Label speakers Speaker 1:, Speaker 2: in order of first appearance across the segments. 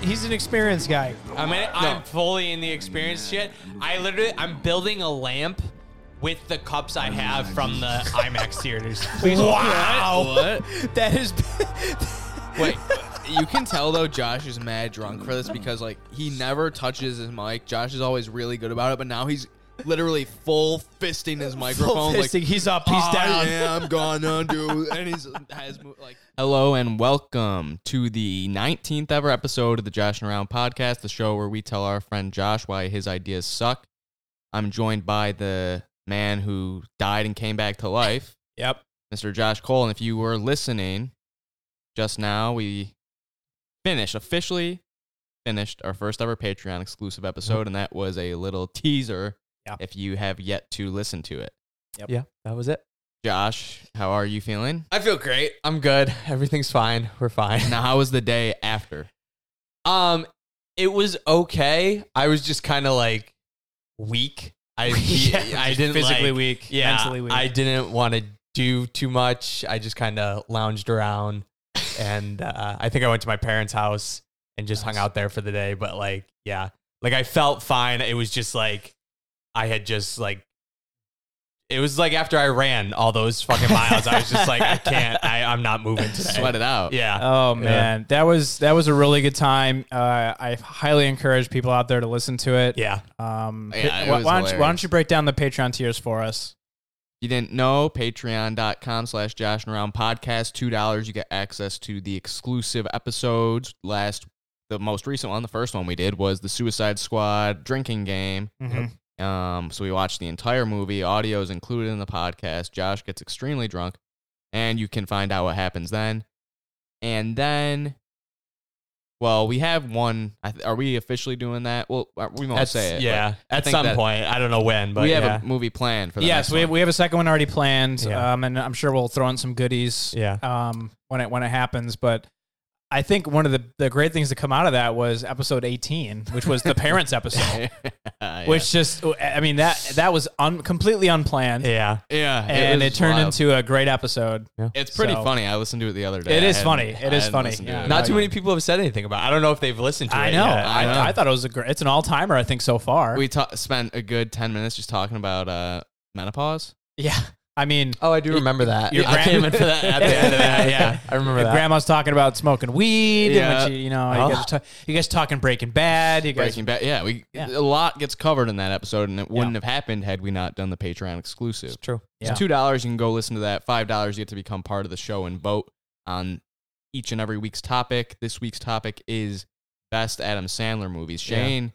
Speaker 1: he's an experienced guy.
Speaker 2: I mean, I'm fully in the experience shit. I literally, I'm building a lamp with the cups I have from the IMAX theaters.
Speaker 1: Wow,
Speaker 3: What?
Speaker 1: that is.
Speaker 3: Wait, you can tell though Josh is mad drunk for this because like he never touches his mic. Josh is always really good about it, but now he's literally full fisting his microphone.
Speaker 1: fisting.
Speaker 3: Like,
Speaker 1: he's up. He's
Speaker 2: "Oh,
Speaker 3: "Ah,
Speaker 1: down.
Speaker 3: Yeah, I'm gonna do. And he's has mo- like. Hello and welcome to the 19th ever episode of the Josh and Around podcast, the show where we tell our friend Josh why his ideas suck. I'm joined by the man who died and came back to life.
Speaker 1: Yep.
Speaker 3: Mr. Josh Cole. And if you were listening just now, we finished, officially finished our first ever Patreon exclusive episode. And that was a little teaser
Speaker 1: Mm-hmm. Yeah.
Speaker 3: if you have yet to listen to it.
Speaker 2: yeah, that was it.
Speaker 3: Josh, how are you feeling?
Speaker 2: I feel great. I'm good. Everything's fine. We're fine.
Speaker 3: Now, how was the day after?
Speaker 2: Um, it was okay. I was just kind of like weak. I I didn't
Speaker 1: physically
Speaker 2: like-
Speaker 1: weak.
Speaker 2: Yeah,
Speaker 1: mentally weak.
Speaker 2: I didn't want to do too much. I just kind of lounged around, and uh, I think I went to my parents' house and just hung
Speaker 1: Nice.
Speaker 2: out there for the day. But like, yeah, like I felt fine. It was just like I had just like. It was like after I ran all those fucking miles, I was just like, I can't, I, I'm not moving today.
Speaker 3: Sweat it Uh, out.
Speaker 2: Yeah.
Speaker 1: Oh man, that was that was a really good time. Uh, I highly encourage people out there to listen to it.
Speaker 2: Yeah.
Speaker 1: Um,
Speaker 3: Yeah, it
Speaker 1: why, why don't you,
Speaker 3: was
Speaker 1: why
Speaker 3: hilarious.
Speaker 1: don't you break down the Patreon tiers for us?
Speaker 3: If you didn't know, patreon.com slash Josh and Around podcast, $2. You get access to the exclusive episodes. Last, the most recent one, the first one we did was the Suicide Squad drinking game.
Speaker 2: Mm-hmm.
Speaker 1: Mm-hmm.
Speaker 3: Um, so we watched the entire movie. Audio is included in the podcast. Josh gets extremely drunk, and you can find out what happens then. And then, well, we have one. I th- are we officially doing that? Well, uh, we won't
Speaker 2: That's-
Speaker 3: say it. but
Speaker 2: yeah. At
Speaker 3: think
Speaker 2: some
Speaker 3: that-
Speaker 2: point. I don't know when, but
Speaker 3: we
Speaker 2: yeah.
Speaker 3: have a movie planned for the
Speaker 1: Yes,
Speaker 3: next
Speaker 1: we have,
Speaker 3: one.
Speaker 1: we have a second one already planned,
Speaker 2: Yeah.
Speaker 1: um, and I'm sure we'll throw in some goodies
Speaker 2: yeah.
Speaker 1: um, when it when it happens. But I think one of the, the great things to come out of that was episode 18, which was the parents episode,
Speaker 3: Yeah.
Speaker 1: which just I mean that that was un, completely unplanned,
Speaker 2: Yeah.
Speaker 3: yeah,
Speaker 1: and it,
Speaker 3: was
Speaker 1: turned
Speaker 3: wild.
Speaker 1: into a great episode.
Speaker 3: It's pretty
Speaker 1: so-
Speaker 3: funny. I listened to it the other day.
Speaker 1: It
Speaker 3: I
Speaker 1: is
Speaker 3: hadn't-
Speaker 1: funny. It
Speaker 3: I
Speaker 1: is
Speaker 3: hadn't
Speaker 1: funny.
Speaker 3: listened to
Speaker 1: Yeah.
Speaker 3: it.
Speaker 2: Not too many people have said anything about. It. I don't know if they've listened to it.
Speaker 1: I know.
Speaker 2: yet.
Speaker 1: I,
Speaker 3: know.
Speaker 1: I, thought it was a great. It's an all timer. I think so far.
Speaker 3: We ta- spent a good ten minutes just talking about uh, menopause.
Speaker 1: yeah. I mean,
Speaker 2: Oh, I do remember that.
Speaker 1: Your
Speaker 2: I came in
Speaker 1: grand-
Speaker 2: for that at the end of that. Yeah, I remember that.
Speaker 1: grandma's talking about smoking weed.
Speaker 3: Yeah.
Speaker 1: And when she, you know,
Speaker 2: Oh.
Speaker 1: you, guys are ta- you guys talking Breaking Bad. You guys,
Speaker 3: Breaking Bad. Yeah, we
Speaker 1: Yeah.
Speaker 3: a lot gets covered in that episode, and it wouldn't have happened had we not done the Patreon exclusive.
Speaker 2: true.
Speaker 1: Yeah.
Speaker 3: It's two dollars. You can go listen to that. Five dollars. You get to become part of the show and vote on each and every week's topic. This week's topic is best Adam Sandler movies.
Speaker 2: Yeah.
Speaker 3: Shane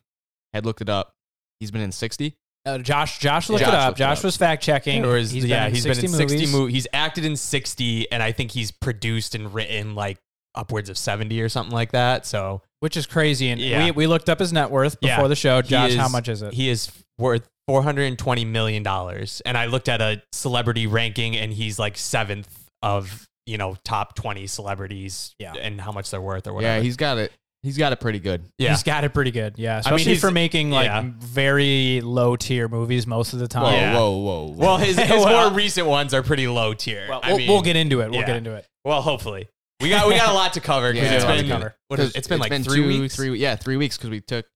Speaker 3: had looked it up. He's been in sixty.
Speaker 1: uh, Josh, Josh looked
Speaker 3: Josh
Speaker 1: it up.
Speaker 3: looked it
Speaker 1: Josh
Speaker 3: up.
Speaker 1: was fact checking.
Speaker 2: Or is, yeah, he's been in sixty movies. He's acted in sixty, and I think he's produced and written like upwards of seventy or something like that. So
Speaker 1: which is crazy. And
Speaker 2: Yeah.
Speaker 1: we, we looked up his net worth
Speaker 2: Yeah.
Speaker 1: before the show.
Speaker 2: he
Speaker 1: Josh, how much is it?
Speaker 2: He is worth four hundred and twenty million dollars. And I looked at a celebrity ranking, and he's like seventh of you know top twenty celebrities.
Speaker 1: Yeah.
Speaker 2: and how much they're worth or
Speaker 3: Yeah,
Speaker 2: whatever.
Speaker 3: he's got it. He's got it pretty good.
Speaker 2: yeah.
Speaker 1: He's got it pretty good. Yeah, especially
Speaker 2: he's-
Speaker 1: for making like
Speaker 2: yeah.
Speaker 1: very low tier movies most of the time.
Speaker 3: Whoa,
Speaker 2: Yeah.
Speaker 3: whoa, whoa, whoa.
Speaker 2: Well, his, his
Speaker 1: Well-
Speaker 2: more recent ones are pretty low tier.
Speaker 1: Well,
Speaker 2: I
Speaker 1: we'll,
Speaker 2: mean,
Speaker 1: we'll get into it. We'll
Speaker 2: yeah.
Speaker 1: get into it.
Speaker 2: Well, hopefully we got we got a lot to cover because
Speaker 3: Yeah,
Speaker 2: it's
Speaker 3: a lot to
Speaker 2: been
Speaker 3: cover.
Speaker 2: what is,
Speaker 3: 'Cause
Speaker 2: it? it's been like three
Speaker 3: two,
Speaker 2: weeks.
Speaker 3: Three, yeah, three weeks because we took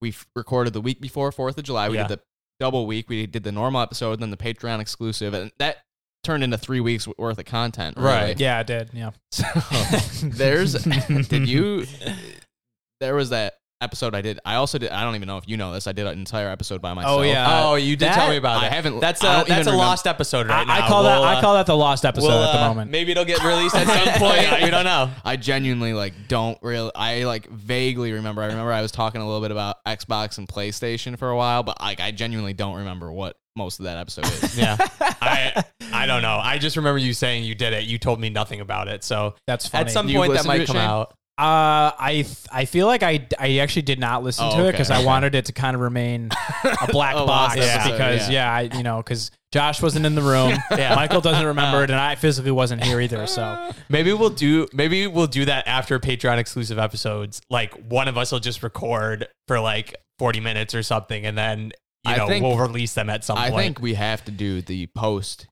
Speaker 3: we f- recorded the week before Fourth of July. We
Speaker 2: Yeah.
Speaker 3: did the double week. We did the normal episode, then the Patreon exclusive, and that turned into three weeks worth of content. really.
Speaker 2: Right.
Speaker 1: Yeah, I did. Yeah.
Speaker 3: So there's did you? There was that episode I did. I also did. I don't even know if you know this. I did an entire episode by myself.
Speaker 1: yeah.
Speaker 2: oh, you did
Speaker 1: That-
Speaker 2: tell me about
Speaker 3: I
Speaker 2: that.
Speaker 3: haven't-
Speaker 2: That's a
Speaker 3: I don't
Speaker 2: that's a
Speaker 3: even
Speaker 2: lost episode right
Speaker 1: I,
Speaker 2: now.
Speaker 1: I call
Speaker 2: We'll,
Speaker 1: that
Speaker 2: uh,
Speaker 1: I call that the lost episode
Speaker 2: we'll,
Speaker 1: at the
Speaker 2: uh,
Speaker 1: moment.
Speaker 2: Maybe it'll get released at some point. we don't know.
Speaker 3: I genuinely like don't really. I like vaguely remember. I remember I was talking a little bit about Xbox and PlayStation for a while, but like I genuinely don't remember what most of that episode is.
Speaker 2: Yeah, I I don't know. I just remember you saying you did it. You told me nothing about it. So
Speaker 1: That's funny.
Speaker 2: at some
Speaker 3: You've
Speaker 2: point that
Speaker 3: listened to
Speaker 2: might
Speaker 3: it,
Speaker 2: come
Speaker 3: Shane?
Speaker 2: out.
Speaker 1: Uh, I th- I feel like I, I actually did not listen
Speaker 3: Oh,
Speaker 1: to it
Speaker 3: okay,
Speaker 1: because I
Speaker 3: okay.
Speaker 1: wanted it to kind of remain a black
Speaker 3: A
Speaker 1: box
Speaker 3: lost episode,
Speaker 1: because yeah. I you know because Josh wasn't in the room,
Speaker 2: Yeah.
Speaker 1: Michael doesn't remember it, and I physically wasn't here either. So
Speaker 2: Maybe we'll do maybe we'll do that after Patreon exclusive episodes. Like one of us will just record for like 40 minutes or something and then you
Speaker 3: I
Speaker 2: know
Speaker 3: think-
Speaker 2: we'll release them at some
Speaker 3: I
Speaker 2: point.
Speaker 3: think we have to do the post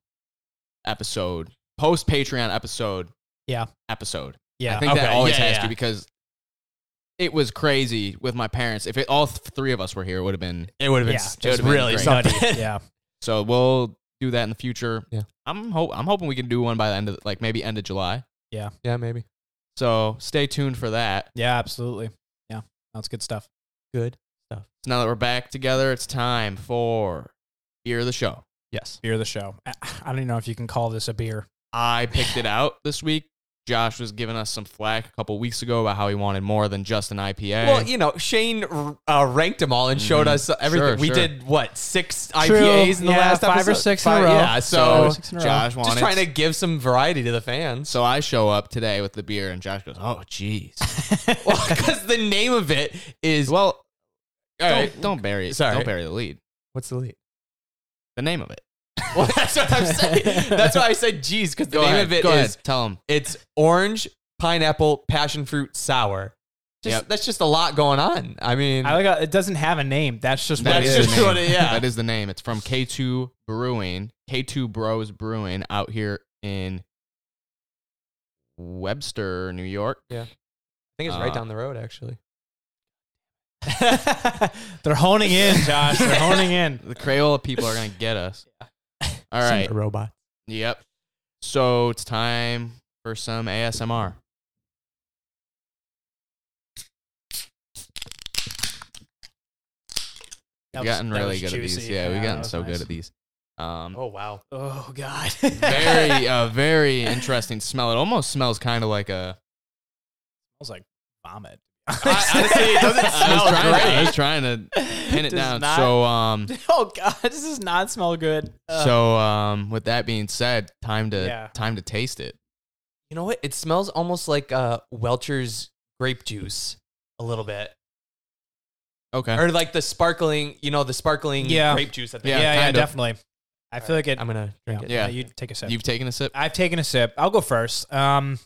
Speaker 3: episode, post Patreon episode.
Speaker 1: Yeah.
Speaker 3: Episode.
Speaker 1: yeah,
Speaker 3: I think
Speaker 2: Okay,
Speaker 3: that always
Speaker 2: yeah,
Speaker 3: has
Speaker 2: yeah.
Speaker 3: to because it was crazy with my parents. If it, all th- three of us were here, it would have been.
Speaker 2: It would have been
Speaker 1: Yeah.
Speaker 2: s-
Speaker 3: It would've
Speaker 2: just
Speaker 3: been
Speaker 2: really
Speaker 3: great.
Speaker 2: something.
Speaker 1: yeah.
Speaker 3: So we'll do that in the future.
Speaker 2: Yeah.
Speaker 3: I'm hope I'm hoping we can do one by the end of like maybe end of July.
Speaker 2: Yeah, maybe.
Speaker 3: So stay tuned for that.
Speaker 1: Yeah, absolutely. Yeah. That's good stuff.
Speaker 2: Good.
Speaker 3: So now that we're back together, it's time for beer of the show.
Speaker 2: Yes.
Speaker 1: Beer of the show. I I don't even know if you can call this a beer.
Speaker 3: I picked it out this week. Josh was giving us some flack a couple weeks ago about how he wanted more than just an IPA.
Speaker 2: Well, you know, Shane uh, ranked them all and showed us everything.
Speaker 3: Mm-hmm. Sure,
Speaker 2: we
Speaker 3: sure.
Speaker 2: did what six
Speaker 1: True.
Speaker 2: IPAs in the
Speaker 1: Yeah,
Speaker 2: last
Speaker 1: five or
Speaker 2: episode?
Speaker 1: six in a row.
Speaker 2: Yeah,
Speaker 1: Five
Speaker 2: so
Speaker 1: or six in a row.
Speaker 3: Josh wanted
Speaker 2: just trying to give some variety to the fans.
Speaker 3: So I show up today with the beer, and Josh goes, "Oh, jeez."
Speaker 2: Because the name of it is
Speaker 3: well,
Speaker 2: all
Speaker 3: don't,
Speaker 2: right.
Speaker 3: don't bury,
Speaker 2: Sorry.
Speaker 3: don't bury the lead.
Speaker 2: What's the lead?
Speaker 3: The name of it.
Speaker 2: Well, that's what I'm saying. That's why I said geez, because the
Speaker 3: Go
Speaker 2: name
Speaker 3: ahead,
Speaker 2: of it
Speaker 3: go
Speaker 2: is
Speaker 3: ahead, Tell him.
Speaker 2: it's orange, pineapple, passion fruit, sour. Just,
Speaker 3: Yep.
Speaker 2: That's just a lot going on. I mean,
Speaker 1: I like how it doesn't have a name. That's just
Speaker 3: That
Speaker 1: what it
Speaker 2: that's
Speaker 3: is the
Speaker 1: is.
Speaker 2: just
Speaker 3: name.
Speaker 2: what it, yeah.
Speaker 3: That is the name. It's from K2 Brewing, K2 Bros Brewing out here in Webster, New York.
Speaker 2: I think it's right
Speaker 3: Uh,
Speaker 2: down the road, actually.
Speaker 1: They're honing in, Josh. They're honing in.
Speaker 3: The Crayola people are going to get us. All right.
Speaker 2: robot.
Speaker 3: Yep. So it's time for some ASMR.
Speaker 1: That
Speaker 3: We've
Speaker 1: was-
Speaker 3: gotten
Speaker 1: that
Speaker 3: really
Speaker 1: was
Speaker 3: good at these.
Speaker 1: juicy.
Speaker 3: Yeah, we've
Speaker 1: that
Speaker 3: gotten
Speaker 1: was
Speaker 3: so
Speaker 1: nice.
Speaker 3: good at these. Um,
Speaker 2: Oh wow.
Speaker 1: Oh God.
Speaker 3: very, uh, very interesting smell. It almost smells kind of like a.
Speaker 1: smells like vomit.
Speaker 2: I- honestly, it doesn't
Speaker 3: I was
Speaker 2: smell
Speaker 3: trying to- I
Speaker 2: great.
Speaker 3: was trying to pin it
Speaker 1: Does
Speaker 3: down.
Speaker 1: not-
Speaker 3: so, um,
Speaker 1: oh God, this does not smell good.
Speaker 2: Uh,
Speaker 1: Ugh.
Speaker 3: so um, with that being said, time to
Speaker 1: Yeah.
Speaker 3: time to taste it.
Speaker 2: You know what? It smells almost like uh, Welch's grape juice a little bit,
Speaker 3: Okay.
Speaker 2: or like the sparkling. You know, the sparkling
Speaker 1: Yeah.
Speaker 2: grape juice. That they
Speaker 1: yeah,
Speaker 3: yeah,
Speaker 1: yeah,
Speaker 3: kind of.
Speaker 1: definitely. I feel like it.
Speaker 2: I'm gonna drink it.
Speaker 3: Yeah.
Speaker 1: you take a sip.
Speaker 3: You've taken a sip.
Speaker 1: I've taken a sip. I'll go first. Um,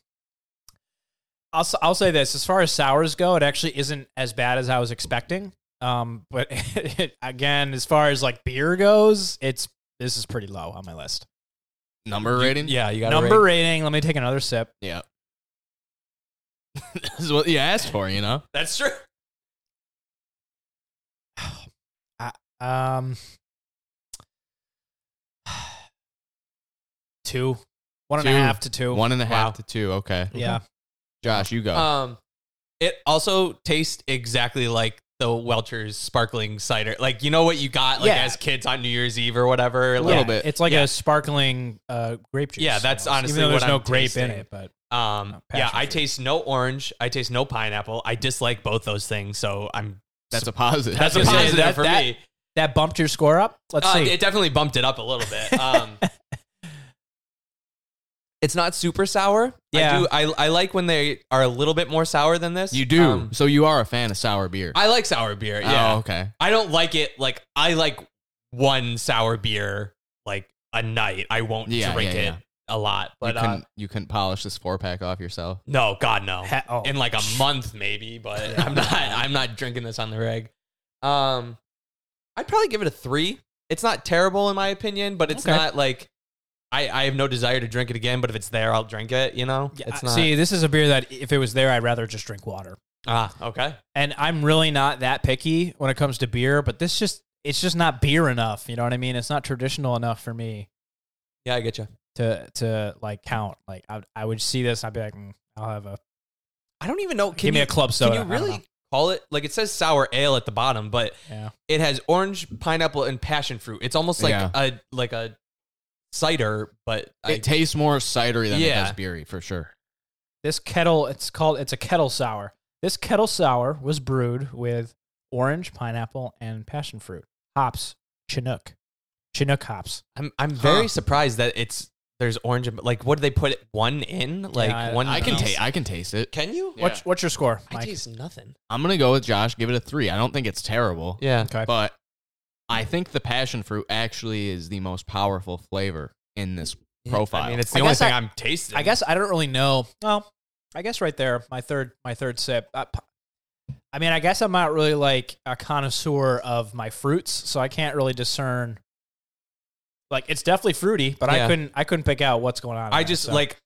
Speaker 1: I'll s- I'll say this: as far as sours go, it actually isn't as bad as I was expecting. Um, but it, again, as far as like beer goes, it's this is pretty low on my list.
Speaker 3: Number rating.
Speaker 2: Yeah, you got
Speaker 1: Number rating. Let me take another sip.
Speaker 3: Yeah. this is what you asked for, you know.
Speaker 2: That's true.
Speaker 1: Um, two, one and a
Speaker 3: Two.
Speaker 1: half to two.
Speaker 3: One and a half
Speaker 2: Wow.
Speaker 3: to two. Okay.
Speaker 1: Yeah,
Speaker 3: Josh, you go.
Speaker 2: Um, it also tastes exactly like the Welch's sparkling cider. Like you know what you got like
Speaker 1: Yeah.
Speaker 2: as kids on New Year's Eve or whatever.
Speaker 3: A little
Speaker 1: Yeah,
Speaker 2: like,
Speaker 3: bit.
Speaker 1: It's like
Speaker 2: Yeah.
Speaker 1: a sparkling uh, grape juice.
Speaker 2: Yeah, that's
Speaker 1: almost,
Speaker 2: honestly
Speaker 1: even though there's
Speaker 2: what
Speaker 1: no
Speaker 2: I'm
Speaker 1: grape in
Speaker 2: tasting.
Speaker 1: it, but
Speaker 2: Um,
Speaker 1: Oh, passion
Speaker 2: yeah, I
Speaker 1: fruit.
Speaker 2: taste no orange. I taste no pineapple. I dislike both those things. So I'm
Speaker 3: That's a positive.
Speaker 2: that's a
Speaker 1: gonna say,
Speaker 2: positive
Speaker 1: that-
Speaker 2: for
Speaker 1: that-
Speaker 2: me.
Speaker 1: that bumped your score up. Let's
Speaker 2: Uh,
Speaker 1: see.
Speaker 2: it definitely bumped it up a little bit. Um, it's not super sour.
Speaker 1: Yeah.
Speaker 2: I, do, I I like when they are a little bit more sour than this.
Speaker 3: You do.
Speaker 2: Um,
Speaker 3: so you are a fan of sour beer.
Speaker 2: I like sour beer. Yeah,
Speaker 3: Oh, okay.
Speaker 2: I don't like it. Like I like one sour beer like a night. I won't
Speaker 3: Yeah,
Speaker 2: drink
Speaker 3: yeah,
Speaker 2: it
Speaker 3: yeah.
Speaker 2: a lot. But
Speaker 3: you
Speaker 2: uh,
Speaker 3: couldn't you couldn't polish this four pack off yourself.
Speaker 2: no, God no.
Speaker 1: Ha- oh.
Speaker 2: In like a month maybe, but I'm not. I'm not drinking this on the reg. Um, I'd probably give it a three. It's not terrible in my opinion, but it's
Speaker 1: Okay.
Speaker 2: not like I, I have no desire to drink it again. But if it's there, I'll drink it. You know,
Speaker 1: Yeah,
Speaker 2: it's
Speaker 1: I-
Speaker 2: not.
Speaker 1: See, this is a beer that if it was there, I'd rather just drink water.
Speaker 2: ah, okay.
Speaker 1: And I'm really not that picky when it comes to beer, but this just it's just not beer enough. You know what I mean? It's not traditional enough for me
Speaker 2: Yeah, I get you.
Speaker 1: to to like count. Like I would- I would see this, I'd be like, mm, I'll have a
Speaker 2: I don't even know. Can
Speaker 1: give me
Speaker 2: you,
Speaker 1: a club soda.
Speaker 2: Can you
Speaker 1: I don't know.
Speaker 2: really call it like it says sour ale at the bottom, but
Speaker 1: Yeah.
Speaker 2: it has orange, pineapple, and passion fruit. It's almost like
Speaker 3: Yeah.
Speaker 2: a like a cider, but I,
Speaker 3: it tastes more cidery than it
Speaker 2: Yeah.
Speaker 3: does beery for sure.
Speaker 1: This kettle, it's called it's a kettle sour. This kettle sour was brewed with orange, pineapple, and passion fruit hops, Chinook, Chinook hops.
Speaker 2: I'm I'm very
Speaker 3: Huh.
Speaker 2: surprised that it's there's orange. and- Like, what do they put it- one in? Like
Speaker 1: I-
Speaker 2: one.
Speaker 3: I can
Speaker 1: know.
Speaker 2: piece?
Speaker 3: taste I can taste it.
Speaker 2: Can you?
Speaker 3: Yeah.
Speaker 1: What's what's your score,
Speaker 2: I
Speaker 1: Mike?
Speaker 2: taste nothing.
Speaker 3: I'm gonna go with Josh, give it a three. I don't think it's terrible.
Speaker 2: Yeah.
Speaker 1: Okay.
Speaker 3: But I think the passion fruit actually is the most powerful flavor in this profile.
Speaker 2: I mean, it's
Speaker 1: I
Speaker 2: the only
Speaker 1: guess
Speaker 2: thing
Speaker 1: I-
Speaker 2: I, am tasting.
Speaker 1: I guess I don't really know. Well, I guess right there, my third, my third sip. I, I mean, I guess I'm not really like a connoisseur of my fruits, so I can't really discern. Like, it's definitely fruity, but I
Speaker 2: Yeah.
Speaker 1: couldn't, I couldn't pick out what's going on. in
Speaker 2: I
Speaker 1: there,
Speaker 2: just
Speaker 1: so.
Speaker 2: like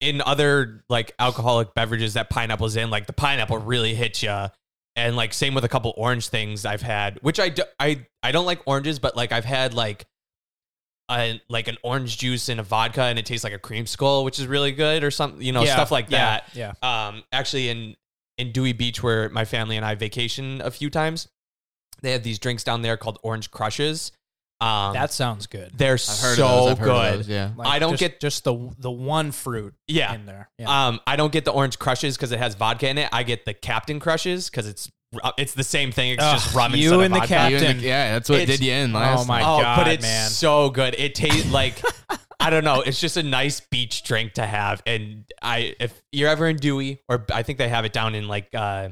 Speaker 2: in other like alcoholic beverages that pineapple's in, like the pineapple really hits you. And like same with a couple orange things I've had, which I do, I I don't like oranges, but like I've had like a like an orange juice and a vodka and it tastes like a cream skull, which is really good or something, you know,
Speaker 1: Yeah,
Speaker 2: stuff like that
Speaker 1: Yeah.
Speaker 2: um, actually in in Dewey Beach where my family and I vacation a few times. They have these drinks down there called Orange Crushes. Um,
Speaker 1: That sounds good.
Speaker 2: they're
Speaker 3: I've heard
Speaker 2: so
Speaker 3: of those. I've
Speaker 2: good.
Speaker 3: heard of those, yeah.
Speaker 1: Like,
Speaker 2: I don't
Speaker 1: just-
Speaker 2: get-
Speaker 1: just the the one fruit
Speaker 2: Yeah.
Speaker 1: in there. Yeah.
Speaker 2: Um, I don't get the Orange Crushes because it has vodka in it. I get the Captain Crushes because it's it's the same thing. It's
Speaker 1: Ugh,
Speaker 2: just rum
Speaker 1: you
Speaker 2: instead of
Speaker 1: and the
Speaker 2: vodka.
Speaker 1: Cap-
Speaker 3: You and the-
Speaker 1: Captain.
Speaker 3: yeah, that's what
Speaker 2: It's-
Speaker 3: did you in last.
Speaker 1: oh my
Speaker 2: oh,
Speaker 1: god,
Speaker 2: but it's
Speaker 1: man.
Speaker 2: so good. It tastes like I don't know. It's just a nice beach drink to have. And I, if you're ever in Dewey, or I think they have it down in like uh,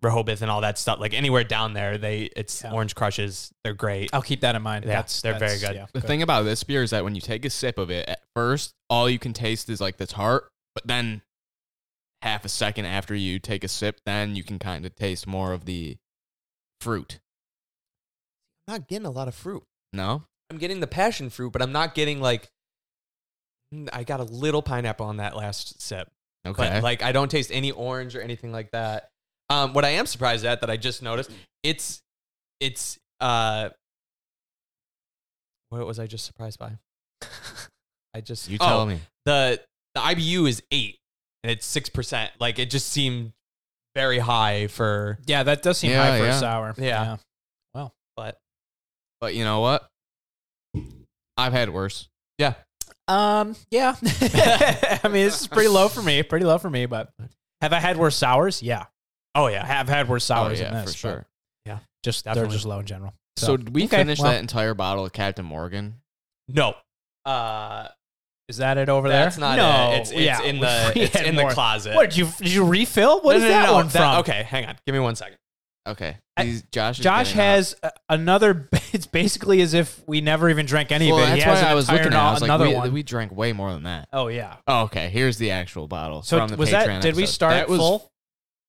Speaker 2: Rehoboth and all that stuff, like anywhere down there, they it's
Speaker 1: Yeah.
Speaker 2: orange crushes. They're great.
Speaker 1: I'll keep that in mind.
Speaker 2: Yeah,
Speaker 1: that's
Speaker 2: they're very
Speaker 1: that's-
Speaker 2: good.
Speaker 1: yeah,
Speaker 3: The thing about this beer is that when you take a sip of it, at first, all you can taste is like the tart, but then half a second after you take a sip, then you can kind of taste more of the fruit.
Speaker 2: I'm not getting a lot of fruit.
Speaker 3: No?
Speaker 2: I'm getting the passion fruit, but I'm not getting like. Mm, I got a little pineapple on that last sip,
Speaker 3: Okay.
Speaker 2: but like I don't taste any orange or anything like that. Um, what I am surprised at that I just noticed it's it's uh, what was I just surprised by? I just
Speaker 3: you
Speaker 2: oh,
Speaker 3: tell me.
Speaker 2: the the IBU is eight and it's six percent. Like it just seemed very high for,
Speaker 1: yeah, that does seem
Speaker 3: Yeah,
Speaker 1: high for
Speaker 3: yeah.
Speaker 1: a sour.
Speaker 2: Yeah. but
Speaker 3: But you know what? I've had worse.
Speaker 1: Um. Yeah. I mean, this is pretty low for me. Pretty low for me. But have I had worse sours? Yeah.
Speaker 2: oh
Speaker 1: I
Speaker 2: yeah,
Speaker 1: have had worse sours
Speaker 3: oh,
Speaker 1: than
Speaker 3: yeah,
Speaker 1: this
Speaker 3: for sure.
Speaker 1: but Just
Speaker 2: Definitely.
Speaker 1: they're just low in general.
Speaker 3: So, did we
Speaker 1: okay,
Speaker 3: finish
Speaker 1: well-
Speaker 3: that entire bottle of Captain Morgan?
Speaker 2: no. Uh,
Speaker 1: Is that it over there?
Speaker 2: that's not
Speaker 1: no.
Speaker 2: it. It's, it's
Speaker 1: yeah,
Speaker 2: in
Speaker 1: we-
Speaker 2: the
Speaker 1: we
Speaker 2: it's
Speaker 1: had
Speaker 2: in
Speaker 1: more.
Speaker 2: the closet.
Speaker 1: What did you did you refill? What
Speaker 2: No,
Speaker 1: is
Speaker 2: no, no,
Speaker 1: that
Speaker 2: no,
Speaker 1: one
Speaker 2: that-
Speaker 1: from?
Speaker 2: Okay, hang on. Give me one second.
Speaker 3: Okay.
Speaker 1: I-
Speaker 3: These- Josh is
Speaker 1: Josh
Speaker 3: getting uh, up.
Speaker 1: has a, another. It's basically as if we never even drank any
Speaker 3: Well,
Speaker 1: of it.
Speaker 3: that's
Speaker 1: He has an
Speaker 3: why I was
Speaker 1: entire
Speaker 3: looking at. it. I was like,
Speaker 1: another
Speaker 3: we,
Speaker 1: one.
Speaker 3: we drank way more than that.
Speaker 1: oh yeah.
Speaker 3: Oh, okay, here's the actual bottle.
Speaker 1: So
Speaker 3: from the
Speaker 1: was
Speaker 3: Patreon
Speaker 1: that? Did we
Speaker 3: episode.
Speaker 1: start
Speaker 3: That was
Speaker 1: full?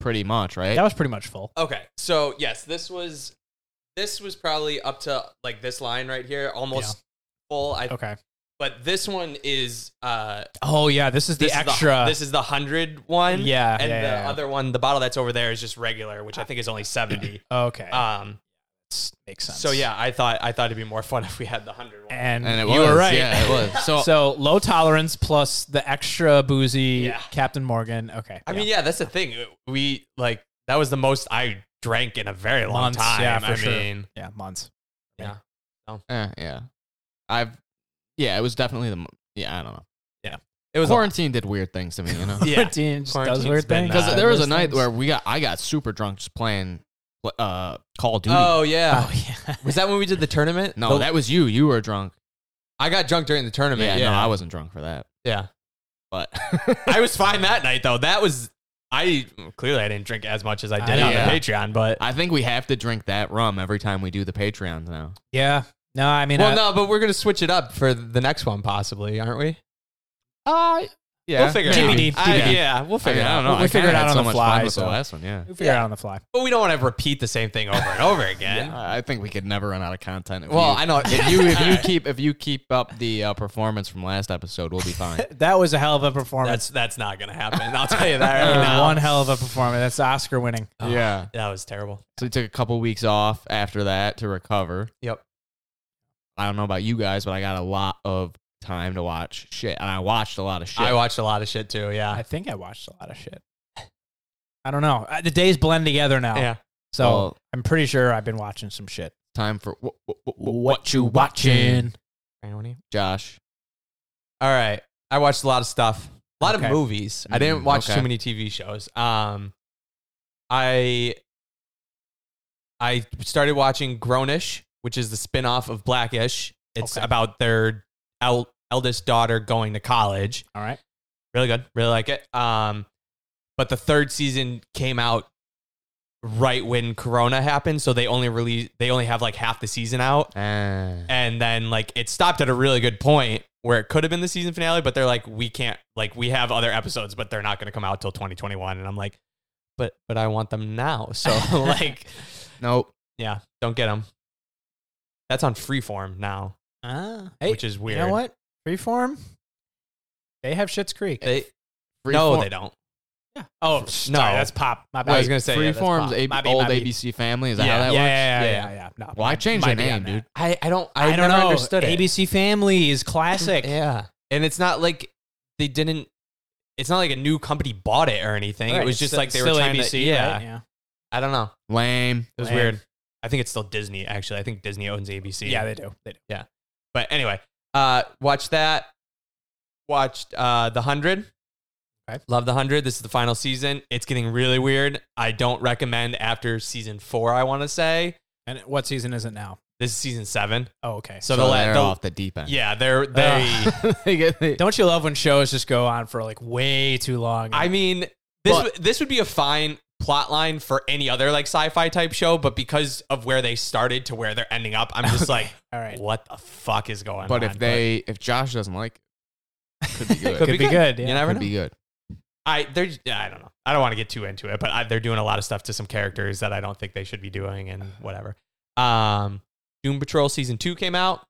Speaker 3: Pretty much, right?
Speaker 1: That was pretty much full.
Speaker 2: Okay, so yes, this was this was probably up to like this line right here, almost full. I
Speaker 1: Okay.
Speaker 2: but this one is uh
Speaker 1: Oh yeah, this is the
Speaker 2: this is
Speaker 1: extra.
Speaker 2: this is the hundred one.
Speaker 1: yeah.
Speaker 2: and
Speaker 1: yeah,
Speaker 2: the
Speaker 1: yeah, yeah.
Speaker 2: other one, the bottle that's over there is just regular, which I think is only seventy.
Speaker 1: Okay.
Speaker 2: Um,
Speaker 1: S- makes sense.
Speaker 2: so yeah, I thought I thought it'd be more fun if we had the hundred one.
Speaker 1: and,
Speaker 3: and it
Speaker 1: you
Speaker 3: was
Speaker 1: were right.
Speaker 3: Yeah, it was. So,
Speaker 1: So low tolerance plus the extra boozy
Speaker 2: Yeah.
Speaker 1: Captain Morgan. Okay.
Speaker 2: I
Speaker 1: yeah.
Speaker 2: mean, yeah, that's the thing. Uh, We like that was the most I drank in a very long
Speaker 1: Months,
Speaker 2: time.
Speaker 1: yeah, for
Speaker 2: I
Speaker 1: sure.
Speaker 2: mean,
Speaker 1: yeah, months.
Speaker 3: eh, yeah, I've yeah, it was definitely the m- yeah. I don't know.
Speaker 2: it was a-
Speaker 3: Quarantine did weird things to me, you know.
Speaker 2: Yeah.
Speaker 1: Quarantine just does
Speaker 2: Quarantine's
Speaker 1: weird
Speaker 2: been
Speaker 1: things.
Speaker 2: that.
Speaker 3: Because
Speaker 2: Uh,
Speaker 3: there was a
Speaker 1: Those
Speaker 3: night
Speaker 1: things.
Speaker 3: where we got I got super drunk just playing pl- uh Call of Duty.
Speaker 2: oh yeah.
Speaker 1: Oh yeah.
Speaker 2: Was that when we did the tournament?
Speaker 3: no,
Speaker 2: The-
Speaker 3: that was you. You were drunk.
Speaker 2: I got drunk during the tournament.
Speaker 3: yeah,
Speaker 2: Yeah,
Speaker 3: no, I wasn't drunk for that.
Speaker 2: yeah.
Speaker 3: But
Speaker 2: I was fine that night though. That was I clearly I didn't drink as much as I did
Speaker 1: I
Speaker 2: on
Speaker 3: know.
Speaker 2: the Patreon, but
Speaker 3: I think we have to drink that rum every time we do the Patreons now.
Speaker 1: Yeah. No, I mean,
Speaker 2: well,
Speaker 1: I-
Speaker 2: no, but we're gonna switch it up for the next one possibly, aren't we?
Speaker 3: Uh, yeah,
Speaker 2: We'll figure
Speaker 1: TBD,
Speaker 2: it out. I-
Speaker 1: TBD.
Speaker 2: yeah, we'll
Speaker 3: I,
Speaker 2: figure
Speaker 3: mean,
Speaker 2: it
Speaker 3: I
Speaker 2: out.
Speaker 3: don't know.
Speaker 1: We'll
Speaker 3: I
Speaker 1: figure
Speaker 3: kinda
Speaker 1: it
Speaker 3: had
Speaker 1: out on
Speaker 3: so
Speaker 1: the
Speaker 3: much
Speaker 1: fly,
Speaker 3: Fun with
Speaker 1: so-
Speaker 3: the last one, yeah.
Speaker 1: we'll figure it
Speaker 2: yeah.
Speaker 1: out on the fly.
Speaker 2: But we don't want to repeat the same thing over and over again.
Speaker 3: I I think we could never run out of content. If
Speaker 2: Well,
Speaker 3: you,
Speaker 2: I know
Speaker 3: if you if you keep if you keep up the uh, performance from last episode, we'll be fine.
Speaker 1: That was a hell of a performance.
Speaker 2: that's that's not gonna happen. I'll tell you that
Speaker 1: That
Speaker 2: right
Speaker 1: was
Speaker 2: now.
Speaker 1: One hell of a performance. That's Oscar winning.
Speaker 3: yeah.
Speaker 2: That was terrible.
Speaker 3: So we took a couple weeks off after that to recover.
Speaker 2: Yep.
Speaker 3: I don't know about you guys, but I got a lot of time to watch shit, and I watched a lot of shit.
Speaker 2: I watched a lot of shit too.
Speaker 1: I
Speaker 2: Yeah.
Speaker 1: think I watched a lot of shit. I don't know. Uh, The days blend together now.
Speaker 2: Yeah.
Speaker 1: So
Speaker 3: Well-
Speaker 1: I'm pretty sure I've been watching some shit.
Speaker 3: time for what, what,
Speaker 1: What you watching?
Speaker 3: Josh?
Speaker 2: All right. I watched a lot of stuff. A lot
Speaker 1: Okay.
Speaker 2: of movies. I
Speaker 3: Mm,
Speaker 2: didn't watch
Speaker 3: okay.
Speaker 2: too many TV shows. Um I I started watching Grownish, which is the spin-off of Blackish. It's
Speaker 1: Okay.
Speaker 2: about their el- eldest daughter going to college.
Speaker 1: All right.
Speaker 2: Really good. Really like it. Um but the third season came out right when corona happened, so they only release they only have like half the season out
Speaker 3: Uh,
Speaker 2: and then like it stopped at a really good point where it could have been the season finale but they're like we can't like we have other episodes but they're not going to come out till 2021 and i'm like but but i want them now so like
Speaker 3: nope.
Speaker 2: yeah don't get them that's on freeform now
Speaker 1: Ah, hey,
Speaker 2: which is weird
Speaker 1: You know what? Freeform. They have Shit's Creek.
Speaker 2: they
Speaker 3: Free
Speaker 2: no,
Speaker 3: form-
Speaker 2: they don't.
Speaker 1: Oh, sorry,
Speaker 2: No.
Speaker 1: that's pop. My bad.
Speaker 2: I
Speaker 3: Wait,
Speaker 2: was gonna say, yeah,
Speaker 3: free
Speaker 2: that's
Speaker 3: forms,
Speaker 2: pop.
Speaker 3: AB,
Speaker 1: My bad,
Speaker 3: old
Speaker 1: my bad.
Speaker 3: ABC Family. Is that
Speaker 2: Yeah,
Speaker 3: how that
Speaker 1: yeah,
Speaker 3: works?
Speaker 1: yeah, yeah,
Speaker 2: Yeah,
Speaker 1: yeah,
Speaker 2: yeah.
Speaker 1: yeah. No,
Speaker 3: Why change
Speaker 1: might
Speaker 3: the
Speaker 1: be
Speaker 3: name,
Speaker 1: on that.
Speaker 3: dude?
Speaker 2: I, I don't. I,
Speaker 1: I, don't
Speaker 2: never
Speaker 1: know.
Speaker 2: understood it.
Speaker 1: ABC Family is classic.
Speaker 2: Yeah. And it's not like they didn't. It's not like a new company bought it or anything.
Speaker 1: Right,
Speaker 2: It was just
Speaker 1: it's
Speaker 2: like they
Speaker 1: still
Speaker 2: were trying
Speaker 1: ABC,
Speaker 2: to. Yeah.
Speaker 1: right? yeah,
Speaker 2: I don't know.
Speaker 3: Lame.
Speaker 2: It was
Speaker 1: Lame.
Speaker 2: weird. I think it's still Disney. Actually, I think Disney owns ABC.
Speaker 1: yeah, they do. They do.
Speaker 2: But anyway, uh, watch that. Watched uh, the hundred.
Speaker 1: Okay.
Speaker 2: Love the hundred. This is the final season. It's getting really weird. I don't recommend after season four. I want to say
Speaker 1: And what season is it now?
Speaker 2: this is season seven.
Speaker 1: Oh, okay.
Speaker 2: So,
Speaker 3: So
Speaker 2: the, la-
Speaker 3: they're
Speaker 2: the
Speaker 3: off the deep end.
Speaker 2: yeah, they're they.
Speaker 3: they get the,
Speaker 1: Don't you love when shows just go on for like way too long?
Speaker 2: I mean, this
Speaker 3: But-
Speaker 2: w this would be a fine plot line for any other like sci-fi type show, but because of where they started to where they're ending up, I'm just like,
Speaker 1: all right,
Speaker 2: what the fuck is going on?
Speaker 3: but if they, if Josh doesn't like, it, could be good.
Speaker 1: could, be good. yeah.
Speaker 2: you never
Speaker 3: Could
Speaker 2: know.
Speaker 3: be good.
Speaker 2: I they're I don't know. I don't want to get too into it, but I, they're doing a lot of stuff to some characters that I don't think they should be doing, and whatever. Um, Doom Patrol season two came out.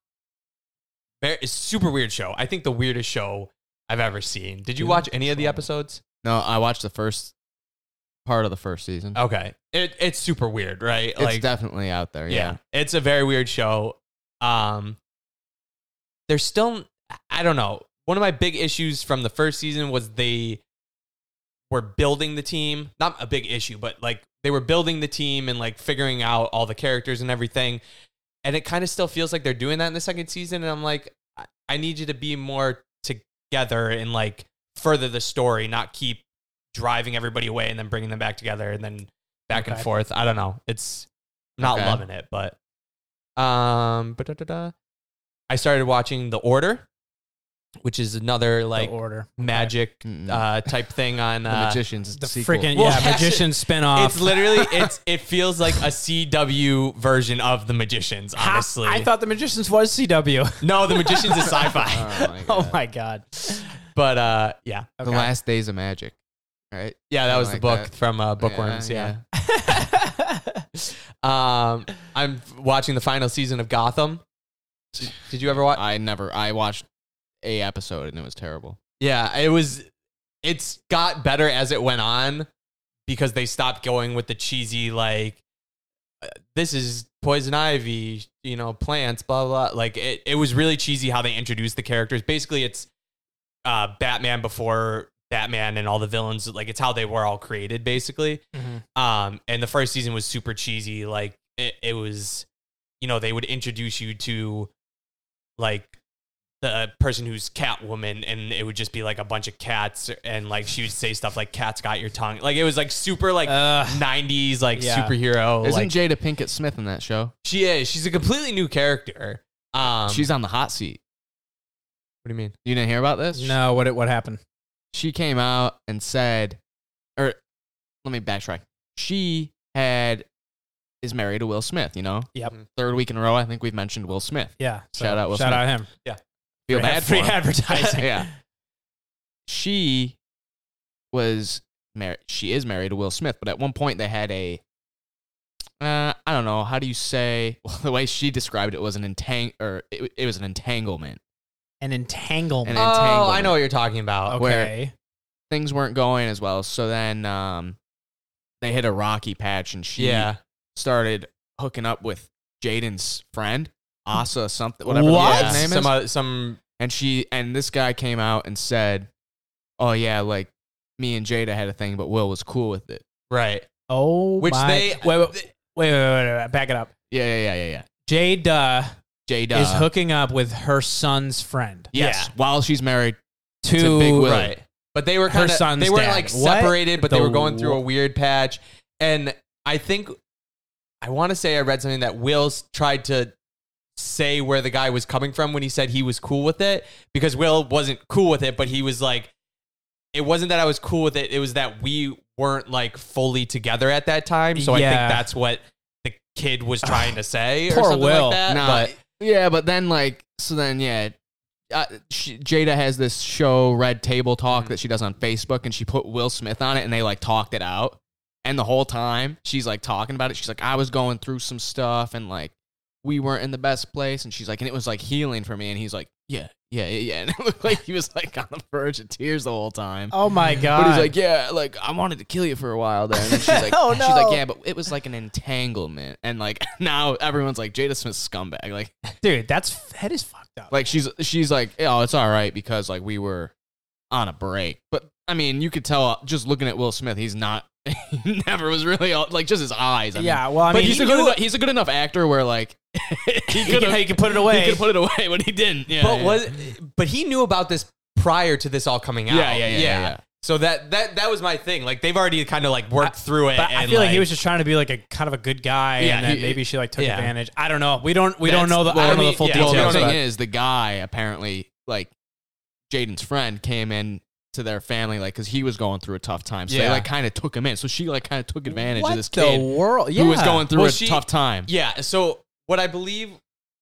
Speaker 2: Very, it's a super weird show. I think the weirdest show I've ever seen. Did you
Speaker 3: Doom
Speaker 2: watch any of the
Speaker 3: Patrol.
Speaker 2: episodes?
Speaker 3: No, I watched the first part of the first season.
Speaker 2: Okay, it, it's super weird, right?
Speaker 3: it's definitely out there. Yeah.
Speaker 2: yeah. it's a very weird show um there's still i don't know one of my big issues from the first season was they were building the team not a big issue but like they were building the team and like figuring out all the characters and everything and it kind of still feels like they're doing that in the second season and i'm like I- i need you to be more together and like further the story not keep driving everybody away and then bringing them back together and then back and
Speaker 1: Okay.
Speaker 2: forth i don't know it's I'm not
Speaker 3: Okay.
Speaker 2: loving it but um but da, da, da. i started watching the order which is another
Speaker 1: The
Speaker 2: like
Speaker 1: order
Speaker 2: magic
Speaker 3: Mm.
Speaker 2: uh type thing on
Speaker 3: the
Speaker 2: uh, um,
Speaker 3: magicians.
Speaker 1: the
Speaker 3: sequel.
Speaker 1: freaking
Speaker 2: Well,
Speaker 1: yeah,
Speaker 2: that's it.
Speaker 1: magician spinoff.
Speaker 2: it's literally it's it feels like a CW version of the Magicians.
Speaker 1: Ha-
Speaker 2: Honestly,
Speaker 1: I thought the magicians was CW.
Speaker 2: no, the Magicians is sci-fi.
Speaker 3: Oh my
Speaker 1: oh
Speaker 3: God.
Speaker 1: my god.
Speaker 2: But uh, yeah,
Speaker 3: The
Speaker 1: Okay.
Speaker 3: last days of magic. Right.
Speaker 2: yeah, that
Speaker 3: Kinda
Speaker 2: was the
Speaker 3: like
Speaker 2: book
Speaker 3: that.
Speaker 2: from uh, Bookworms. yeah. Um, I'm watching the final season of Gotham. Did- Did you ever watch?
Speaker 3: I never. I watched a episode and it was terrible.
Speaker 2: Yeah, it was. It's got better as it went on because they stopped going with the cheesy like, uh, this is poison ivy, you know, plants, blah blah. Like it, it was really cheesy how they introduced the characters. Basically, it's uh, Batman before Batman and all the villains. Like it's how they were all created, basically.
Speaker 3: Mm-hmm.
Speaker 2: Um, and the first season was super cheesy. Like it, it was, you know, they would introduce you to like the person who's Catwoman, and it would just be like a bunch of cats, and like she would say stuff like "Cats got your tongue." Like it was like super like
Speaker 1: Uh,
Speaker 2: '90s like
Speaker 1: yeah.
Speaker 2: superhero.
Speaker 3: Isn't
Speaker 2: Oh, like
Speaker 3: Jada Pinkett Smith in that show?
Speaker 2: she is. She's a completely new character. Um,
Speaker 3: She's on the hot seat.
Speaker 2: What do you mean?
Speaker 3: You didn't hear about this?
Speaker 1: no, what what happened?
Speaker 3: she came out and said, or let me backtrack. She had is married to Will Smith. You know,
Speaker 1: Yep.
Speaker 3: third week in a row. I think we've mentioned Will Smith.
Speaker 1: Yeah.
Speaker 3: Shout out Will
Speaker 1: Shout
Speaker 3: Smith.
Speaker 1: out him.
Speaker 3: Feel
Speaker 1: Free-
Speaker 3: bad for
Speaker 1: free
Speaker 3: him.
Speaker 1: advertising.
Speaker 3: Yeah. She was married. She is married to Will Smith, but at one point they had a. Uh, I don't know. How do you say? Well, the way she described it was an entang or it, it was an entanglement.
Speaker 1: An entanglement.
Speaker 3: An
Speaker 2: Oh,
Speaker 3: entanglement.
Speaker 2: I know what you're talking about.
Speaker 1: okay.
Speaker 3: where- Things weren't going as well, so then um, they hit a rocky patch, and she
Speaker 2: Yeah.
Speaker 3: started hooking up with Jaden's friend, Asa something, whatever
Speaker 1: What?
Speaker 3: the guy's name
Speaker 2: some
Speaker 3: is.
Speaker 2: other- some
Speaker 3: and she and this guy came out and said, "Oh yeah, like me and Jada had a thing, but Will was cool with it."
Speaker 2: right.
Speaker 1: Oh,
Speaker 2: Which
Speaker 1: my-
Speaker 2: they-
Speaker 1: wait, wait, wait, wait, wait, wait, back it up.
Speaker 3: Yeah, yeah, yeah, yeah,
Speaker 1: Jade uh,
Speaker 3: yeah. Jada
Speaker 1: is hooking up with her son's friend.
Speaker 3: Yes,
Speaker 2: Yeah.
Speaker 3: while she's married.
Speaker 1: To,
Speaker 3: a big Willie.
Speaker 1: right.
Speaker 2: Right. But they were
Speaker 1: Her
Speaker 2: kind of
Speaker 1: son's
Speaker 2: they were
Speaker 1: dad.
Speaker 2: like
Speaker 1: What
Speaker 2: separated, but they
Speaker 1: the
Speaker 2: were going through
Speaker 1: wha-
Speaker 2: a weird patch. And I think I want to say I read something that Will's tried to say where the guy was coming from when he said he was cool with it because Will wasn't cool with it, but he was like, it wasn't that I was cool with it. It was that we weren't like fully together at that time. So I
Speaker 1: Yeah.
Speaker 2: think that's what the kid was trying to say or
Speaker 1: Poor
Speaker 2: something
Speaker 1: Will.
Speaker 2: like that.
Speaker 3: Nah,
Speaker 2: but-
Speaker 3: yeah, but then like so then yeah. Uh, she, Jada has this show, Red Table Talk,
Speaker 2: Mm-hmm.
Speaker 3: that she does on Facebook, and she put Will Smith on it, and they like talked it out. And the whole time she's like talking about it, she's like, I was going through some stuff, and like we weren't in the best place, and she's like, and it was like healing for me, and he's like, yeah, yeah, yeah, yeah. And it looked like he was like on the verge of tears the whole time.
Speaker 1: Oh my god!
Speaker 3: But he's like, yeah, like I wanted to kill you for a while then. And she's like,
Speaker 1: Oh,
Speaker 3: she's like,
Speaker 1: no.
Speaker 3: yeah, but it was like an entanglement, and like now everyone's like Jada Smith's scumbag. Like,
Speaker 1: dude, that's that is fucked up.
Speaker 3: like she's she's like, oh, it's all right because like we were on a break. But I mean, you could tell just looking at Will Smith, he's not. He never was really all, like just his eyes. I mean,
Speaker 1: yeah, well, I
Speaker 3: but
Speaker 1: mean,
Speaker 3: he's
Speaker 1: he
Speaker 3: a good
Speaker 1: knew-
Speaker 3: enough, he's a good enough actor where like he
Speaker 1: he, could, he could put it away.
Speaker 3: could put it away, but he didn't. Yeah,
Speaker 2: but
Speaker 3: yeah.
Speaker 2: was but he knew about this prior to this all coming out.
Speaker 3: Yeah, yeah, yeah, yeah, yeah.
Speaker 2: So that that that was my thing. Like they've already kind of like worked through it.
Speaker 1: but I
Speaker 2: and,
Speaker 1: feel like, he was just trying to be like a kind of a good guy,
Speaker 3: Yeah,
Speaker 1: and then
Speaker 3: he-
Speaker 1: maybe she like took
Speaker 2: yeah.
Speaker 1: advantage. I don't know. We don't. We don't
Speaker 3: That's-
Speaker 1: know the.
Speaker 3: well,
Speaker 1: I don't
Speaker 3: I
Speaker 1: know
Speaker 3: mean,
Speaker 1: the full
Speaker 2: yeah,
Speaker 1: details.
Speaker 3: Well, the
Speaker 2: Details,
Speaker 3: thing
Speaker 1: but-
Speaker 3: is, the guy apparently, like Jaden's friend, came in to their family, like because he was going through a tough time. So they
Speaker 2: Yeah.
Speaker 3: like kind of took him in. So she like kind of took advantage
Speaker 1: what
Speaker 3: of this
Speaker 1: the
Speaker 3: kid
Speaker 1: world? Yeah.
Speaker 3: who was going through
Speaker 2: Well,
Speaker 3: a
Speaker 2: she-
Speaker 3: tough time.
Speaker 2: yeah. So what I believe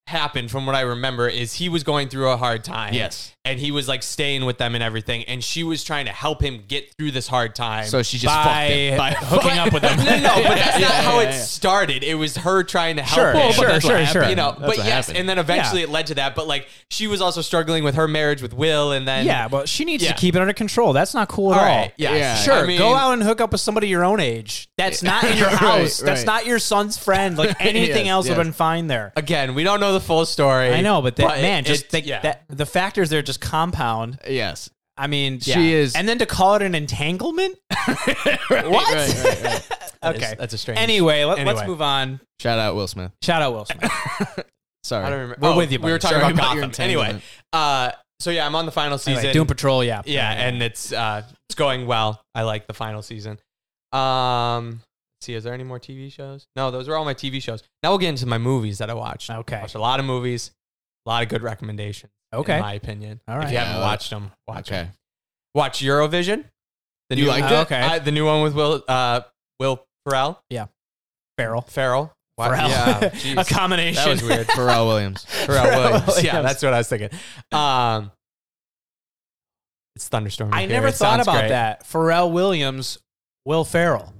Speaker 2: happened from what I remember is he was going through a hard time.
Speaker 3: Yes.
Speaker 2: And he was like staying with them and everything. And she was trying to help him get through this hard time.
Speaker 3: So she just
Speaker 1: by,
Speaker 3: fucked him. By-
Speaker 1: hooking up with them.
Speaker 2: no, no, no, but that's
Speaker 3: Yeah,
Speaker 2: not
Speaker 3: yeah,
Speaker 2: how
Speaker 3: yeah,
Speaker 2: it
Speaker 3: yeah.
Speaker 2: started. It was her trying to help
Speaker 1: Sure,
Speaker 2: him.
Speaker 1: sure,
Speaker 3: that's what
Speaker 1: sure,
Speaker 3: happened.
Speaker 1: sure.
Speaker 2: you know
Speaker 3: That's
Speaker 2: but
Speaker 3: what
Speaker 2: yes
Speaker 3: happened.
Speaker 2: and then eventually it led to that but like she was also struggling with her marriage with will and then
Speaker 1: yeah, but she needs
Speaker 2: Yeah.
Speaker 1: to keep it under control. That's not cool at all.
Speaker 2: right, yeah,
Speaker 3: Yeah.
Speaker 1: Sure,
Speaker 2: I mean-
Speaker 1: go out and hook up with somebody your own age. That's not in your
Speaker 3: Right,
Speaker 1: house. That's
Speaker 3: right.
Speaker 1: not your son's friend. Like anything
Speaker 3: Yes,
Speaker 1: else would
Speaker 3: yes.
Speaker 1: have been fine there.
Speaker 2: again we don't know the full story
Speaker 1: I know, but that man,
Speaker 2: it-
Speaker 1: just
Speaker 2: it-
Speaker 1: think
Speaker 2: yeah.
Speaker 1: that the factors there just compound.
Speaker 3: yes.
Speaker 1: I mean,
Speaker 3: She
Speaker 1: yeah.
Speaker 3: is-
Speaker 1: and then to call it an entanglement. what?
Speaker 3: Right, right, right.
Speaker 2: That is-
Speaker 1: Okay.
Speaker 2: that's a strange
Speaker 1: Anyway, let,
Speaker 2: Anyway.
Speaker 1: let's move on.
Speaker 3: Shout out Will Smith.
Speaker 1: Shout out Will Smith.
Speaker 3: Sorry.
Speaker 2: I don't remember. Oh,
Speaker 1: We're with you,
Speaker 2: We were
Speaker 1: buddy.
Speaker 2: talking
Speaker 3: Sorry
Speaker 2: about
Speaker 3: about your
Speaker 2: Gotham. Anyway,
Speaker 3: entanglement.
Speaker 2: uh, so yeah, I'm on the final season.
Speaker 1: anyway, Doom Patrol, yeah,
Speaker 2: yeah, and it's uh, it's going well. I like the final season. Um, let's see, is there any more TV shows? No, those are all my TV shows. Now we'll get into my movies that I watched. I
Speaker 1: okay,
Speaker 2: watched a lot of movies, a lot of good recommendations.
Speaker 1: okay,
Speaker 2: in my opinion.
Speaker 1: All
Speaker 2: If
Speaker 1: right.
Speaker 2: you haven't
Speaker 3: Yeah,
Speaker 2: watched them, watch them.
Speaker 3: okay.
Speaker 2: Watch Eurovision. The
Speaker 3: You
Speaker 2: new
Speaker 3: liked
Speaker 1: it? Oh, Okay.
Speaker 2: I- the new one with Will uh, Will Ferrell.
Speaker 1: Feral.
Speaker 2: Ferrell. Wow,
Speaker 1: Ferrell.
Speaker 2: Yeah,
Speaker 1: a
Speaker 2: jeez.
Speaker 1: combination.
Speaker 2: that was weird.
Speaker 3: Pharrell Williams.
Speaker 2: Pharrell
Speaker 1: Pharrell
Speaker 2: Williams. Yeah,
Speaker 1: Williams.
Speaker 2: that's what I was thinking. Um, it's thunderstorm.
Speaker 1: I never thought about that. Pharrell Williams, Will Ferrell.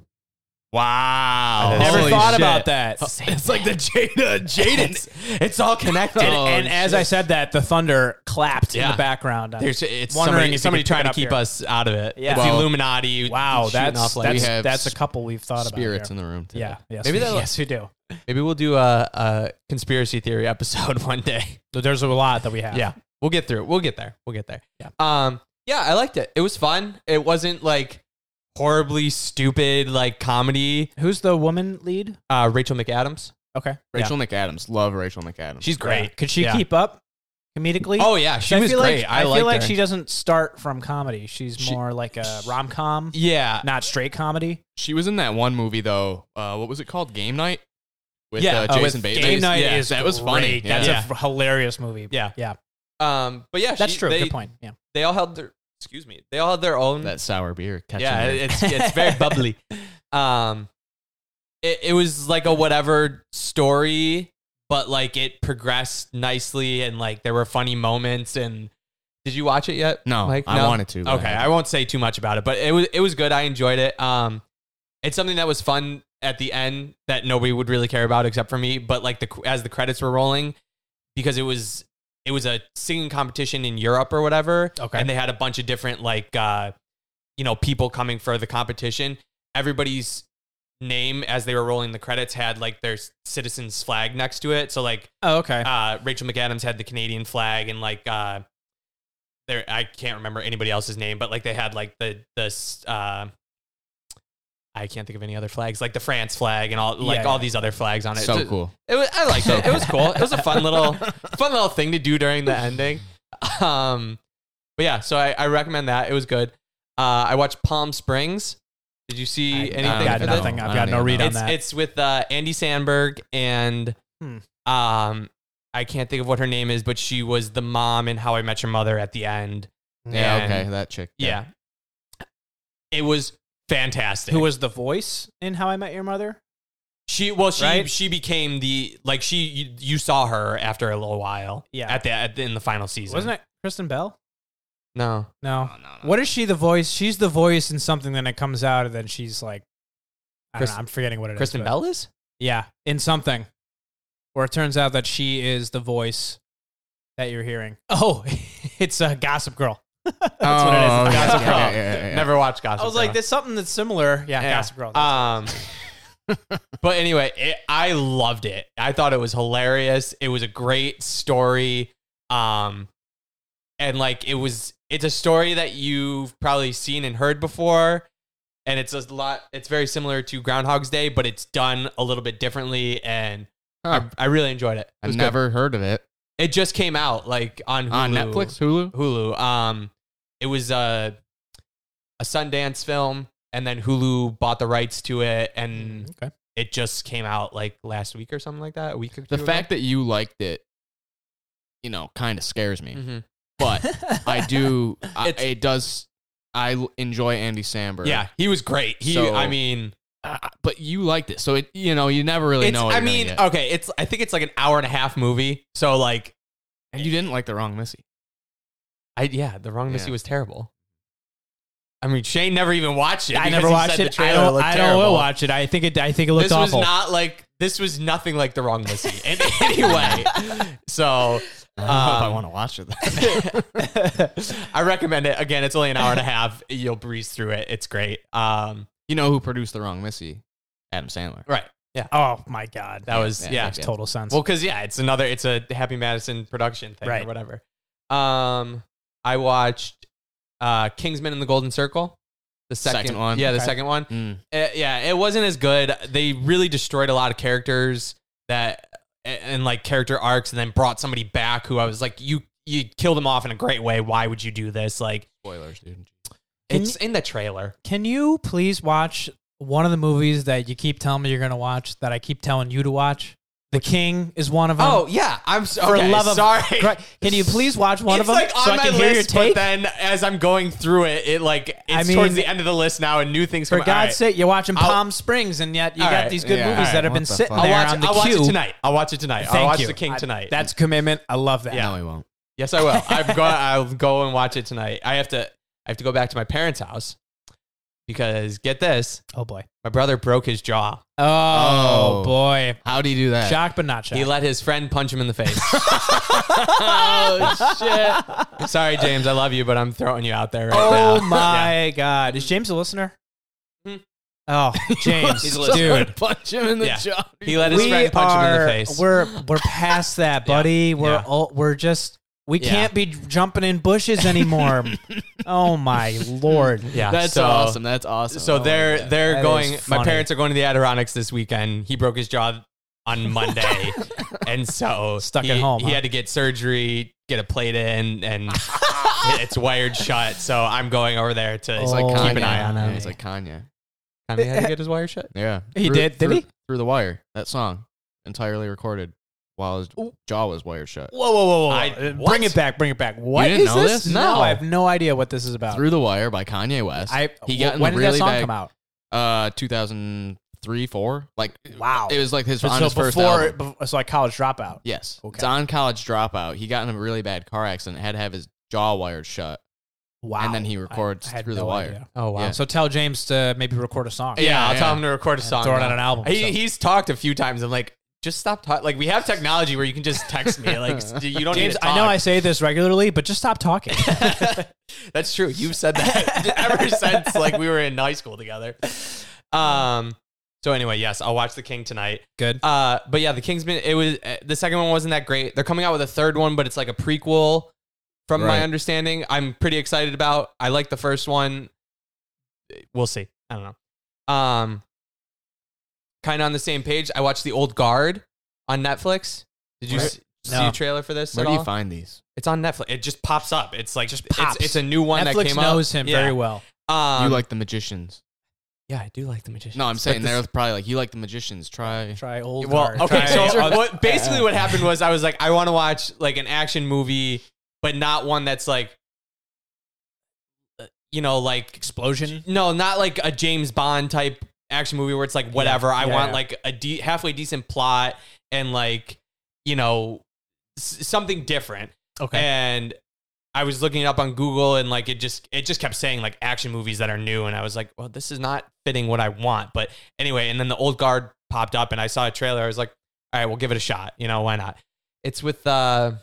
Speaker 3: Wow.
Speaker 1: Never
Speaker 2: Holy
Speaker 1: thought
Speaker 2: shit.
Speaker 1: about that.
Speaker 3: It's like the Jada Jaden.
Speaker 2: It's, it's all connected.
Speaker 1: And,
Speaker 3: Oh,
Speaker 1: and as
Speaker 3: shit.
Speaker 1: I said that, the thunder clapped in
Speaker 2: Yeah.
Speaker 1: the background.
Speaker 2: There's it's
Speaker 1: Wondering if
Speaker 2: somebody,
Speaker 1: you
Speaker 2: somebody
Speaker 1: could pick
Speaker 2: trying
Speaker 1: it
Speaker 2: to
Speaker 1: up
Speaker 2: keep
Speaker 1: here.
Speaker 2: us out of it.
Speaker 1: Yeah.
Speaker 2: It's the
Speaker 3: Well,
Speaker 2: Illuminati.
Speaker 1: wow,
Speaker 2: shooting
Speaker 1: that's
Speaker 2: off like-
Speaker 1: that's,
Speaker 3: We have
Speaker 1: that's a couple we've thought about. here.
Speaker 3: Spirits in the room. today.
Speaker 1: Yeah, yes,
Speaker 2: Maybe
Speaker 1: we,
Speaker 2: that'll-
Speaker 1: yes, we do.
Speaker 2: Maybe we'll do a, a conspiracy theory episode one day.
Speaker 1: So There's a lot that we have.
Speaker 2: Yeah, we'll get through it. We'll get there. We'll get there.
Speaker 1: Yeah.
Speaker 2: Um. Yeah, I liked it. It was fun. It wasn't like horribly stupid like comedy.
Speaker 1: Who's the woman lead?
Speaker 2: Uh, Rachel McAdams.
Speaker 1: Okay,
Speaker 3: Rachel McAdams. Love Rachel McAdams.
Speaker 2: She's great.
Speaker 1: Yeah. Could she
Speaker 2: Yeah.
Speaker 1: keep up comedically?
Speaker 2: Oh yeah, she
Speaker 1: I
Speaker 2: was
Speaker 1: feel
Speaker 2: great.
Speaker 1: Like,
Speaker 2: I,
Speaker 1: feel
Speaker 2: liked
Speaker 1: like
Speaker 2: her.
Speaker 1: she doesn't start from comedy. She's
Speaker 3: She-
Speaker 1: more like a rom com,
Speaker 2: Yeah,
Speaker 1: not straight comedy.
Speaker 3: She was in that one movie though. Uh, what was it called? Game Night with
Speaker 2: Yeah,
Speaker 3: uh,
Speaker 2: uh,
Speaker 3: Jason
Speaker 2: with
Speaker 3: Bateman.
Speaker 1: Oh, Game Night
Speaker 2: yeah,
Speaker 1: is
Speaker 3: that was
Speaker 1: great.
Speaker 3: funny.
Speaker 1: That's
Speaker 2: Yeah.
Speaker 1: a hilarious movie.
Speaker 2: Yeah.
Speaker 1: yeah,
Speaker 2: Um, but yeah,
Speaker 1: that's
Speaker 2: she-
Speaker 1: true.
Speaker 2: They,
Speaker 1: Good point. Yeah,
Speaker 2: They all held their excuse me. They all had their own.
Speaker 3: That sour beer. Catching
Speaker 2: yeah,
Speaker 3: her.
Speaker 2: it's it's very bubbly. Um, it it was like a whatever story, but like it progressed nicely, and like there were funny moments. And did you watch it yet?
Speaker 3: no,
Speaker 2: Mike?
Speaker 3: I
Speaker 2: No?
Speaker 3: wanted to. but
Speaker 2: Okay,
Speaker 3: I
Speaker 2: I
Speaker 3: haven't.
Speaker 2: won't say too much about it, but it was it was good. I enjoyed it. Um, it's something that was fun at the end that nobody would really care about except for me. But like the as the credits were rolling, because it was it was a singing competition in Europe or whatever.
Speaker 1: Okay.
Speaker 2: and they had a bunch of different like uh, you know people coming for the competition. Everybody's name as they were rolling the credits had like their citizen's flag next to it. So like
Speaker 1: Oh, okay.
Speaker 2: uh, Rachel McAdams had the Canadian flag and like uh, there I can't remember anybody else's name, but like they had like the the uh, I can't think of any other flags like the France flag and all
Speaker 1: Yeah,
Speaker 2: like all
Speaker 1: yeah.
Speaker 2: these other flags on it.
Speaker 3: so
Speaker 2: It-
Speaker 3: cool.
Speaker 2: It was I liked
Speaker 3: So
Speaker 2: it. It was cool. It was a fun little fun little thing to do during the ending. Um, but yeah, so I, I recommend that. It was good. Uh, I watched Palm Springs. Did you see
Speaker 1: I-
Speaker 2: anything?
Speaker 1: I've
Speaker 2: for
Speaker 1: got
Speaker 2: that?
Speaker 1: nothing.
Speaker 3: I
Speaker 1: I've
Speaker 3: don't
Speaker 1: got no
Speaker 3: even
Speaker 1: read
Speaker 3: know.
Speaker 1: on
Speaker 2: it's,
Speaker 1: that.
Speaker 2: It's with uh, Andy Sandberg and
Speaker 1: Hmm.
Speaker 2: um, I can't think of what her name is, but she was the mom in How I Met Your Mother at the end.
Speaker 3: Yeah,
Speaker 2: And-
Speaker 3: okay, that chick.
Speaker 2: Yeah, it was fantastic.
Speaker 1: Who was the voice in How I Met Your Mother?
Speaker 2: she? Well, she
Speaker 1: Right?
Speaker 2: she became the like she you, you saw her after a little while.
Speaker 1: Yeah.
Speaker 2: at the, at the in the final season,
Speaker 1: Wasn't it Kristen Bell?
Speaker 2: No,
Speaker 1: No.
Speaker 3: no,
Speaker 1: What is she the voice? She's the voice in something, then it comes out, and then she's like, I
Speaker 2: Chris-
Speaker 1: don't know, I'm forgetting what it is.
Speaker 2: Kristen
Speaker 1: but-
Speaker 2: Bell is.
Speaker 1: Yeah, in something where it turns out that she is the voice that you're hearing? Oh, it's uh, Gossip Girl. That's what it
Speaker 3: Oh,
Speaker 1: is. It's
Speaker 3: yeah,
Speaker 1: Gossip
Speaker 3: yeah,
Speaker 1: Girl.
Speaker 3: yeah, yeah, yeah.
Speaker 2: Never watched Gossip.
Speaker 1: I was
Speaker 2: Girl.
Speaker 1: like, there's something that's similar. Yeah,
Speaker 2: Yeah.
Speaker 1: Gossip Girl.
Speaker 2: Um, but anyway, it, I loved it. I thought it was hilarious. It was a great story. Um, and like it was, it's a story that you've probably seen and heard before, and it's a lot. It's very similar to Groundhog's Day, but it's done a little bit differently, and
Speaker 3: Huh.
Speaker 2: I, I really enjoyed it. It
Speaker 3: I've
Speaker 2: was
Speaker 3: never heard of it
Speaker 2: good. It just came out like on Hulu.
Speaker 3: on Netflix, Hulu.
Speaker 2: Hulu. Um, it was a a Sundance film, and then Hulu bought the rights to it,
Speaker 3: Mm,
Speaker 2: and
Speaker 1: okay.
Speaker 2: it just came out like last week or something like that. A week or
Speaker 3: The
Speaker 2: two
Speaker 3: fact that you liked it, you know, kind of scares me.
Speaker 2: ago. Mhm.
Speaker 3: But I do. I,
Speaker 2: It's-
Speaker 3: it does. I l- enjoy Andy Samberg.
Speaker 2: yeah, he was great. He,
Speaker 3: So-
Speaker 2: I mean,
Speaker 3: Uh, but you liked it, so it. You know, you never really
Speaker 2: it's,
Speaker 3: know. What
Speaker 2: I
Speaker 3: you're gonna
Speaker 2: mean,
Speaker 3: get.
Speaker 2: okay, it's I think it's like an hour and a half movie. So like,
Speaker 3: and you didn't like the wrong Missy.
Speaker 2: I yeah, the wrong Missy
Speaker 3: Yeah.
Speaker 2: was terrible. I mean, Shane never even watched it.
Speaker 1: I
Speaker 2: because
Speaker 1: never
Speaker 2: he
Speaker 1: watched
Speaker 2: said the
Speaker 1: it. I
Speaker 2: trailer
Speaker 1: don't.
Speaker 2: looked
Speaker 1: I don't
Speaker 2: terrible.
Speaker 1: will watch it. I think it. I think it looks
Speaker 2: this
Speaker 1: awful.
Speaker 2: was not like this was nothing like the wrong Missy in any way. So
Speaker 3: I don't know if I
Speaker 2: Um,
Speaker 3: want to watch it.
Speaker 2: I recommend it. Again, it's only an hour and a half. You'll breeze through it. It's great. Um,
Speaker 3: you know who produced the wrong Missy? Adam Sandler.
Speaker 2: right.
Speaker 1: oh my god,
Speaker 2: That was yeah.
Speaker 3: yeah,
Speaker 1: makes total sense.
Speaker 2: Well, because yeah, it's another. It's a Happy Madison production thing
Speaker 1: Right.
Speaker 2: or whatever. Um, I watched uh Kingsman and the Golden Circle. The second,
Speaker 3: Second one.
Speaker 2: Yeah, the
Speaker 1: Okay.
Speaker 2: second one.
Speaker 3: Mm.
Speaker 2: Uh, yeah, it wasn't as good. They really destroyed a lot of characters that and, and, like character arcs, and then brought somebody back who I was like, you you killed him off in a great way. Why would you do this? Like,
Speaker 3: Spoilers, dude.
Speaker 1: Can
Speaker 2: it's in the trailer.
Speaker 1: Can you please watch one of the movies that you keep telling me you're going to watch that I keep telling you to watch? The King is one of them.
Speaker 2: Oh yeah, I'm so,
Speaker 1: for
Speaker 2: okay,
Speaker 1: love of
Speaker 2: sorry.
Speaker 1: Christ. Can you please watch one
Speaker 2: it's
Speaker 1: of them
Speaker 2: like on
Speaker 1: so I
Speaker 2: my
Speaker 1: can
Speaker 2: list,
Speaker 1: hear your
Speaker 2: but
Speaker 1: take?
Speaker 2: then as I'm going through it, it like it's
Speaker 1: I mean-
Speaker 2: towards the end of the list now, and new things
Speaker 1: for
Speaker 2: come.
Speaker 1: God's
Speaker 2: all right.
Speaker 1: sake, you're watching
Speaker 2: I'll-
Speaker 1: Palm Springs, and yet you
Speaker 2: All
Speaker 1: got
Speaker 2: right,
Speaker 1: these good
Speaker 3: yeah,
Speaker 1: movies
Speaker 3: all right,
Speaker 1: that have
Speaker 3: what
Speaker 1: been
Speaker 3: the
Speaker 1: sitting
Speaker 3: fuck?
Speaker 2: I'll
Speaker 1: there
Speaker 2: watch
Speaker 1: on
Speaker 2: it.
Speaker 1: the
Speaker 2: I'll watch
Speaker 1: queue.
Speaker 2: it tonight. I'll watch it tonight.
Speaker 1: Thank
Speaker 2: I'll watch
Speaker 1: you.
Speaker 2: The King
Speaker 1: I-
Speaker 2: tonight.
Speaker 1: that's commitment. I love that.
Speaker 3: No, he won't.
Speaker 2: yes, I will. I'm going. I'll go and watch it tonight. I have to. I have to go back to my parents' house because get this,
Speaker 1: Oh boy.
Speaker 2: my brother broke his jaw.
Speaker 1: Oh,
Speaker 3: Oh.
Speaker 1: boy.
Speaker 3: How do you do that?
Speaker 1: Shocked but not shocked.
Speaker 2: He let his friend punch him in the face.
Speaker 3: oh shit!
Speaker 2: Sorry, James. I love you, but I'm throwing you out there right now.
Speaker 1: oh
Speaker 2: Yeah.
Speaker 1: my god. Is James a listener?
Speaker 2: Hmm.
Speaker 1: Oh, James,
Speaker 2: He's a
Speaker 1: dude.
Speaker 2: listener.
Speaker 3: punch him in the
Speaker 2: Yeah.
Speaker 3: jaw.
Speaker 2: He let his friend punch him in the face.
Speaker 1: We're we're past that, buddy. We're
Speaker 2: yeah.
Speaker 1: all, we're just we
Speaker 2: Yeah.
Speaker 1: can't be jumping in bushes anymore. oh my lord!
Speaker 2: Yeah,
Speaker 3: That's
Speaker 2: so-
Speaker 3: awesome. That's awesome.
Speaker 2: So
Speaker 3: Oh my
Speaker 2: they're
Speaker 3: God.
Speaker 2: they're
Speaker 1: That
Speaker 2: going.
Speaker 1: is
Speaker 2: My
Speaker 1: funny.
Speaker 2: parents are going to the Adirondacks this weekend. He broke his jaw on Monday, and so
Speaker 1: Stuck
Speaker 2: he-
Speaker 1: at home,
Speaker 2: He
Speaker 1: huh?
Speaker 2: had to get surgery, get a plate in, and it's wired shut. So I'm going over there to
Speaker 1: It's
Speaker 3: It's like
Speaker 1: Oh.
Speaker 3: Kanye.
Speaker 2: keep an eye on him.
Speaker 3: It's like Kanye.
Speaker 2: Kanye had to get his wire shut.
Speaker 3: Yeah,
Speaker 1: He did- did
Speaker 3: through,
Speaker 1: he?
Speaker 3: through the wire? That song entirely recorded while his jaw was wired shut.
Speaker 1: Whoa, whoa, whoa, whoa!
Speaker 2: I-
Speaker 1: Uh,
Speaker 2: what?
Speaker 1: bring it back, bring it back. What
Speaker 3: didn't
Speaker 1: is
Speaker 3: know this?
Speaker 1: No.
Speaker 3: No.
Speaker 1: I have no idea what this is about.
Speaker 3: Through the wire by Kanye West.
Speaker 1: I
Speaker 3: he
Speaker 1: he
Speaker 3: got in
Speaker 1: when
Speaker 3: a
Speaker 1: did
Speaker 3: really
Speaker 1: that song
Speaker 3: bad-
Speaker 1: come out?
Speaker 3: uh, 2003, four. Like
Speaker 1: Wow!
Speaker 3: it was like his,
Speaker 1: so,
Speaker 3: on
Speaker 1: so
Speaker 3: his
Speaker 1: before,
Speaker 3: first album.
Speaker 1: bef- so like college dropout.
Speaker 3: Yes.
Speaker 1: Okay.
Speaker 3: It's on college dropout. He got in a really bad car accident, had to have his jaw wired shut.
Speaker 1: Wow!
Speaker 3: And then he records
Speaker 1: had
Speaker 3: through the wire.
Speaker 1: idea.
Speaker 2: Oh wow.
Speaker 3: Yeah.
Speaker 1: So tell James to maybe record a song.
Speaker 2: Yeah, I'll
Speaker 3: Yeah,
Speaker 2: tell
Speaker 3: yeah.
Speaker 2: him to record a song.
Speaker 1: throw it
Speaker 2: now.
Speaker 1: on an album,
Speaker 2: He,
Speaker 1: so.
Speaker 2: He's talked a few times. I'm like, just stop talking. Like we have technology where you can just text me. Like s- you don't need
Speaker 1: James,
Speaker 2: to
Speaker 1: I know
Speaker 2: talk.
Speaker 1: I say this regularly, but just stop talking.
Speaker 2: That's true. You've said that ever since like we were in high school together. Um. So anyway, yes, I'll watch The King tonight.
Speaker 1: Good.
Speaker 2: Uh. But yeah, The King's been. It was uh, the second one wasn't that great. They're coming out with a third one, but it's like a prequel. From
Speaker 3: Right.
Speaker 2: my understanding, I'm pretty excited about. I like the first one. We'll see. I don't know. Um. Kind of on the same page. I watched The Old Guard on Netflix. Did you
Speaker 3: Where-
Speaker 2: s- see
Speaker 1: No.
Speaker 2: a trailer for this?
Speaker 3: Where
Speaker 2: at
Speaker 3: do you
Speaker 2: all?
Speaker 3: find these?
Speaker 2: It's on Netflix. It just pops up. It's like just
Speaker 1: pops.
Speaker 2: It's, it's a new one that
Speaker 1: Netflix
Speaker 2: came
Speaker 1: knows
Speaker 2: up.
Speaker 1: him
Speaker 2: yeah.
Speaker 1: very well.
Speaker 2: Um,
Speaker 3: you like the magicians?
Speaker 2: Yeah, I do like the magician.
Speaker 3: No, I'm saying they're probably like you like the magicians. Try.
Speaker 1: Try old.
Speaker 2: Well,
Speaker 1: guard.
Speaker 2: okay.
Speaker 1: Try-
Speaker 2: So uh, what, basically, what happened was I was like, I want to watch like an action movie, but not one that's like, uh, you know, like
Speaker 1: explosion.
Speaker 2: no, not like a James Bond type action movie where it's like whatever. I
Speaker 1: yeah,
Speaker 2: want
Speaker 1: yeah.
Speaker 2: like a de- halfway decent plot and like you know s- something different.
Speaker 1: Okay.
Speaker 2: and I was looking it up on Google and like it just it just kept saying like action movies that are new and I was like, well, this is not fitting what I want. But anyway, and then the old guard popped up and I saw a trailer. I was like, all right, we'll give it a shot. You know, why not? It's with uh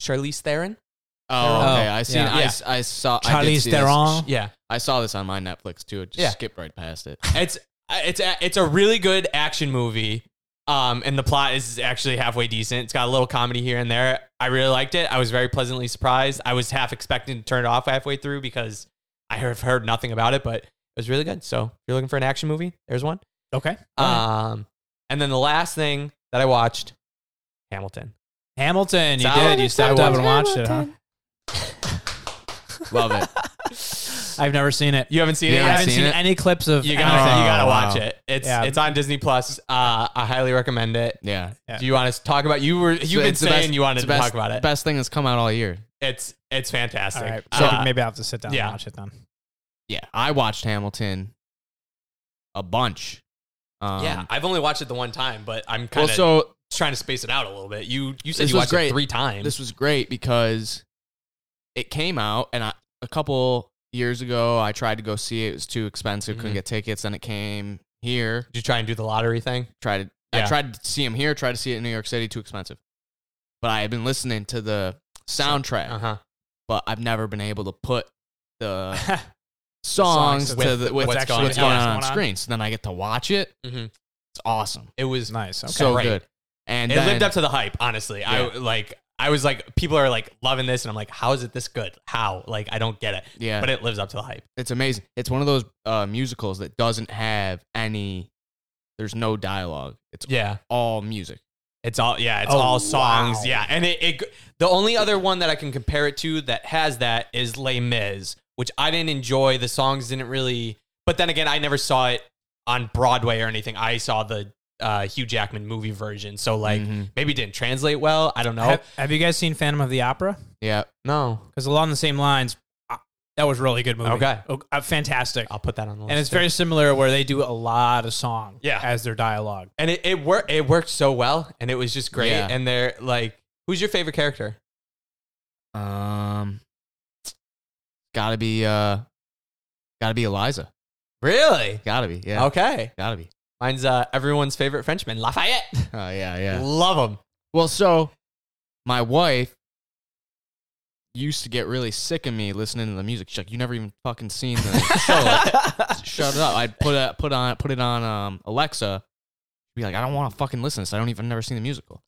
Speaker 2: Charlize Theron.
Speaker 3: Oh, okay.
Speaker 1: Oh,
Speaker 3: I seen.
Speaker 1: yeah.
Speaker 3: I,
Speaker 2: Yeah.
Speaker 3: I saw. I did
Speaker 1: Charlize
Speaker 3: see this.
Speaker 1: Theron.
Speaker 2: Yeah,
Speaker 3: I saw this on my Netflix too. It just
Speaker 2: Yeah.
Speaker 3: skipped right past it.
Speaker 2: it's uh, it's a, it's a really good action movie. Um, and the plot is actually halfway decent. It's got a little comedy here and there. I really liked it. I was very pleasantly surprised. I was half expecting to turn it off halfway through because I have heard nothing about it, but it was really good. So if you're looking for an action movie, there's one.
Speaker 1: Okay.
Speaker 2: Um, and then the last thing that I watched, Hamilton.
Speaker 1: Hamilton, you
Speaker 2: Solid.
Speaker 1: did. You stepped up and watched it, huh?
Speaker 3: Love it.
Speaker 1: I've never seen it.
Speaker 2: You haven't seen
Speaker 3: You
Speaker 2: it.
Speaker 1: I
Speaker 3: haven't
Speaker 1: haven't
Speaker 3: seen
Speaker 1: seen,
Speaker 3: it?
Speaker 1: any clips of.
Speaker 2: You gotta,
Speaker 1: anything.
Speaker 2: you gotta
Speaker 3: Oh,
Speaker 2: watch
Speaker 3: wow.
Speaker 2: it. It's
Speaker 1: Yeah.
Speaker 2: it's on Disney Plus. Uh, I highly recommend it.
Speaker 3: Yeah.
Speaker 1: Yeah.
Speaker 2: Do you want us to talk about you were you've been
Speaker 3: It's the
Speaker 2: saying
Speaker 3: best-
Speaker 2: you wanted
Speaker 3: it's
Speaker 2: to
Speaker 3: the best-
Speaker 2: talk about it?
Speaker 3: Best thing that's come out all year.
Speaker 2: It's it's fantastic.
Speaker 1: All right. So
Speaker 2: Uh,
Speaker 1: maybe I will have to sit down
Speaker 2: yeah.
Speaker 1: and watch it then.
Speaker 3: Yeah, I watched Hamilton a bunch. Um,
Speaker 2: yeah, I've only watched it the one time, but I'm kind
Speaker 3: Well,
Speaker 2: of
Speaker 3: so
Speaker 2: trying to space it out a little bit. You you said
Speaker 3: This
Speaker 2: you
Speaker 3: was
Speaker 2: watched
Speaker 3: great.
Speaker 2: it three times.
Speaker 3: this was great because it came out and I, a couple years ago I tried to go see it. It was too expensive, couldn't
Speaker 2: Mhm.
Speaker 3: get tickets. Then it came here.
Speaker 2: Did you try and do the lottery thing?
Speaker 3: Tried to I
Speaker 2: Yeah.
Speaker 3: tried to see him here. Tried to see it in New York City. Too expensive. But I had been listening to the soundtrack,
Speaker 2: Uh huh.
Speaker 3: but I've never been able to put the songs
Speaker 1: with
Speaker 3: to the, with
Speaker 2: what's
Speaker 3: what's,
Speaker 2: going-
Speaker 3: going
Speaker 2: yeah,
Speaker 3: on
Speaker 1: what's
Speaker 3: on
Speaker 1: going on.
Speaker 3: screen. So then I get to watch it.
Speaker 2: Mhm.
Speaker 3: It's awesome.
Speaker 2: It was
Speaker 1: nice. Okay.
Speaker 3: so
Speaker 2: right.
Speaker 3: good. And
Speaker 2: it
Speaker 3: then,
Speaker 2: lived up to the hype. Honestly, I
Speaker 3: Yeah.
Speaker 2: like I was like people are like loving this, and I'm like, how is it this good? How like I don't get it,
Speaker 3: yeah,
Speaker 2: but it lives up to the hype.
Speaker 3: it's amazing. It's one of those uh, musicals that doesn't have any. There's no dialogue. It's
Speaker 2: Yeah.
Speaker 3: all music.
Speaker 2: It's all yeah, it's
Speaker 1: Oh,
Speaker 2: all songs.
Speaker 1: wow.
Speaker 2: Yeah. And it, it the only other one that I can compare it to that has that is Les Mis, which I didn't enjoy. The songs didn't really but then again, I never saw it on Broadway or anything. I saw the uh, Hugh Jackman movie version. So like
Speaker 3: Mhm.
Speaker 2: maybe it didn't translate well. I don't know.
Speaker 1: Mm. Have, have you guys seen Phantom of the Opera?
Speaker 3: yeah,
Speaker 2: no.
Speaker 1: Because along the same lines, uh, that was a really good movie.
Speaker 2: Okay.
Speaker 1: Oh, uh, fantastic.
Speaker 2: I'll put that on the list.
Speaker 1: and it's
Speaker 2: too.
Speaker 1: very similar where they do a lot of song
Speaker 2: Yeah.
Speaker 1: as their dialogue.
Speaker 2: and it, it worked it worked so well and it was just great.
Speaker 3: Yeah.
Speaker 2: And they're like who's your favorite character?
Speaker 3: um, gotta be uh, gotta be Eliza.
Speaker 2: Really?
Speaker 3: Gotta be yeah.
Speaker 2: Okay.
Speaker 3: Gotta be.
Speaker 2: Mine's uh, everyone's favorite Frenchman, Lafayette.
Speaker 3: Oh yeah, yeah.
Speaker 2: Love him.
Speaker 3: Well, so my wife used to get really sick of me listening to the music. She's like, "You never even fucking seen the show." Like, shut it up. I'd put it put on put it on um, Alexa. Be like, I don't want to fucking listen to this. I don't even never seen the musical.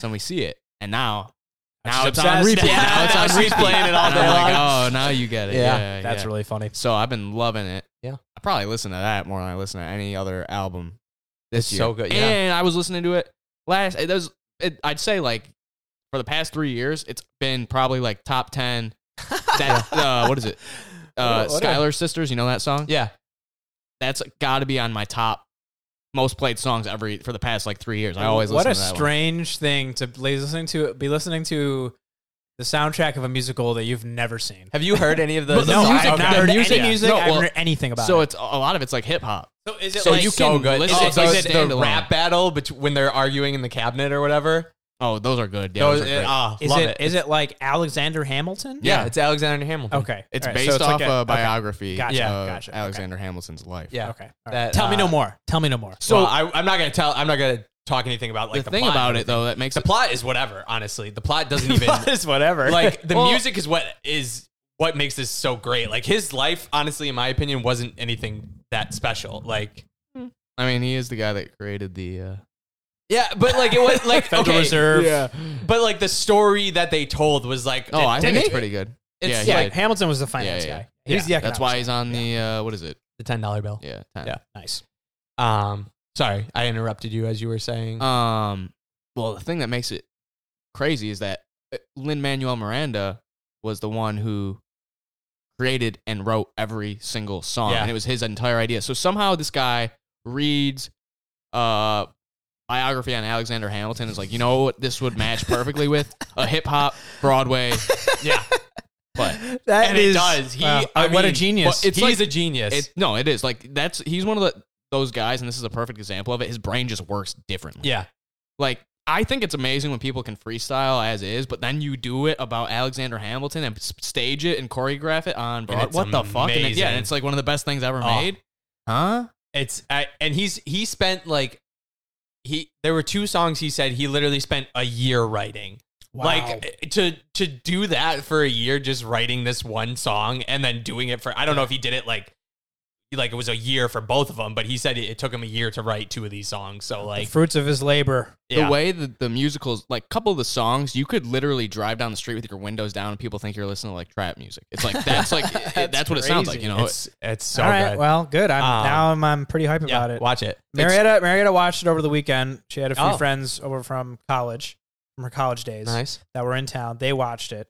Speaker 3: so we see it, and now now it's on
Speaker 1: obsessed.
Speaker 3: repeat.
Speaker 1: Yeah,
Speaker 3: now it's on
Speaker 2: she's
Speaker 3: repeat.
Speaker 2: playing it all
Speaker 3: And I'm
Speaker 2: day
Speaker 3: like,
Speaker 2: long.
Speaker 3: oh, now you get it.
Speaker 2: Yeah,
Speaker 3: Yeah,
Speaker 1: That's
Speaker 3: yeah.
Speaker 1: really funny.
Speaker 3: So I've been loving it.
Speaker 2: Yeah.
Speaker 3: I probably listen to that more than I listen to any other album this
Speaker 2: It's
Speaker 3: year.
Speaker 2: so good, yeah.
Speaker 3: And I was listening to it last. It was. It, I'd say like for the past three years, it's been probably like top ten. That uh, what is it? Uh,
Speaker 2: What- what
Speaker 3: Skylar Sisters. You know that song?
Speaker 2: Yeah.
Speaker 3: that's got to be on my top most played songs every for the past like three years. I always
Speaker 1: what
Speaker 3: listen to
Speaker 1: a
Speaker 3: that
Speaker 1: strange thing to be listening to be listening to the soundtrack of a musical that you've never seen.
Speaker 2: Have you heard any of the
Speaker 3: But the
Speaker 1: no,
Speaker 2: songs?
Speaker 3: music-
Speaker 1: I've
Speaker 2: Okay.
Speaker 1: not heard
Speaker 3: the music-
Speaker 1: any music.
Speaker 3: No,
Speaker 1: I haven't
Speaker 3: well,
Speaker 1: heard anything
Speaker 3: one.
Speaker 1: about
Speaker 3: So
Speaker 1: it.
Speaker 3: it's a lot of it's like hip hop.
Speaker 1: So is it
Speaker 3: so
Speaker 1: like
Speaker 3: you
Speaker 2: so
Speaker 3: can
Speaker 2: good.
Speaker 3: listen
Speaker 2: oh,
Speaker 1: to those
Speaker 2: is it the
Speaker 3: standalone.
Speaker 2: rap battle between, when they're arguing in the cabinet or whatever?
Speaker 3: Oh, those are good. Yeah,
Speaker 2: Those,
Speaker 3: those are great.
Speaker 2: ah,
Speaker 1: is
Speaker 2: love
Speaker 1: it, uh,
Speaker 2: it.
Speaker 1: is it like Alexander Hamilton?
Speaker 2: yeah,
Speaker 3: Yeah.
Speaker 2: it's Alexander Hamilton.
Speaker 1: Okay.
Speaker 3: it's
Speaker 1: All right, so
Speaker 3: based off
Speaker 1: like a-
Speaker 3: a biography
Speaker 1: Gotcha,
Speaker 3: of
Speaker 1: gotcha, okay.
Speaker 3: Alexander Hamilton's life.
Speaker 1: Okay.
Speaker 2: Yeah.
Speaker 1: okay. all right.
Speaker 2: That,
Speaker 1: Tell me
Speaker 2: uh,
Speaker 1: no more. Tell me no more.
Speaker 2: So
Speaker 3: So
Speaker 2: I, I'm not gonna tell. I'm not gonna talk anything about like the,
Speaker 3: the, thing
Speaker 2: plot.
Speaker 3: about it though that makes
Speaker 2: the
Speaker 3: it
Speaker 2: plot is whatever. Honestly, the plot doesn't even
Speaker 1: It's whatever.
Speaker 2: like the
Speaker 3: Well-
Speaker 2: music is what is what makes this so great. Like his life, honestly, in my opinion, wasn't anything that special. Like
Speaker 3: I mean, he is the guy that created the. Uh,
Speaker 2: yeah, but like it was like
Speaker 1: Federal
Speaker 2: okay,
Speaker 1: Reserve.
Speaker 2: But like the story that they told was like
Speaker 3: Oh, I think
Speaker 2: didn't
Speaker 3: it's
Speaker 2: it?
Speaker 3: pretty good.
Speaker 2: It's
Speaker 3: yeah, he
Speaker 1: Yeah,
Speaker 3: did.
Speaker 1: Hamilton was the finance
Speaker 3: Yeah, yeah,
Speaker 1: guy. He's the
Speaker 3: that's
Speaker 1: economics.
Speaker 3: why he's on the uh, what is it?
Speaker 2: the ten dollar bill.
Speaker 3: Yeah, 10.
Speaker 2: Yeah.
Speaker 1: Nice.
Speaker 2: Um, sorry, I interrupted you as you were saying.
Speaker 3: Um, well, the thing that makes it crazy is that uh, Lin Manuel Miranda was the one who created and wrote every single song,
Speaker 2: Yeah.
Speaker 3: and it was his entire idea. So somehow this guy reads uh biography on Alexander Hamilton is like, you know what this would match perfectly with a hip hop Broadway.
Speaker 2: yeah,
Speaker 3: But
Speaker 1: That
Speaker 2: and it does. He,
Speaker 1: wow.
Speaker 2: I
Speaker 1: what a
Speaker 2: mean,
Speaker 1: genius.
Speaker 2: well,
Speaker 3: It's
Speaker 2: he's
Speaker 3: like-
Speaker 2: a genius.
Speaker 3: it, no, it is like that's he's one of the those guys, and this is a perfect example of it. His brain just works differently.
Speaker 2: yeah,
Speaker 3: Like I think it's amazing when people can freestyle as is, but then you do it about Alexander Hamilton and s- stage it and choreograph it on Broadway.
Speaker 2: it's
Speaker 3: What the fuck? And it- yeah,
Speaker 2: amazing.
Speaker 3: and it's like one of the best things ever
Speaker 2: Oh.
Speaker 3: made. Huh?
Speaker 2: it's I, and he's he spent like he there were two songs he said he literally spent a year writing.
Speaker 1: Wow.
Speaker 2: Like to to do that for a year, just writing this one song and then doing it for I don't know if he did it like like it was a year for both of them, but he said it, it took him a year to write two of these songs. So
Speaker 1: the
Speaker 2: like
Speaker 1: fruits of his labor.
Speaker 2: yeah.
Speaker 3: The way that the musicals, like couple of the songs, you could literally drive down the street with your windows down and people think you're listening to like trap music. It's like that's like that's, what it sounds like,
Speaker 1: crazy.
Speaker 3: you know.
Speaker 2: it's it's so
Speaker 1: All right,
Speaker 2: good.
Speaker 1: well, good. I'm
Speaker 2: Um,
Speaker 1: now I'm, I'm pretty hype
Speaker 2: yeah,
Speaker 1: about it.
Speaker 2: watch it.
Speaker 1: Marietta Marietta watched it over the weekend. She had a few
Speaker 2: Oh.
Speaker 1: friends over from college, from her college days
Speaker 2: Nice.
Speaker 1: that were in town. They watched it,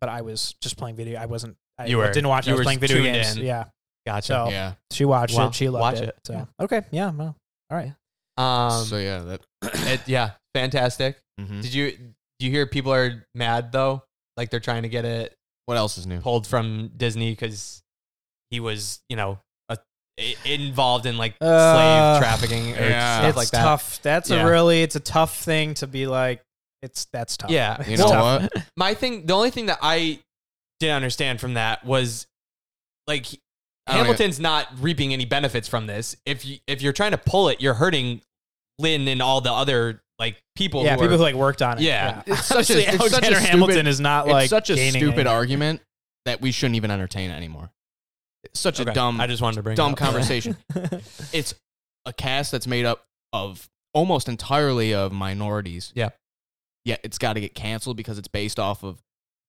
Speaker 1: but I was just playing video. I wasn't. I
Speaker 2: You were-
Speaker 1: didn't watch. it.
Speaker 2: you
Speaker 1: I was
Speaker 2: were
Speaker 1: playing video
Speaker 2: tuned
Speaker 1: games.
Speaker 2: in.
Speaker 1: Yeah,
Speaker 2: Gotcha.
Speaker 1: So-
Speaker 3: yeah.
Speaker 1: she watched
Speaker 2: Well,
Speaker 1: it. She loved
Speaker 2: watch
Speaker 1: it.
Speaker 2: it.
Speaker 1: So okay, yeah, well, all right.
Speaker 2: Um,
Speaker 3: so yeah, that.
Speaker 2: it- yeah, fantastic.
Speaker 3: mhm.
Speaker 2: Did you do you hear people are mad though? Like they're trying to get it
Speaker 3: What else is new?
Speaker 2: pulled from Disney because he was, you know, a, i- involved in like
Speaker 1: Uh,
Speaker 2: slave trafficking or
Speaker 3: yeah.
Speaker 2: stuff
Speaker 1: it's
Speaker 2: like that.
Speaker 1: tough. That's
Speaker 2: Yeah.
Speaker 1: a really. It's a tough thing to be like. It's that's tough.
Speaker 2: Yeah.
Speaker 3: You
Speaker 1: It's
Speaker 3: know
Speaker 1: tough.
Speaker 3: what?
Speaker 2: My thing, the only thing that I didn't understand from that was like
Speaker 3: I don't
Speaker 2: Hamilton's not reaping any benefits from this. If you if you're trying to pull it, you're hurting Lynn and all the other like people.
Speaker 1: yeah,
Speaker 2: who
Speaker 1: people
Speaker 2: are,
Speaker 1: who like worked on it.
Speaker 2: Yeah.
Speaker 3: It's such a-
Speaker 1: Obviously,
Speaker 3: it's such a
Speaker 1: Alexander
Speaker 3: stupid-
Speaker 1: Hamilton is not like
Speaker 3: it's such a
Speaker 1: gaining
Speaker 3: stupid
Speaker 1: anything.
Speaker 3: argument that we shouldn't even entertain it anymore. It's such
Speaker 2: Okay,
Speaker 3: a dumb,
Speaker 2: I just wanted to bring
Speaker 3: dumb
Speaker 2: it up.
Speaker 3: conversation. it's a cast that's made up of almost entirely of minorities.
Speaker 2: Yeah.
Speaker 3: Yet it's got to get canceled because it's based off of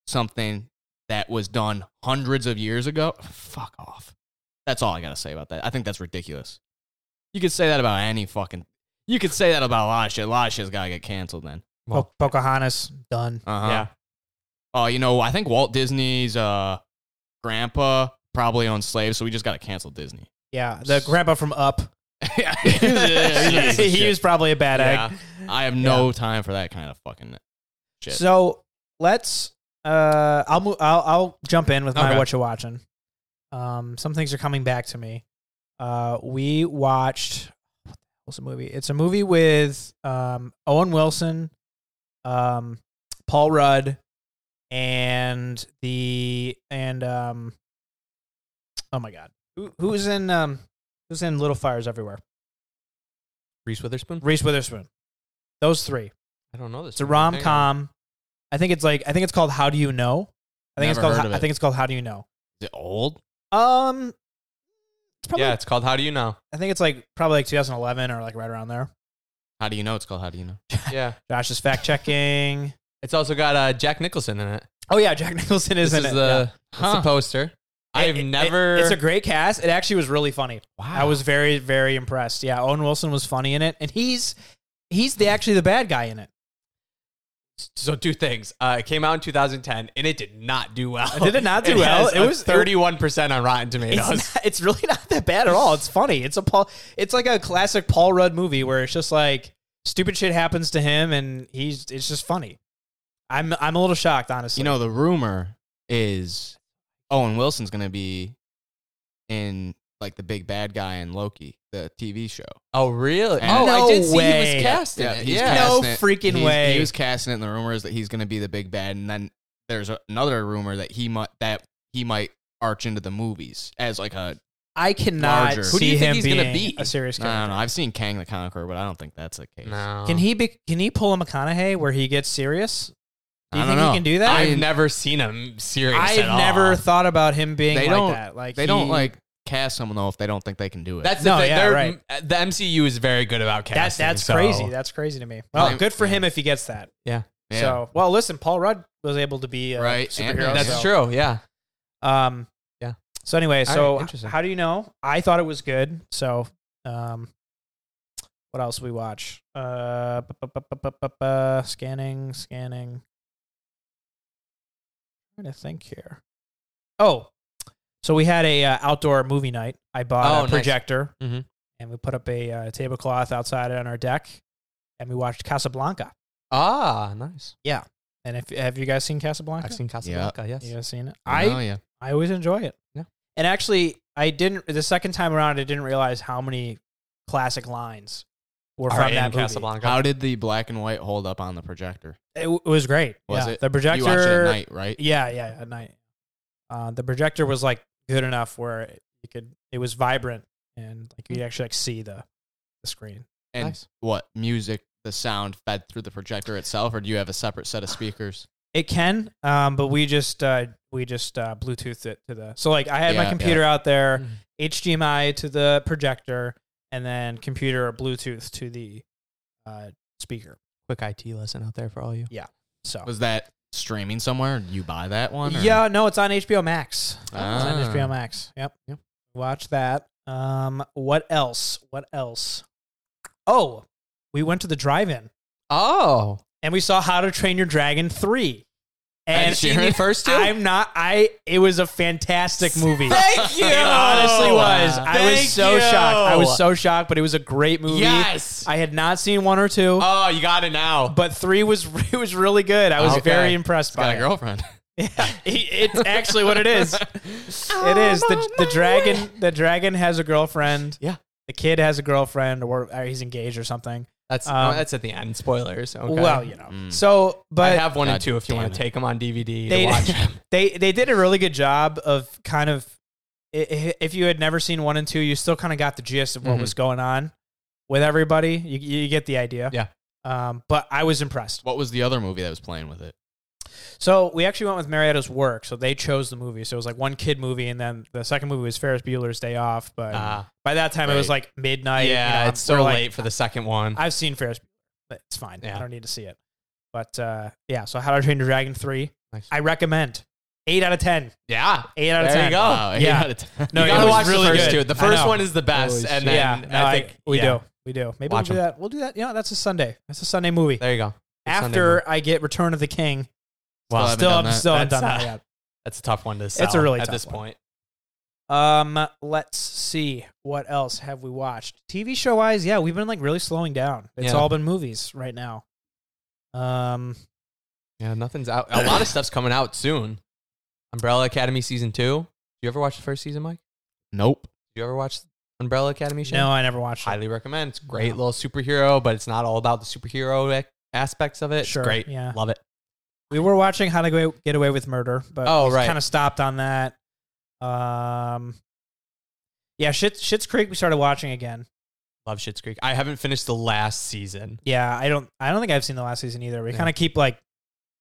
Speaker 3: something that was done hundreds of years ago. Fuck off. That's all I got to say about that. I think that's ridiculous. You could say that about any fucking. You could say that about a lot of shit. A lot of shit's got to get canceled then.
Speaker 1: Po- Pocahontas done.
Speaker 3: Uh-huh.
Speaker 2: Yeah.
Speaker 3: Oh, you know, I think Walt Disney's uh, grandpa probably owned slaves, so we just got to cancel Disney.
Speaker 1: Yeah, the grandpa from Up.
Speaker 3: yeah,
Speaker 1: he was probably a bad egg.
Speaker 3: I have no time for that kind of fucking shit.
Speaker 1: So let's. Uh, I'll move. I'll I'll jump in with my
Speaker 2: Okay.
Speaker 1: what you watching. Um, some things are coming back to me. Uh, we watched. What's the movie? It's a movie with um Owen Wilson, um, Paul Rudd, and the and um. Oh my God, who who's in um who's in Little Fires Everywhere?
Speaker 2: Reese Witherspoon.
Speaker 1: Reese Witherspoon. Those three.
Speaker 2: I don't know this.
Speaker 1: It's a
Speaker 2: movie. Hang on.
Speaker 1: rom com. I think it's like I think it's called How Do You Know? I think it's
Speaker 3: Never
Speaker 1: called
Speaker 3: heard of
Speaker 1: I
Speaker 3: it.
Speaker 1: think it's called How Do You Know?
Speaker 3: Is it old?
Speaker 1: Um it's probably
Speaker 2: Yeah, it's called How Do You Know?
Speaker 1: I think it's like probably like 2011 or like right around there.
Speaker 3: How do you know it's called How Do You Know?
Speaker 2: Yeah.
Speaker 1: Josh is fact checking.
Speaker 2: It's also got uh, Jack Nicholson in it.
Speaker 1: Oh yeah, Jack Nicholson is
Speaker 2: This
Speaker 1: in
Speaker 2: is
Speaker 1: it.
Speaker 2: the,
Speaker 3: yeah.
Speaker 2: that's the
Speaker 3: Huh.
Speaker 2: poster.
Speaker 1: Yeah.
Speaker 2: I've
Speaker 1: It- it-
Speaker 2: never.
Speaker 1: It's a great cast. It actually was really funny.
Speaker 3: Wow.
Speaker 1: I was very very impressed. Yeah, Owen Wilson was funny in it and he's he's the actually the bad guy in it.
Speaker 2: so two things. Uh, it came out in 2010, and it did not do well.
Speaker 1: Did it not do well?
Speaker 2: has
Speaker 1: It
Speaker 2: a
Speaker 1: was-
Speaker 2: 31 percent on Rotten
Speaker 1: It's,
Speaker 2: Tomatoes.
Speaker 1: not- it's really not that bad at all. It's funny. It's a Paul. It's like a classic Paul Rudd movie where it's just like stupid shit happens to him, and he's it's just funny. I'm I'm a little shocked, honestly.
Speaker 3: You know, the rumor is Owen Wilson's going to be in like the big bad guy in Loki, the TV show.
Speaker 2: Oh really?
Speaker 3: And-
Speaker 2: oh, I
Speaker 1: No
Speaker 2: did see he
Speaker 1: way.
Speaker 2: was cast in
Speaker 3: Yeah,
Speaker 2: it.
Speaker 3: he's
Speaker 2: Yeah.
Speaker 1: No
Speaker 3: casting it.
Speaker 1: freaking
Speaker 3: He's-
Speaker 1: way.
Speaker 3: He was casting it, and the rumor is that he's going to be the big bad. And then there's a- another rumor that he might that he might arch into the movies as like a
Speaker 1: I cannot
Speaker 3: larger.
Speaker 1: see
Speaker 3: Who
Speaker 2: do you think
Speaker 1: him
Speaker 2: he's
Speaker 1: being
Speaker 2: gonna be?
Speaker 1: a serious
Speaker 3: I don't
Speaker 1: character.
Speaker 3: know. I've seen Kang the Conqueror, but I don't think that's the case.
Speaker 2: No.
Speaker 1: Can he be? Can he pull a McConaughey where he gets serious? Do you
Speaker 3: I don't
Speaker 1: think
Speaker 3: know.
Speaker 1: he can do that?
Speaker 2: I've never seen him serious. at
Speaker 1: I've
Speaker 2: all.
Speaker 1: never thought about him being
Speaker 3: They
Speaker 1: like
Speaker 3: don't-
Speaker 1: that. Like
Speaker 3: They
Speaker 1: he-
Speaker 3: don't like cast someone though if they don't think they can do it.
Speaker 2: That's the
Speaker 1: No,
Speaker 2: thing.
Speaker 1: yeah,
Speaker 2: They're-
Speaker 1: right.
Speaker 2: The MCU is very good about
Speaker 1: that.
Speaker 2: casting.
Speaker 1: That's
Speaker 2: so-
Speaker 1: crazy. That's crazy to me. Well,
Speaker 3: I'm-
Speaker 1: good for him if he gets that.
Speaker 3: Yeah.
Speaker 1: So, well, listen, Paul Rudd was able to be a
Speaker 3: Right, and-
Speaker 1: superhero.
Speaker 2: That's
Speaker 1: so-
Speaker 2: true. Yeah.
Speaker 1: Um,
Speaker 2: Yeah.
Speaker 1: So anyway, so
Speaker 2: right, interesting.
Speaker 1: how do you know? I thought it was good. So, um, what else we watch? Uh, bu- bu- bu- bu- bu- bu- bu- scanning, scanning. trying to think here. Oh, so we had a uh, outdoor movie night. I bought
Speaker 2: Oh,
Speaker 1: a
Speaker 2: nice.
Speaker 1: projector,
Speaker 2: Mhm.
Speaker 1: and we put up a uh, tablecloth outside on our deck, and we watched Casablanca.
Speaker 2: Ah, nice.
Speaker 1: And if have you guys seen Casablanca?
Speaker 2: I've seen Casablanca. Yes.
Speaker 1: You guys seen it?
Speaker 3: I know, yeah.
Speaker 1: I always enjoy it.
Speaker 2: Yeah.
Speaker 1: And actually, I didn't the second time around. I didn't realize how many classic lines were
Speaker 2: All
Speaker 1: from
Speaker 2: right,
Speaker 1: that
Speaker 2: in
Speaker 1: movie.
Speaker 2: Casablanca.
Speaker 3: How did the black and white hold up on the projector?
Speaker 1: It, w- it was great.
Speaker 3: Was
Speaker 1: Yeah.
Speaker 3: it?
Speaker 1: the projector?
Speaker 3: You watched it at night, right?
Speaker 1: Yeah, yeah, at night. Uh, the projector was like good enough where it, you could. It was vibrant and like you could actually like see the the screen.
Speaker 3: And
Speaker 2: Nice.
Speaker 3: what music the sound fed through the projector itself, or do you have a separate set of speakers?
Speaker 1: It can, um, but we just uh, we just uh, Bluetoothed it to the. So like I had
Speaker 3: Yeah,
Speaker 1: my
Speaker 3: yeah. Mm-hmm.
Speaker 1: computer out there,
Speaker 2: Mm.
Speaker 1: HDMI to the projector, and then computer or Bluetooth to the uh, speaker.
Speaker 2: Quick IT lesson out there for all you.
Speaker 1: So
Speaker 3: Was that streaming somewhere? Did you buy that one? or-
Speaker 1: yeah, no, it's on HBO Max. It's on
Speaker 3: Ah.
Speaker 1: HBO Max. Yep.
Speaker 3: Yep.
Speaker 1: Watch that. Um, what else? What else? Oh, we went to the drive-in
Speaker 2: Oh,
Speaker 1: and we saw How to Train Your Dragon three. And
Speaker 3: seen the
Speaker 2: first two?
Speaker 1: I'm not. I. It was a fantastic movie.
Speaker 2: Thank you.
Speaker 1: It honestly was. I
Speaker 2: Oh, Thank
Speaker 1: was so
Speaker 2: you.
Speaker 1: shocked. I was so shocked, but it was a great movie.
Speaker 2: Yes.
Speaker 1: I had not seen one or two,
Speaker 2: oh, you got it now.
Speaker 1: but three was it was really good. I was
Speaker 3: Okay.
Speaker 1: very impressed by
Speaker 3: Got a
Speaker 1: it.
Speaker 3: girlfriend.
Speaker 1: He- it's actually what it is. It is the the dragon. The dragon has a girlfriend.
Speaker 2: Oh, Yeah.
Speaker 1: The kid has a girlfriend, or, or he's engaged or something.
Speaker 2: That's
Speaker 1: Um,
Speaker 2: oh, that's at the end. Spoilers. Okay.
Speaker 1: Well, you know.
Speaker 3: Mm.
Speaker 1: So,
Speaker 2: Hmm. I
Speaker 1: but
Speaker 2: have one
Speaker 3: God
Speaker 2: and two if you
Speaker 3: damn
Speaker 2: want
Speaker 3: it.
Speaker 2: to take them on DVD
Speaker 1: They-
Speaker 2: to watch them.
Speaker 1: they they did a really good job of kind of i- i- if you had never seen one and two, you still kind of got the gist of what
Speaker 2: Mhm.
Speaker 1: was going on with everybody. You you get the idea.
Speaker 2: Yeah.
Speaker 1: Um, but I was impressed.
Speaker 3: What was the other movie that was playing with it?
Speaker 1: So we actually went with Marietta's work. So they chose the movie. So it was like one kid movie, and then the second movie was Ferris Bueller's Day Off. But
Speaker 2: Ah,
Speaker 1: by that time, it was like midnight. you
Speaker 2: yeah,
Speaker 1: know,
Speaker 2: it's so
Speaker 1: we're like,
Speaker 2: late for the second one.
Speaker 1: I've seen Ferris, Bueller, but it's fine. I
Speaker 2: Yeah.
Speaker 1: don't need to see it. But uh, yeah, so How to Train Your Dragon three,
Speaker 2: Nice.
Speaker 1: I recommend. Eight out of ten.
Speaker 2: yeah,
Speaker 1: Eight out of
Speaker 2: There you
Speaker 1: ten.
Speaker 2: go.
Speaker 3: Wow, eight
Speaker 1: yeah.
Speaker 3: out of ten.
Speaker 1: No,
Speaker 2: you
Speaker 1: it
Speaker 2: gotta
Speaker 1: was
Speaker 2: watch
Speaker 1: really
Speaker 2: the first
Speaker 1: good.
Speaker 2: two. The
Speaker 1: I
Speaker 2: first
Speaker 1: know.
Speaker 2: one is the best,
Speaker 1: Holy
Speaker 2: and
Speaker 1: shit.
Speaker 2: then
Speaker 1: yeah, no,
Speaker 2: I think
Speaker 1: we
Speaker 2: yeah.
Speaker 1: do, we do. Maybe
Speaker 2: Watch
Speaker 1: we'll do
Speaker 2: 'em.
Speaker 1: that. We'll do that. You know, that's a Sunday. That's a Sunday movie.
Speaker 2: There you go. It's Sunday
Speaker 1: After
Speaker 2: morning.
Speaker 1: I get Return of the King,
Speaker 3: Wow.
Speaker 1: still
Speaker 3: done
Speaker 1: haven't-
Speaker 3: that.
Speaker 1: still haven't done
Speaker 2: That's,
Speaker 1: that
Speaker 2: uh,
Speaker 1: yet.
Speaker 2: that's a tough one to
Speaker 1: a
Speaker 2: sell.
Speaker 1: really
Speaker 2: at
Speaker 1: tough
Speaker 2: this
Speaker 1: one.
Speaker 2: point.
Speaker 1: Um, let's see what else have we watched. TV show wise, yeah, we've been like really slowing down. It's
Speaker 2: Yeah.
Speaker 1: all been movies right now. Um,
Speaker 2: Yeah, nothing's out. A lot of stuff's coming out soon. Umbrella Academy season two. You ever watch the first season, Mike?
Speaker 3: Nope.
Speaker 2: You ever watch Umbrella Academy? Shane?
Speaker 1: no, I never watched. it.
Speaker 2: highly recommend. It's a great little superhero, but it's not all about the superhero ac- aspects of it.
Speaker 1: Sure,
Speaker 2: It's great.
Speaker 1: yeah.
Speaker 2: Love it.
Speaker 1: We were watching How to Get Away- Get Away with Murder, but
Speaker 2: Oh, right.
Speaker 1: kind of stopped on that. Um, yeah, Shit, Shit's Creek. We started watching again.
Speaker 2: Love Shit's Creek. I haven't finished the last season.
Speaker 1: Yeah, I don't. I don't think I've seen the last season either. We
Speaker 2: Yeah.
Speaker 1: kind of keep like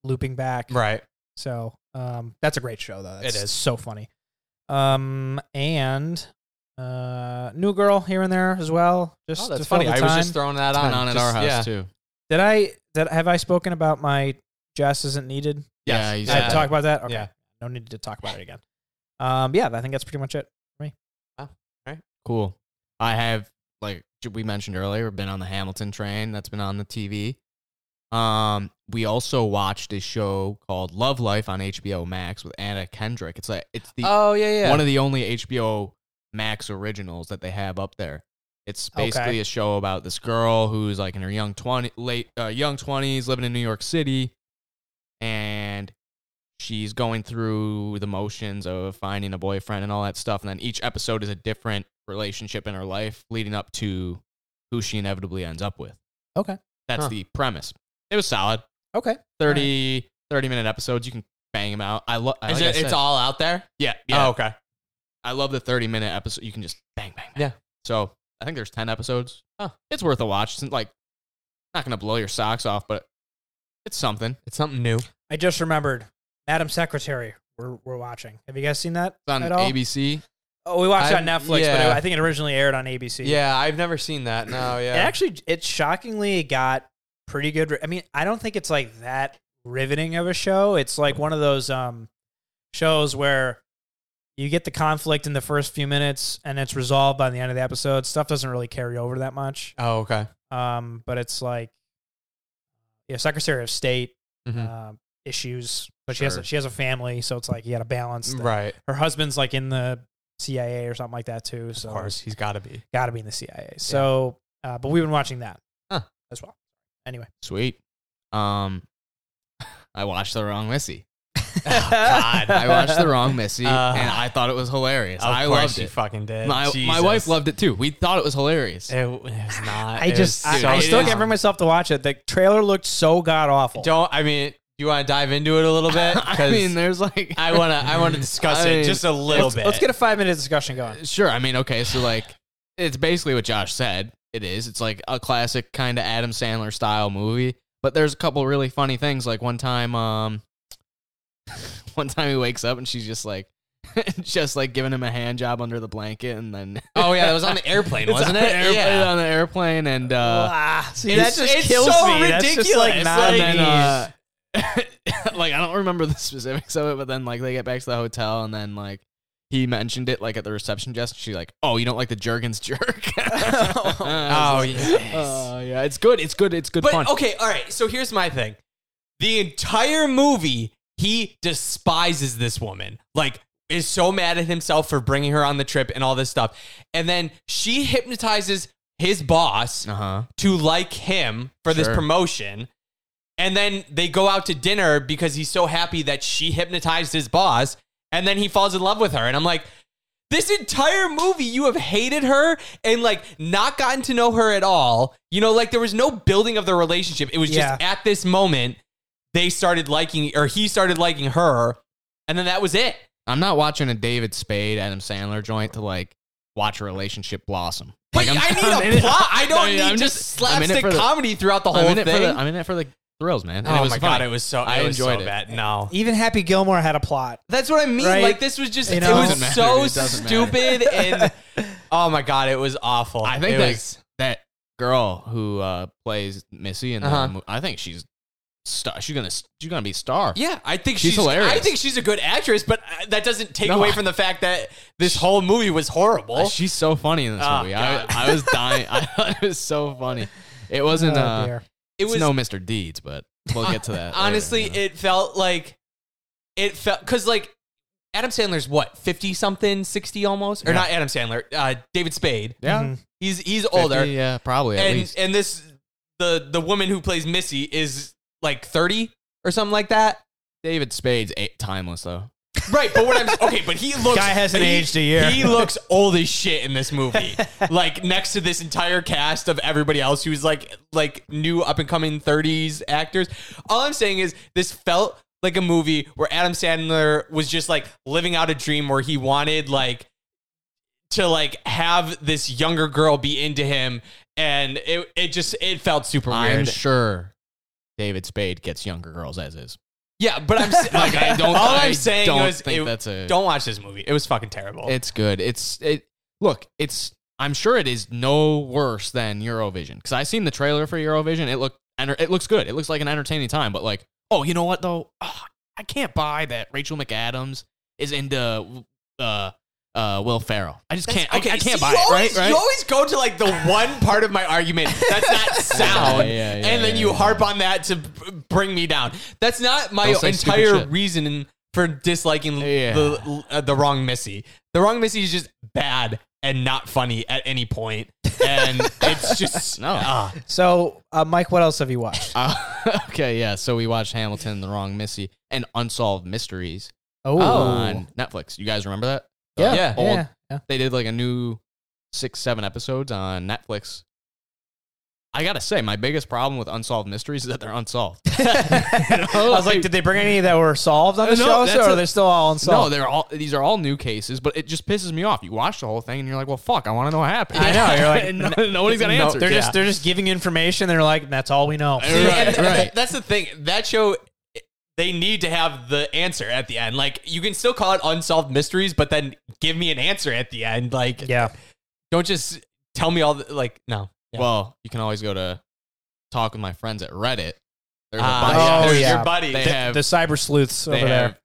Speaker 1: looping back.
Speaker 2: Right.
Speaker 1: So um, that's a great show though. That's
Speaker 2: It is.
Speaker 1: so funny. Um, and uh, New Girl here and there as well. Just
Speaker 2: Oh,
Speaker 1: to
Speaker 2: that's
Speaker 1: fill
Speaker 2: funny.
Speaker 1: the
Speaker 2: I was
Speaker 1: time.
Speaker 2: just throwing that
Speaker 3: It's
Speaker 2: on.
Speaker 3: been on at
Speaker 2: Just-
Speaker 3: our house
Speaker 2: yeah.
Speaker 3: too.
Speaker 1: Did I? Did have I spoken about my Jess isn't needed?
Speaker 2: Yes.
Speaker 3: Yeah, he's
Speaker 1: I
Speaker 2: Yeah.
Speaker 1: have talked about that. Okay.
Speaker 2: Yeah.
Speaker 1: No need to talk about it again. Um, yeah, I think that's pretty much it.
Speaker 3: Cool. I have like j- we mentioned earlier, been on the Hamilton train that's been on the TV. Um, we also watched a show called Love Life on HBO Max with Anna Kendrick. It's like it's the
Speaker 2: Oh yeah, yeah.
Speaker 3: one of the only HBO Max originals that they have up there. It's
Speaker 1: Okay.
Speaker 3: basically a show about this girl who's like in her young twenty, late uh, young twenties, living in New York City, and she's going through the motions of finding a boyfriend and all that stuff. And then each episode is a different relationship in her life, leading up to who she inevitably ends up with.
Speaker 1: Okay.
Speaker 3: that's
Speaker 2: Huh.
Speaker 3: the premise. It was solid.
Speaker 1: Okay.
Speaker 3: 30, 30 minute episodes. You can bang them out. I love.
Speaker 2: Is it- it's all out there.
Speaker 3: yeah, yeah.
Speaker 2: Oh, okay.
Speaker 3: I love the 30 minute episode. You can just bang, bang, bang.
Speaker 2: Yeah.
Speaker 3: So I think there's 10 episodes.
Speaker 2: Huh.
Speaker 3: It's worth a watch. It's like not going to blow your socks off, but it's something.
Speaker 2: It's something new.
Speaker 1: I just remembered, Madam Secretary. We're we're watching. Have you guys seen that
Speaker 3: It's on
Speaker 1: at all?
Speaker 3: ABC.
Speaker 1: Oh, we watched it on
Speaker 2: I-
Speaker 1: Netflix, but
Speaker 2: yeah.
Speaker 1: it, I think it originally aired on ABC.
Speaker 2: Yeah, I've never seen that. No, yeah.
Speaker 1: It actually, it shockingly got pretty good. re- I mean, I don't think it's like that riveting of a show. It's like one of those um shows where you get the conflict in the first few minutes and it's resolved by the end of the episode. Stuff doesn't really carry over that much.
Speaker 2: oh, okay.
Speaker 1: Um, but it's like, yeah, Secretary of State
Speaker 2: Mhm.
Speaker 1: uh, issues, but she has
Speaker 3: Sure.
Speaker 1: a, she has a family, so it's like you got to balance. the-
Speaker 2: Right.
Speaker 1: Her husband's like in the CIA or something like that too. So
Speaker 2: Of course, he's got to be.
Speaker 1: got to be in the CIA. So, uh, but we've been watching that
Speaker 2: Huh.
Speaker 1: as well. Anyway,
Speaker 3: Sweet. Um, I watched The Wrong Missy.
Speaker 2: God.
Speaker 3: I watched The Wrong Missy
Speaker 2: Uh,
Speaker 3: and I thought it was hilarious.
Speaker 2: Of
Speaker 3: I
Speaker 2: course
Speaker 3: loved
Speaker 2: you
Speaker 3: it.
Speaker 2: fucking did.
Speaker 3: My, my
Speaker 2: Jesus.
Speaker 3: wife loved it too. We thought it was hilarious.
Speaker 2: It, it was not.
Speaker 1: I
Speaker 2: It
Speaker 1: just,
Speaker 2: was
Speaker 1: I,
Speaker 3: so
Speaker 1: I still can't
Speaker 2: dumb.
Speaker 1: bring myself to watch it. The trailer looked so god awful.
Speaker 2: Don't. I mean, do you want to dive into it a little bit?
Speaker 3: I mean, there's like.
Speaker 2: I want to. I want to discuss
Speaker 3: I mean,
Speaker 2: it just a little
Speaker 1: Let's,
Speaker 2: bit.
Speaker 1: let's get a five minute discussion going.
Speaker 3: Sure. I mean, okay. So, like, it's basically what Josh said. It is. It's like a classic kind of Adam Sandler style movie. But there's a couple really funny things. Like one time, um, one time he wakes up and she's just like, just like giving him a hand job under the blanket, and then
Speaker 2: Oh yeah, that was on the airplane,
Speaker 3: It's
Speaker 2: wasn't
Speaker 3: on
Speaker 2: it?
Speaker 3: the airplane-
Speaker 2: yeah.
Speaker 3: on the airplane, and uh,
Speaker 1: Ah, see,
Speaker 3: it's-
Speaker 1: that just
Speaker 2: it's
Speaker 1: kills
Speaker 2: so
Speaker 1: me. That's just like
Speaker 2: ridiculous.
Speaker 1: not
Speaker 2: Like,
Speaker 1: me.
Speaker 3: and then, uh, like I don't remember the specifics of it, but then like they get back to the hotel, and then like he mentioned it like at the reception desk. She's like, "Oh, you don't like the Jergens jerk?"
Speaker 2: Oh
Speaker 3: oh
Speaker 2: yes.
Speaker 3: Oh yeah, it's good. It's good. It's good
Speaker 2: but
Speaker 3: fun.
Speaker 2: okay, all right. So here's my thing: the entire movie, he despises this woman. Like, is so mad at himself for bringing her on the trip and all this stuff, and then she hypnotizes his boss
Speaker 3: Uh huh.
Speaker 2: to like him for this
Speaker 3: Sure.
Speaker 2: promotion. And then they go out to dinner because he's so happy that she hypnotized his boss. And then he falls in love with her. And I'm like, this entire movie, you have hated her and like not gotten to know her at all. You know, like there was no building of the relationship. It was just
Speaker 1: Yeah.
Speaker 2: at this moment they started liking, or he started liking her. And then that was it.
Speaker 3: I'm not watching a David Spade Adam Sandler joint to like watch a relationship blossom.
Speaker 2: Like,
Speaker 3: I'm-
Speaker 2: I
Speaker 3: I'm in
Speaker 2: need a
Speaker 3: it-
Speaker 2: plot. I don't
Speaker 3: I mean,
Speaker 2: need
Speaker 3: I'm
Speaker 2: just,
Speaker 3: just- I'm in it
Speaker 2: slapstick
Speaker 3: for the-
Speaker 2: comedy throughout the whole
Speaker 3: I'm in it
Speaker 2: thing.
Speaker 3: for the. I'm in it for the thrills, man. And
Speaker 2: oh
Speaker 3: it was
Speaker 2: my
Speaker 3: funny.
Speaker 2: god, it was so.
Speaker 3: I
Speaker 2: it was
Speaker 3: enjoyed
Speaker 2: so
Speaker 3: it.
Speaker 2: Bad. No,
Speaker 1: Even Happy Gilmore had a plot.
Speaker 2: That's what I mean.
Speaker 1: Right?
Speaker 2: Like this was just
Speaker 1: You
Speaker 2: it,
Speaker 1: know?
Speaker 2: was
Speaker 1: Doesn't
Speaker 3: matter.
Speaker 2: so
Speaker 3: It doesn't
Speaker 2: stupid and oh my god, it was awful.
Speaker 3: I think
Speaker 2: it
Speaker 3: that
Speaker 2: was
Speaker 3: that girl who uh, plays Missy and
Speaker 2: Uh-huh.
Speaker 3: I think she's star. She's gonna she's gonna be a star.
Speaker 2: yeah, I think
Speaker 3: She's
Speaker 2: she's,
Speaker 3: hilarious.
Speaker 2: I think she's a good actress, but uh, that doesn't take
Speaker 3: No,
Speaker 2: away
Speaker 3: I-
Speaker 2: from the fact that this whole movie was horrible.
Speaker 3: Uh, she's so funny in this
Speaker 2: Oh,
Speaker 3: movie. I,
Speaker 2: God.
Speaker 3: I was dying. I thought it was so funny. It wasn't.
Speaker 1: Oh,
Speaker 3: uh,
Speaker 1: dear.
Speaker 2: it
Speaker 3: it was
Speaker 2: was
Speaker 3: no Mr. Deeds, but we'll get to that.
Speaker 2: honestly,
Speaker 3: later, you know.
Speaker 2: it felt like it felt because like Adam Sandler's what fifty something, sixty almost, or
Speaker 3: Yeah.
Speaker 2: not Adam Sandler, uh, David Spade.
Speaker 3: yeah,
Speaker 1: Mhm.
Speaker 2: He's he's older,
Speaker 3: 50, yeah, probably at
Speaker 2: and
Speaker 3: least.
Speaker 2: and this the the woman who plays Missy is like thirty or something like that.
Speaker 3: David Spade's eight, timeless though.
Speaker 2: Right, but what I'm okay, but he looks
Speaker 1: Guy hasn't
Speaker 2: he-
Speaker 1: aged a year.
Speaker 2: He looks old as shit in this movie. like next to this entire cast of everybody else who's like like new up and coming 30s actors. All I'm saying is this felt like a movie where Adam Sandler was just like living out a dream where he wanted like to like have this younger girl be into him and it it just it felt super weird.
Speaker 3: I'm sure David Spade gets younger girls as is.
Speaker 2: yeah, but I'm s-
Speaker 3: Like I don't.
Speaker 2: All
Speaker 3: I
Speaker 2: am saying
Speaker 3: don't
Speaker 2: was
Speaker 3: think
Speaker 2: it-
Speaker 3: that's a.
Speaker 2: don't watch this movie. It was fucking terrible.
Speaker 3: It's good. It's it. Look, it's. I'm sure it is no worse than Eurovision because I seen the trailer for Eurovision. It looked. enter- It looks good. It looks like an entertaining time. But like, oh, you know what though? Ah, I can't buy that Rachel McAdams is into uh uh Will Ferrell. I just can't. I, I can't
Speaker 2: see,
Speaker 3: buy
Speaker 2: you
Speaker 3: it.
Speaker 2: always,
Speaker 3: Right. Right.
Speaker 2: You always go to like the one part of my argument that's not sound,
Speaker 3: Yeah, yeah, yeah,
Speaker 2: and then
Speaker 3: yeah,
Speaker 2: you
Speaker 3: yeah.
Speaker 2: harp on that to b- bring me down. That's not my
Speaker 3: Don't say stupid
Speaker 2: entire
Speaker 3: shit.
Speaker 2: reason for disliking
Speaker 3: Yeah.
Speaker 2: the uh, the wrong Missy. The wrong Missy is just bad and not funny at any point, and it's just
Speaker 3: No.
Speaker 2: ah.
Speaker 1: So, uh, Mike, what else have you watched?
Speaker 3: Uh, okay. Yeah. So we watched Hamilton, The Wrong Missy, and Unsolved Mysteries
Speaker 1: Oh,
Speaker 3: on Netflix. You guys remember that?
Speaker 1: yeah,
Speaker 2: yeah,
Speaker 1: yeah,
Speaker 3: old-
Speaker 1: yeah, yeah.
Speaker 3: they did like a new six, seven episodes on Netflix. I gotta say, my biggest problem with unsolved mysteries is that they're unsolved.
Speaker 1: I was like, did they bring any that were solved on the
Speaker 3: No,
Speaker 1: show,
Speaker 3: that's
Speaker 1: so, or
Speaker 3: a-
Speaker 1: are they still all
Speaker 3: no,
Speaker 1: unsolved?
Speaker 3: they're all these are all new cases, but it just pisses me off. You watch the whole thing and you're like, well, fuck, I want to know what happened.
Speaker 1: I know, you're like,
Speaker 3: And no, nobody's got
Speaker 1: No,
Speaker 3: answers.
Speaker 1: they're
Speaker 3: Yeah.
Speaker 1: just they're just giving information. They're like, that's all we know.
Speaker 3: Right,
Speaker 2: And
Speaker 3: right.
Speaker 2: That's the thing. That show. They need to have the answer at the end. Like you can still call it unsolved mysteries, but then give me an answer at the end. Like
Speaker 1: Yeah,
Speaker 2: don't just tell me all the like no.
Speaker 3: well, you can always go to talk with my friends at Reddit. There's a bunch-
Speaker 1: yeah.
Speaker 2: Ah,
Speaker 1: Oh,
Speaker 2: there's
Speaker 1: yeah.
Speaker 2: your buddy.
Speaker 3: They
Speaker 2: Th-
Speaker 3: have
Speaker 1: the cyber sleuths over
Speaker 3: they have
Speaker 1: there.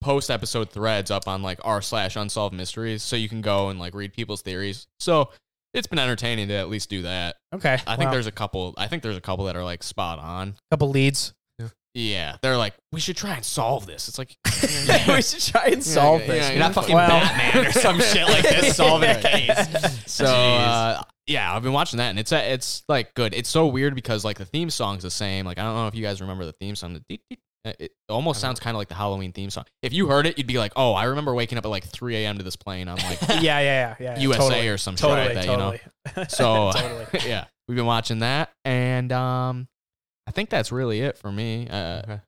Speaker 3: post episode threads up on like r slash unsolved mysteries, so you can go and like read people's theories. So it's been entertaining to at least do that.
Speaker 1: Okay,
Speaker 3: I think
Speaker 1: wow.
Speaker 3: there's a couple. I think there's a couple that are like spot on.
Speaker 1: a couple leads.
Speaker 3: Yeah, they're like, we should try and solve this. It's like,
Speaker 1: we should try and
Speaker 3: Yeah,
Speaker 1: solve
Speaker 3: yeah,
Speaker 1: this.
Speaker 3: yeah,
Speaker 2: You're not fucking
Speaker 1: Well-
Speaker 2: Batman or some shit like this solving a case.
Speaker 3: so
Speaker 2: Jeez.
Speaker 3: uh, yeah, I've been watching that, and it's uh, it's like good. It's so weird because like the theme song's the same. Like I don't know if you guys remember the theme song. The deet, deet. Uh, It almost sounds kind of like the Halloween theme song. If you heard it, you'd be like, "Oh, I remember waking up at like 3 a.m. to this plane on like
Speaker 1: yeah, yeah, yeah, yeah, yeah.
Speaker 3: USA
Speaker 1: totally.
Speaker 3: or some
Speaker 1: totally,
Speaker 3: shit like that."
Speaker 1: totally.
Speaker 3: So-
Speaker 1: totally.
Speaker 3: You know? yeah, we've been watching that, and um, I think that's really it for me. Uh,
Speaker 2: Okay.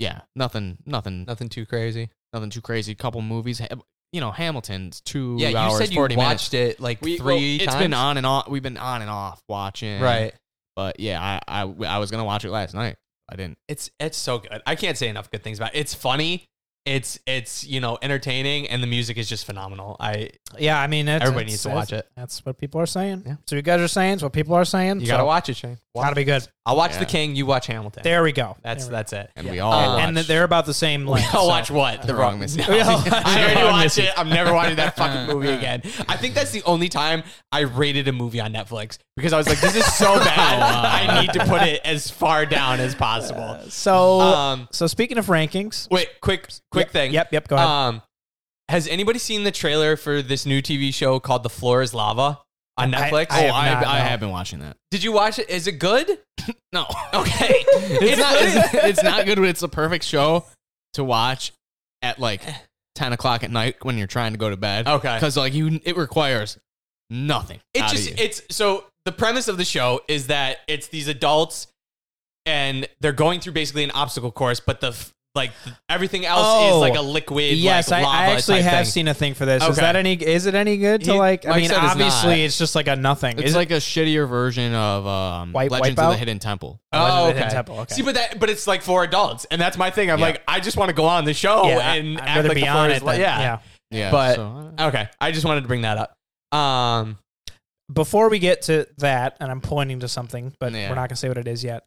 Speaker 3: yeah, nothing, nothing,
Speaker 2: Nothing too crazy.
Speaker 3: nothing too crazy. Couple movies. Ha- you know, Hamilton's two
Speaker 2: yeah,
Speaker 3: hours,
Speaker 2: you said you
Speaker 3: 40
Speaker 2: watched
Speaker 3: minutes.
Speaker 2: it like
Speaker 3: We- well,
Speaker 2: three times.
Speaker 3: It's been on and off. We've been on and off watching.
Speaker 2: Right.
Speaker 3: But yeah, I, I, I was going to watch it last night. I didn't.
Speaker 2: It's it's so good. I can't say enough good things about it. It's funny. It's it's you know entertaining and the music is just phenomenal. I
Speaker 1: Yeah, I mean, that's,
Speaker 2: Everybody
Speaker 1: that's-
Speaker 2: needs to watch
Speaker 1: that's- That's what people are saying.
Speaker 2: Yeah.
Speaker 1: So you guys are saying it's what people are saying.
Speaker 2: you
Speaker 1: so
Speaker 2: gotta watch it, Shane. Watch
Speaker 1: Gotta be good.
Speaker 2: I'll watch
Speaker 3: Yeah.
Speaker 2: The King. You watch Hamilton.
Speaker 1: There we go.
Speaker 2: that's
Speaker 1: There we
Speaker 2: that's it.
Speaker 3: And we all
Speaker 2: Uh,
Speaker 1: go. and
Speaker 3: watched-
Speaker 1: they're about the same
Speaker 2: We
Speaker 1: length.
Speaker 2: all
Speaker 1: so-
Speaker 2: watch what
Speaker 3: The Wrong Mississippi.
Speaker 1: We all-
Speaker 2: I already
Speaker 3: Wrong
Speaker 2: watched
Speaker 3: Mississippi.
Speaker 2: it. I'm never watching that fucking movie again. I think that's the only time I rated a movie on Netflix because I was like, this is so bad. I need to put it as far down as possible.
Speaker 1: So
Speaker 2: Um,
Speaker 1: so speaking of rankings,
Speaker 2: wait, quick, quick
Speaker 1: Yep,
Speaker 2: thing.
Speaker 1: Yep, yep. Go ahead.
Speaker 2: Um, has anybody seen the trailer for this new TV show called The Floor Is Lava on
Speaker 1: I-
Speaker 2: Netflix?
Speaker 1: I
Speaker 3: oh,
Speaker 1: have
Speaker 3: I,
Speaker 1: not,
Speaker 3: I
Speaker 1: no.
Speaker 3: have been watching that.
Speaker 2: Did you watch it? Is it good?
Speaker 3: No.
Speaker 2: Okay,
Speaker 3: it's, not,
Speaker 2: lit.
Speaker 3: it's, it's not good, but it's the perfect show to watch at like 10 o'clock at night when you're trying to go to bed.
Speaker 2: Okay.
Speaker 3: Because like you, it requires nothing.
Speaker 2: It
Speaker 3: out of
Speaker 2: just
Speaker 3: you.
Speaker 2: it's so the premise of the show is that it's these adults and they're going through basically an obstacle course, but the f- like everything else
Speaker 1: Oh.
Speaker 2: is like a liquid.
Speaker 1: yes,
Speaker 2: like,
Speaker 1: I,
Speaker 2: lava
Speaker 1: I actually
Speaker 2: type
Speaker 1: have
Speaker 2: thing.
Speaker 1: seen a thing for this. Is
Speaker 2: Okay.
Speaker 1: that any? Is it any good to
Speaker 2: He-
Speaker 1: like? I
Speaker 2: Mike
Speaker 1: mean,
Speaker 2: said it's
Speaker 1: obviously,
Speaker 2: not.
Speaker 1: it's just like a nothing.
Speaker 3: It's
Speaker 1: Is it-
Speaker 3: like a shittier version of um,
Speaker 1: White-
Speaker 3: Legends
Speaker 1: Wipeout?
Speaker 3: of the Hidden Temple.
Speaker 2: Oh,
Speaker 1: Elizabeth and
Speaker 2: okay.
Speaker 1: Temple, okay.
Speaker 2: See, but that, but it's like for adults, and that's my thing. I'm
Speaker 3: Yeah.
Speaker 2: like, I just want to go on the show
Speaker 1: Yeah, I-
Speaker 2: and
Speaker 1: I'd
Speaker 2: act
Speaker 1: rather
Speaker 2: like
Speaker 1: be
Speaker 2: the
Speaker 1: on
Speaker 2: floor
Speaker 1: it.
Speaker 2: is like,
Speaker 1: than-
Speaker 2: yeah.
Speaker 1: yeah.
Speaker 3: Yeah,
Speaker 2: But-
Speaker 3: so, uh,
Speaker 2: Okay, I just wanted to bring that up. Um,
Speaker 1: Before we get to that, and I'm pointing to something, but
Speaker 3: Yeah.
Speaker 1: we're not gonna say what it is yet.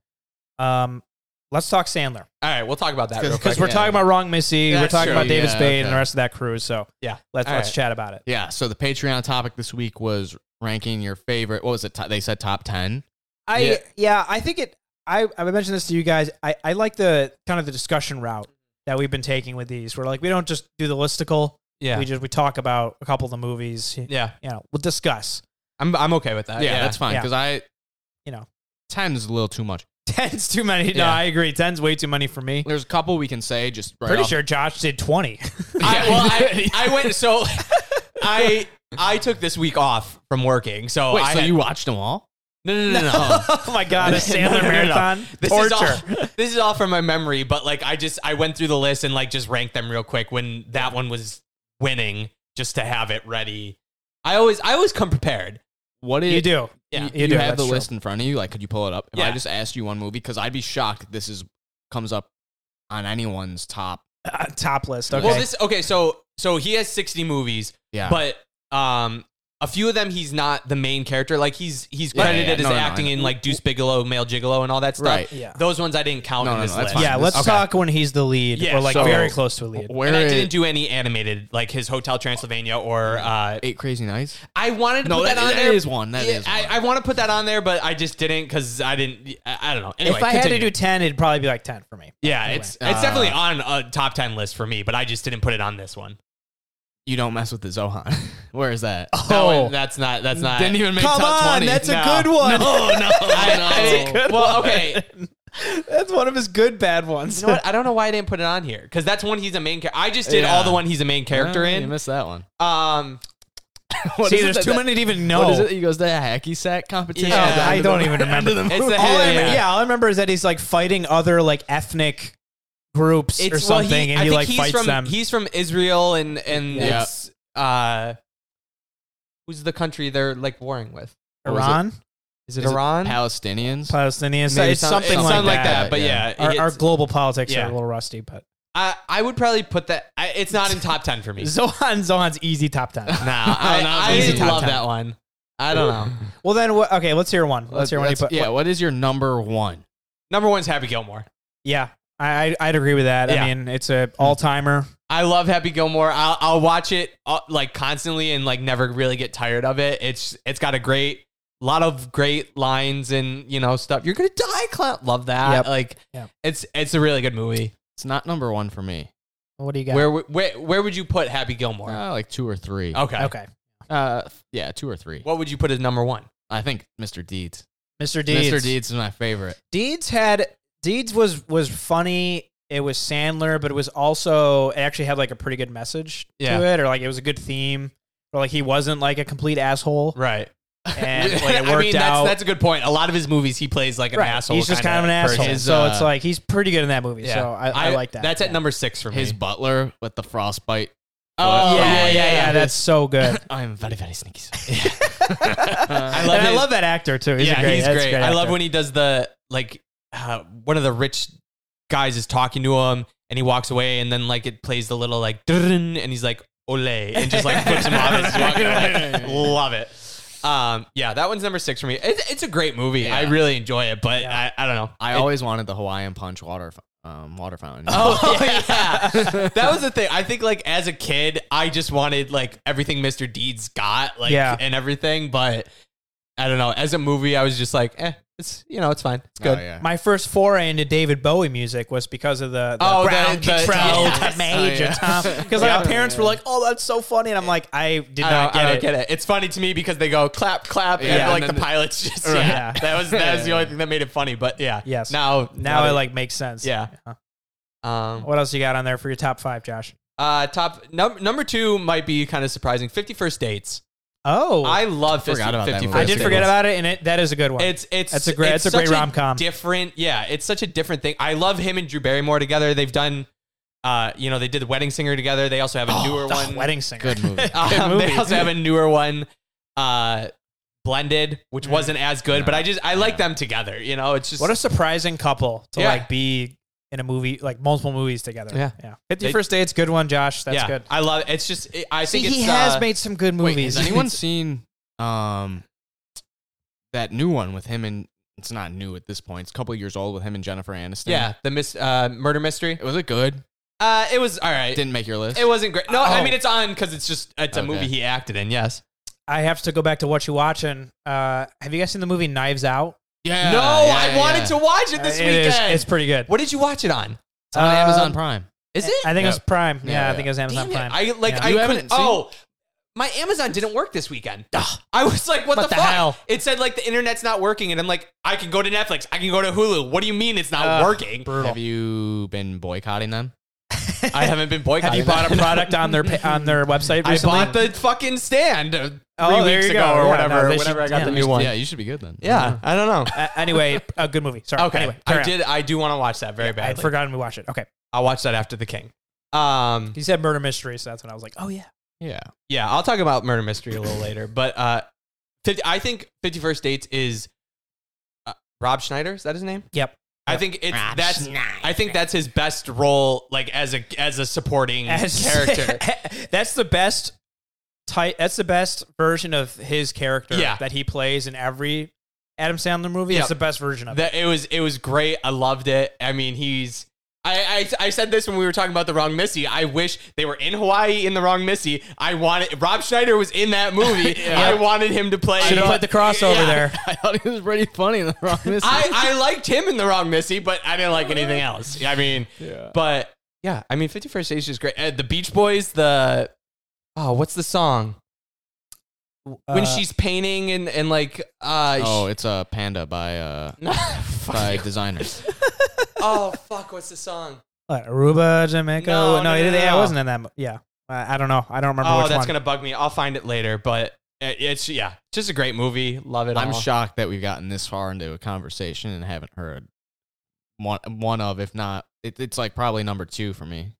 Speaker 1: Um, let's talk Sandler
Speaker 2: all right, we'll talk about that
Speaker 3: It's
Speaker 2: real
Speaker 3: Okay,
Speaker 1: because
Speaker 2: quick.
Speaker 1: we're
Speaker 3: yeah.
Speaker 1: talking about Wrong Missy, we're
Speaker 2: That's
Speaker 1: talking
Speaker 2: true.
Speaker 1: about David
Speaker 3: Yeah,
Speaker 1: Spade
Speaker 3: okay.
Speaker 1: and the rest of that crew. So
Speaker 2: Yeah.
Speaker 1: let's
Speaker 2: All
Speaker 1: let's
Speaker 2: right.
Speaker 1: chat about it.
Speaker 3: yeah. So the Patreon topic this week was ranking your favorite. What was it? Top- They said top ten.
Speaker 1: I
Speaker 2: Yeah.
Speaker 1: yeah. I think it. I I mentioned this to you guys. I I like the kind of the discussion route that we've been taking with these. We're like we don't just do the listicle.
Speaker 2: yeah,
Speaker 1: We just we talk about a couple of the movies. You
Speaker 2: yeah,
Speaker 1: know, we'll discuss.
Speaker 2: I'm I'm okay with that.
Speaker 3: yeah, that's fine
Speaker 1: yeah.
Speaker 3: because I,
Speaker 1: You know.
Speaker 3: ten is a little too much.
Speaker 1: Ten's too many. No,
Speaker 2: Yeah.
Speaker 1: I agree. Ten's way too many for me.
Speaker 3: There's a couple we can say just right
Speaker 1: Pretty
Speaker 3: off-
Speaker 1: sure Josh did twenty.
Speaker 2: I, well, I, I went so I I took this week off from working, so
Speaker 3: Wait,
Speaker 2: I
Speaker 3: so
Speaker 2: had-
Speaker 3: you watched them all?
Speaker 2: no no no no. no.
Speaker 1: oh my god, a
Speaker 2: No, no,
Speaker 1: Sandler
Speaker 2: no, no.
Speaker 1: marathon
Speaker 2: This
Speaker 1: torture.
Speaker 2: is all this is all from my memory, but like I just I went through the list and like just ranked them real quick when that one was winning, just to have it ready. I always I always come prepared.
Speaker 3: What did
Speaker 1: you do.
Speaker 2: Yeah,
Speaker 3: You,
Speaker 1: you
Speaker 3: you
Speaker 1: do,
Speaker 3: have
Speaker 1: that's
Speaker 3: the
Speaker 1: true.
Speaker 3: list in front of you. Like, could you pull it up? If I
Speaker 2: Yeah.
Speaker 3: just asked you one movie, because I'd be shocked if this is comes up on anyone's top.
Speaker 1: Uh, top list. Okay.
Speaker 2: Well, this okay. So so he has sixty movies,
Speaker 3: Yeah,
Speaker 2: but um. A few of them, he's not the main character. Like he's he's
Speaker 3: Yeah, yeah,
Speaker 2: credited
Speaker 3: yeah.
Speaker 2: as
Speaker 3: No, no, no, I
Speaker 2: acting
Speaker 3: know.
Speaker 2: in like Deuce Bigelow, Male Gigolo, and all that stuff.
Speaker 3: right.
Speaker 1: yeah.
Speaker 2: Those ones I didn't count
Speaker 3: No,
Speaker 2: in
Speaker 3: no,
Speaker 2: this
Speaker 3: no, that's
Speaker 2: list.
Speaker 3: fine.
Speaker 1: yeah, let's
Speaker 2: Okay.
Speaker 1: talk when he's the lead
Speaker 2: Yeah,
Speaker 1: or like
Speaker 3: so-
Speaker 1: very close to a lead.
Speaker 3: Where
Speaker 2: And I
Speaker 3: it-
Speaker 2: didn't do any animated, like his Hotel Transylvania or uh,
Speaker 3: Eight Crazy Nights.
Speaker 2: I wanted to put that, on
Speaker 3: that
Speaker 2: there.
Speaker 3: is one. That is.
Speaker 2: Yeah, I, I want to put that on there, but I just didn't because I didn't. I, I don't know. Anyway,
Speaker 1: if I had to
Speaker 2: continue.
Speaker 1: do ten, it'd probably be like ten for me.
Speaker 2: yeah,
Speaker 1: anyway.
Speaker 2: it's it's
Speaker 3: Uh,
Speaker 2: definitely on a top ten list for me, but I just didn't put it on this one.
Speaker 3: you don't mess with the Zohan. Where is that?
Speaker 2: That
Speaker 1: Oh.
Speaker 2: one- that's not. That's not.
Speaker 3: Didn't even make
Speaker 1: Come
Speaker 3: top
Speaker 1: on,
Speaker 3: 20.
Speaker 1: that's a
Speaker 2: No.
Speaker 1: good one.
Speaker 3: no,
Speaker 2: I-
Speaker 3: no.
Speaker 2: I- well, okay.
Speaker 1: That's one of his good bad ones.
Speaker 2: You know what? I don't know why I didn't put it on here because that's one he's a main character. I just did
Speaker 3: Yeah.
Speaker 2: all the one he's a main character
Speaker 3: Oh, You
Speaker 2: in.
Speaker 3: missed that one.
Speaker 2: Um,
Speaker 3: What
Speaker 1: See,
Speaker 3: is it
Speaker 1: there's
Speaker 3: that-
Speaker 1: too many to even know.
Speaker 3: What is it? He goes the hacky sack competition.
Speaker 2: Yeah,
Speaker 1: Oh,
Speaker 3: at the
Speaker 1: I
Speaker 3: end of
Speaker 1: don't
Speaker 3: the-
Speaker 1: even remember
Speaker 3: Oh,
Speaker 1: them.
Speaker 2: It's the-
Speaker 1: all I
Speaker 2: yeah,
Speaker 1: remember,
Speaker 2: yeah.
Speaker 1: yeah, all I remember is that he's like fighting other like ethnic groups or
Speaker 2: it's well,
Speaker 1: something, and
Speaker 2: I
Speaker 1: he
Speaker 2: think
Speaker 1: like
Speaker 2: he's
Speaker 1: fights
Speaker 2: from,
Speaker 1: them.
Speaker 2: He's from Israel, and and
Speaker 3: Yeah.
Speaker 2: it's uh, who's the country they're like warring with?
Speaker 3: Or was it-
Speaker 1: Iran,
Speaker 2: Is it
Speaker 3: Is it
Speaker 2: Iran?
Speaker 3: Palestinians.
Speaker 1: Palestinians,
Speaker 2: Maybe
Speaker 1: it's
Speaker 2: some-
Speaker 1: something
Speaker 2: it's
Speaker 1: like,
Speaker 2: something
Speaker 1: that.
Speaker 2: But
Speaker 3: yeah.
Speaker 2: yeah,
Speaker 1: Our, our
Speaker 2: it's-
Speaker 1: global politics
Speaker 2: Yeah.
Speaker 1: are a little rusty, but
Speaker 2: I, I would probably put that. I, it's not in top ten for me.
Speaker 1: Zohan Zohan's easy top ten.
Speaker 2: Nah, I,
Speaker 3: not
Speaker 2: I,
Speaker 3: easy
Speaker 2: didn't
Speaker 1: top
Speaker 2: love
Speaker 1: 10.
Speaker 2: that one. I don't know.
Speaker 1: well, then wh- okay, let's hear one. Let's hear one. You
Speaker 3: That's-
Speaker 1: put.
Speaker 3: Yeah. What is your number one?
Speaker 2: Number one's Happy Gilmore.
Speaker 1: yeah, I I'd- I'd agree with that.
Speaker 2: Yeah. Hmm.
Speaker 1: I mean, it's a all timer.
Speaker 2: I love Happy Gilmore. I'll, I'll watch it uh, like constantly and like never really get tired of it. It's it's got a great lot of great lines and you know stuff. You're gonna die, clown. Love that.
Speaker 1: Yep.
Speaker 2: Like
Speaker 1: Yep.
Speaker 2: it's it's a really good movie.
Speaker 3: It's not number one for me.
Speaker 1: What do you got?
Speaker 2: Where, w- where where would you put Happy Gilmore?
Speaker 3: Uh, like two or three.
Speaker 2: okay.
Speaker 1: okay,
Speaker 3: Uh, yeah, two or three.
Speaker 2: What would you put as number one?
Speaker 3: I think Mr. Deeds.
Speaker 1: Mr. Deeds.
Speaker 3: Mr. Deeds is my favorite.
Speaker 1: Deeds had Deeds was was funny. It was Sandler, but it was also it actually had like a pretty good message
Speaker 2: Yeah.
Speaker 1: to it, or like it was a good theme. Or like he wasn't like a complete asshole,
Speaker 2: Right.
Speaker 1: and like it worked
Speaker 2: I mean,
Speaker 1: out.
Speaker 2: That's, that's a good point. A lot of his movies, he plays like an
Speaker 1: Right.
Speaker 2: asshole.
Speaker 1: He's just kind of an asshole,
Speaker 2: person.
Speaker 3: His,
Speaker 1: so it's
Speaker 3: uh,
Speaker 1: like he's pretty good in that movie. So I, I, like that.
Speaker 2: That's
Speaker 1: Yeah.
Speaker 2: at number six for me.
Speaker 3: His butler with the frostbite Oh,
Speaker 1: yeah, yeah, yeah,
Speaker 3: yeah.
Speaker 1: That's so good.
Speaker 2: I'm very, very sneaky.
Speaker 1: I
Speaker 2: love
Speaker 1: and I
Speaker 2: his-
Speaker 1: love that actor too. He's
Speaker 2: yeah,
Speaker 1: a great,
Speaker 2: he's
Speaker 1: that's
Speaker 2: great.
Speaker 1: a great
Speaker 2: I love
Speaker 1: actor.
Speaker 2: when he does the like uh, one of the rich guys is talking to him and he walks away and then like it plays the little like "Drrrn," and he's like ole and just like puts him on as he's walking away. Love it. Um, yeah, that one's number six for me. It's, it's a great movie. I
Speaker 3: Yeah.
Speaker 2: really enjoy it, but
Speaker 1: Yeah.
Speaker 2: I, I don't know.
Speaker 3: I always wanted the Hawaiian Punch water fo- um, water fountain.
Speaker 2: Oh yeah. that was the thing. I think like as a kid, I just wanted like everything Mr. Deeds got, like
Speaker 1: Yeah.
Speaker 2: and everything, but I don't know. As a movie, I was just like, eh, it's you know, it's fine. It's good.
Speaker 3: Oh, yeah.
Speaker 1: My first foray into David Bowie music was because of the, the
Speaker 2: Oh, the-
Speaker 1: brown
Speaker 2: the-
Speaker 1: control
Speaker 2: yes.
Speaker 1: to major
Speaker 3: Oh, yeah.
Speaker 1: Tom. Because
Speaker 2: Yeah.
Speaker 1: my parents were like, "Oh, that's so funny," and I'm like, "I did
Speaker 2: I
Speaker 1: not
Speaker 2: don't, I
Speaker 1: get
Speaker 2: don't
Speaker 1: it."
Speaker 2: get it. It's funny to me because they go clap, clap,
Speaker 3: Yeah,
Speaker 2: and
Speaker 3: and
Speaker 2: like
Speaker 3: then
Speaker 2: the,
Speaker 3: the-
Speaker 2: pilots just
Speaker 3: Right.
Speaker 2: yeah. That was that was the
Speaker 3: Yeah.
Speaker 2: only thing that made it funny. But yeah,
Speaker 1: Yes.
Speaker 2: Now
Speaker 1: Now
Speaker 2: I
Speaker 1: it like makes sense.
Speaker 2: Yeah. um,
Speaker 1: What else you got on there for your top five, Josh?
Speaker 2: uh, top num- number two might be kind of surprising. Fifty First dates.
Speaker 1: Oh,
Speaker 2: I love 50,
Speaker 3: Forgot about that
Speaker 2: 50
Speaker 3: movie.
Speaker 1: I
Speaker 2: First
Speaker 1: did
Speaker 2: Dates.
Speaker 1: forget about it, and it that is a good one.
Speaker 2: It's it's
Speaker 1: That's a great- that's a great
Speaker 2: such
Speaker 1: rom-com.
Speaker 2: Different, yeah. It's such a different thing. I love him and Drew Barrymore together. They've done, uh, you know, they did the Wedding Singer together. They also have a newer
Speaker 1: Oh, the
Speaker 2: one.
Speaker 1: wedding singer.
Speaker 3: Good movie.
Speaker 2: Um, they
Speaker 1: movie.
Speaker 2: also have a newer one, uh, Blended, which
Speaker 1: Mm.
Speaker 2: wasn't as good. But I just I like
Speaker 3: Yeah.
Speaker 2: them together. You know, it's just
Speaker 1: What a surprising couple to
Speaker 2: Yeah.
Speaker 1: like be in a movie, like multiple movies together.
Speaker 2: Yeah.
Speaker 1: yeah. Fifty First Dates, good one, Josh. That's
Speaker 2: yeah.
Speaker 1: good.
Speaker 2: I love it. It's just it- I
Speaker 1: See,
Speaker 2: think
Speaker 1: he
Speaker 2: it's,
Speaker 1: has
Speaker 2: uh,
Speaker 1: made some good
Speaker 3: Wait,
Speaker 1: movies.
Speaker 3: has anyone seen um that new one with him and it's not new at this point. It's a couple years old with him and Jennifer Aniston.
Speaker 2: yeah the mis- uh, murder mystery.
Speaker 3: was it good?
Speaker 2: Uh, it was all right.
Speaker 3: Didn't make your list.
Speaker 2: it wasn't great. No, I
Speaker 3: Oh.
Speaker 2: mean it's on because it's just it's a
Speaker 3: Okay.
Speaker 2: movie he acted in. Yes.
Speaker 1: I have to go back to what you watching. Uh, have you guys seen the movie Knives Out? Uh,
Speaker 3: yeah.
Speaker 2: no,
Speaker 3: yeah,
Speaker 2: I
Speaker 3: yeah.
Speaker 2: wanted to watch it this
Speaker 1: It
Speaker 2: weekend.
Speaker 1: is- it's pretty good.
Speaker 2: What did you watch it on?
Speaker 3: It's on
Speaker 1: Uh,
Speaker 3: Amazon Prime.
Speaker 2: Is it?
Speaker 1: I think it was
Speaker 3: Yeah.
Speaker 1: Prime. Yeah,
Speaker 3: Yeah,
Speaker 1: I think it was Amazon
Speaker 2: Damn it.
Speaker 1: Prime.
Speaker 2: I like
Speaker 1: Yeah.
Speaker 2: I
Speaker 3: You
Speaker 2: couldn't.
Speaker 3: haven't seen-
Speaker 2: Oh, my Amazon didn't work this weekend. I was like, what,
Speaker 1: What the
Speaker 2: the, fuck?
Speaker 1: hell?
Speaker 2: It said like the internet's not working, and I'm like, I can go to Netflix, I can go to Hulu. What do you mean it's not
Speaker 1: Ugh,
Speaker 2: working?
Speaker 1: brutal.
Speaker 3: Have you been boycotting them?
Speaker 2: I haven't been
Speaker 1: Have
Speaker 2: boycotting.
Speaker 1: you bought a product on their pa- on their website
Speaker 2: I
Speaker 1: recently?
Speaker 2: bought the fucking stand uh, three
Speaker 1: Oh, there
Speaker 2: weeks
Speaker 1: you
Speaker 2: ago
Speaker 1: go.
Speaker 2: or
Speaker 1: Yeah,
Speaker 2: whatever.
Speaker 1: no, they
Speaker 2: whenever
Speaker 1: should-
Speaker 2: I got
Speaker 1: yeah.
Speaker 2: the new one.
Speaker 3: Yeah, you should be good then.
Speaker 2: Yeah, I don't know.
Speaker 1: Uh, anyway, a good movie. Sorry.
Speaker 2: Okay,
Speaker 1: Anyway,
Speaker 2: I
Speaker 1: carry on.
Speaker 2: did. I do want to watch that very
Speaker 1: I'd
Speaker 2: badly.
Speaker 1: forgotten we watched it. Okay.
Speaker 2: I'll watch that after the King. Um,
Speaker 1: He said murder mystery, so that's when I was like, oh yeah.
Speaker 3: Yeah.
Speaker 2: yeah, I'll talk about murder mystery a little later, but uh, 50, I think Fifty First Dates is uh, Rob Schneider. Is that his name?
Speaker 1: Yep.
Speaker 2: I think it's that's I think that's his best role, like as a as a supporting character.
Speaker 1: that's the best type. That's the best version of his character
Speaker 2: Yeah.
Speaker 1: that he plays in every Adam Sandler movie.
Speaker 2: Yeah.
Speaker 1: It's the best version of it.
Speaker 2: that it was it was great. I loved it. I mean, he's. I, I, I said this when we were talking about the wrong Missy. I wish they were in Hawaii in the wrong Missy. I wanted Rob Schneider was in that movie. I wanted him to play.
Speaker 1: Should have put the crossover
Speaker 2: Yeah.
Speaker 1: there.
Speaker 3: I thought he was pretty funny in the wrong Missy.
Speaker 2: I, I liked him in the wrong Missy, but I didn't like anything else. I mean,
Speaker 3: Yeah.
Speaker 2: but yeah, I mean, Fifty First Dates is great. Uh, the Beach Boys, the oh, what's the song when
Speaker 1: Uh,
Speaker 2: she's painting and and like uh
Speaker 3: Oh, it's a panda by uh
Speaker 2: No, fuck.
Speaker 3: by designers.
Speaker 2: oh fuck, what's the song?
Speaker 1: what, Aruba, Jamaica.
Speaker 2: No,
Speaker 1: No,
Speaker 2: no, no,
Speaker 1: it-
Speaker 2: no,
Speaker 1: yeah, I
Speaker 2: no.
Speaker 1: wasn't in that. mo- Yeah, I I don't know. I don't remember
Speaker 2: Oh,
Speaker 1: which
Speaker 2: that's
Speaker 1: one.
Speaker 2: gonna bug me. I'll find it later, but it, it's yeah, just a great movie. Love it.
Speaker 3: I'm
Speaker 2: all.
Speaker 3: shocked that we've gotten this far into a conversation and haven't heard one one of, if not, it, it's like probably number two for me.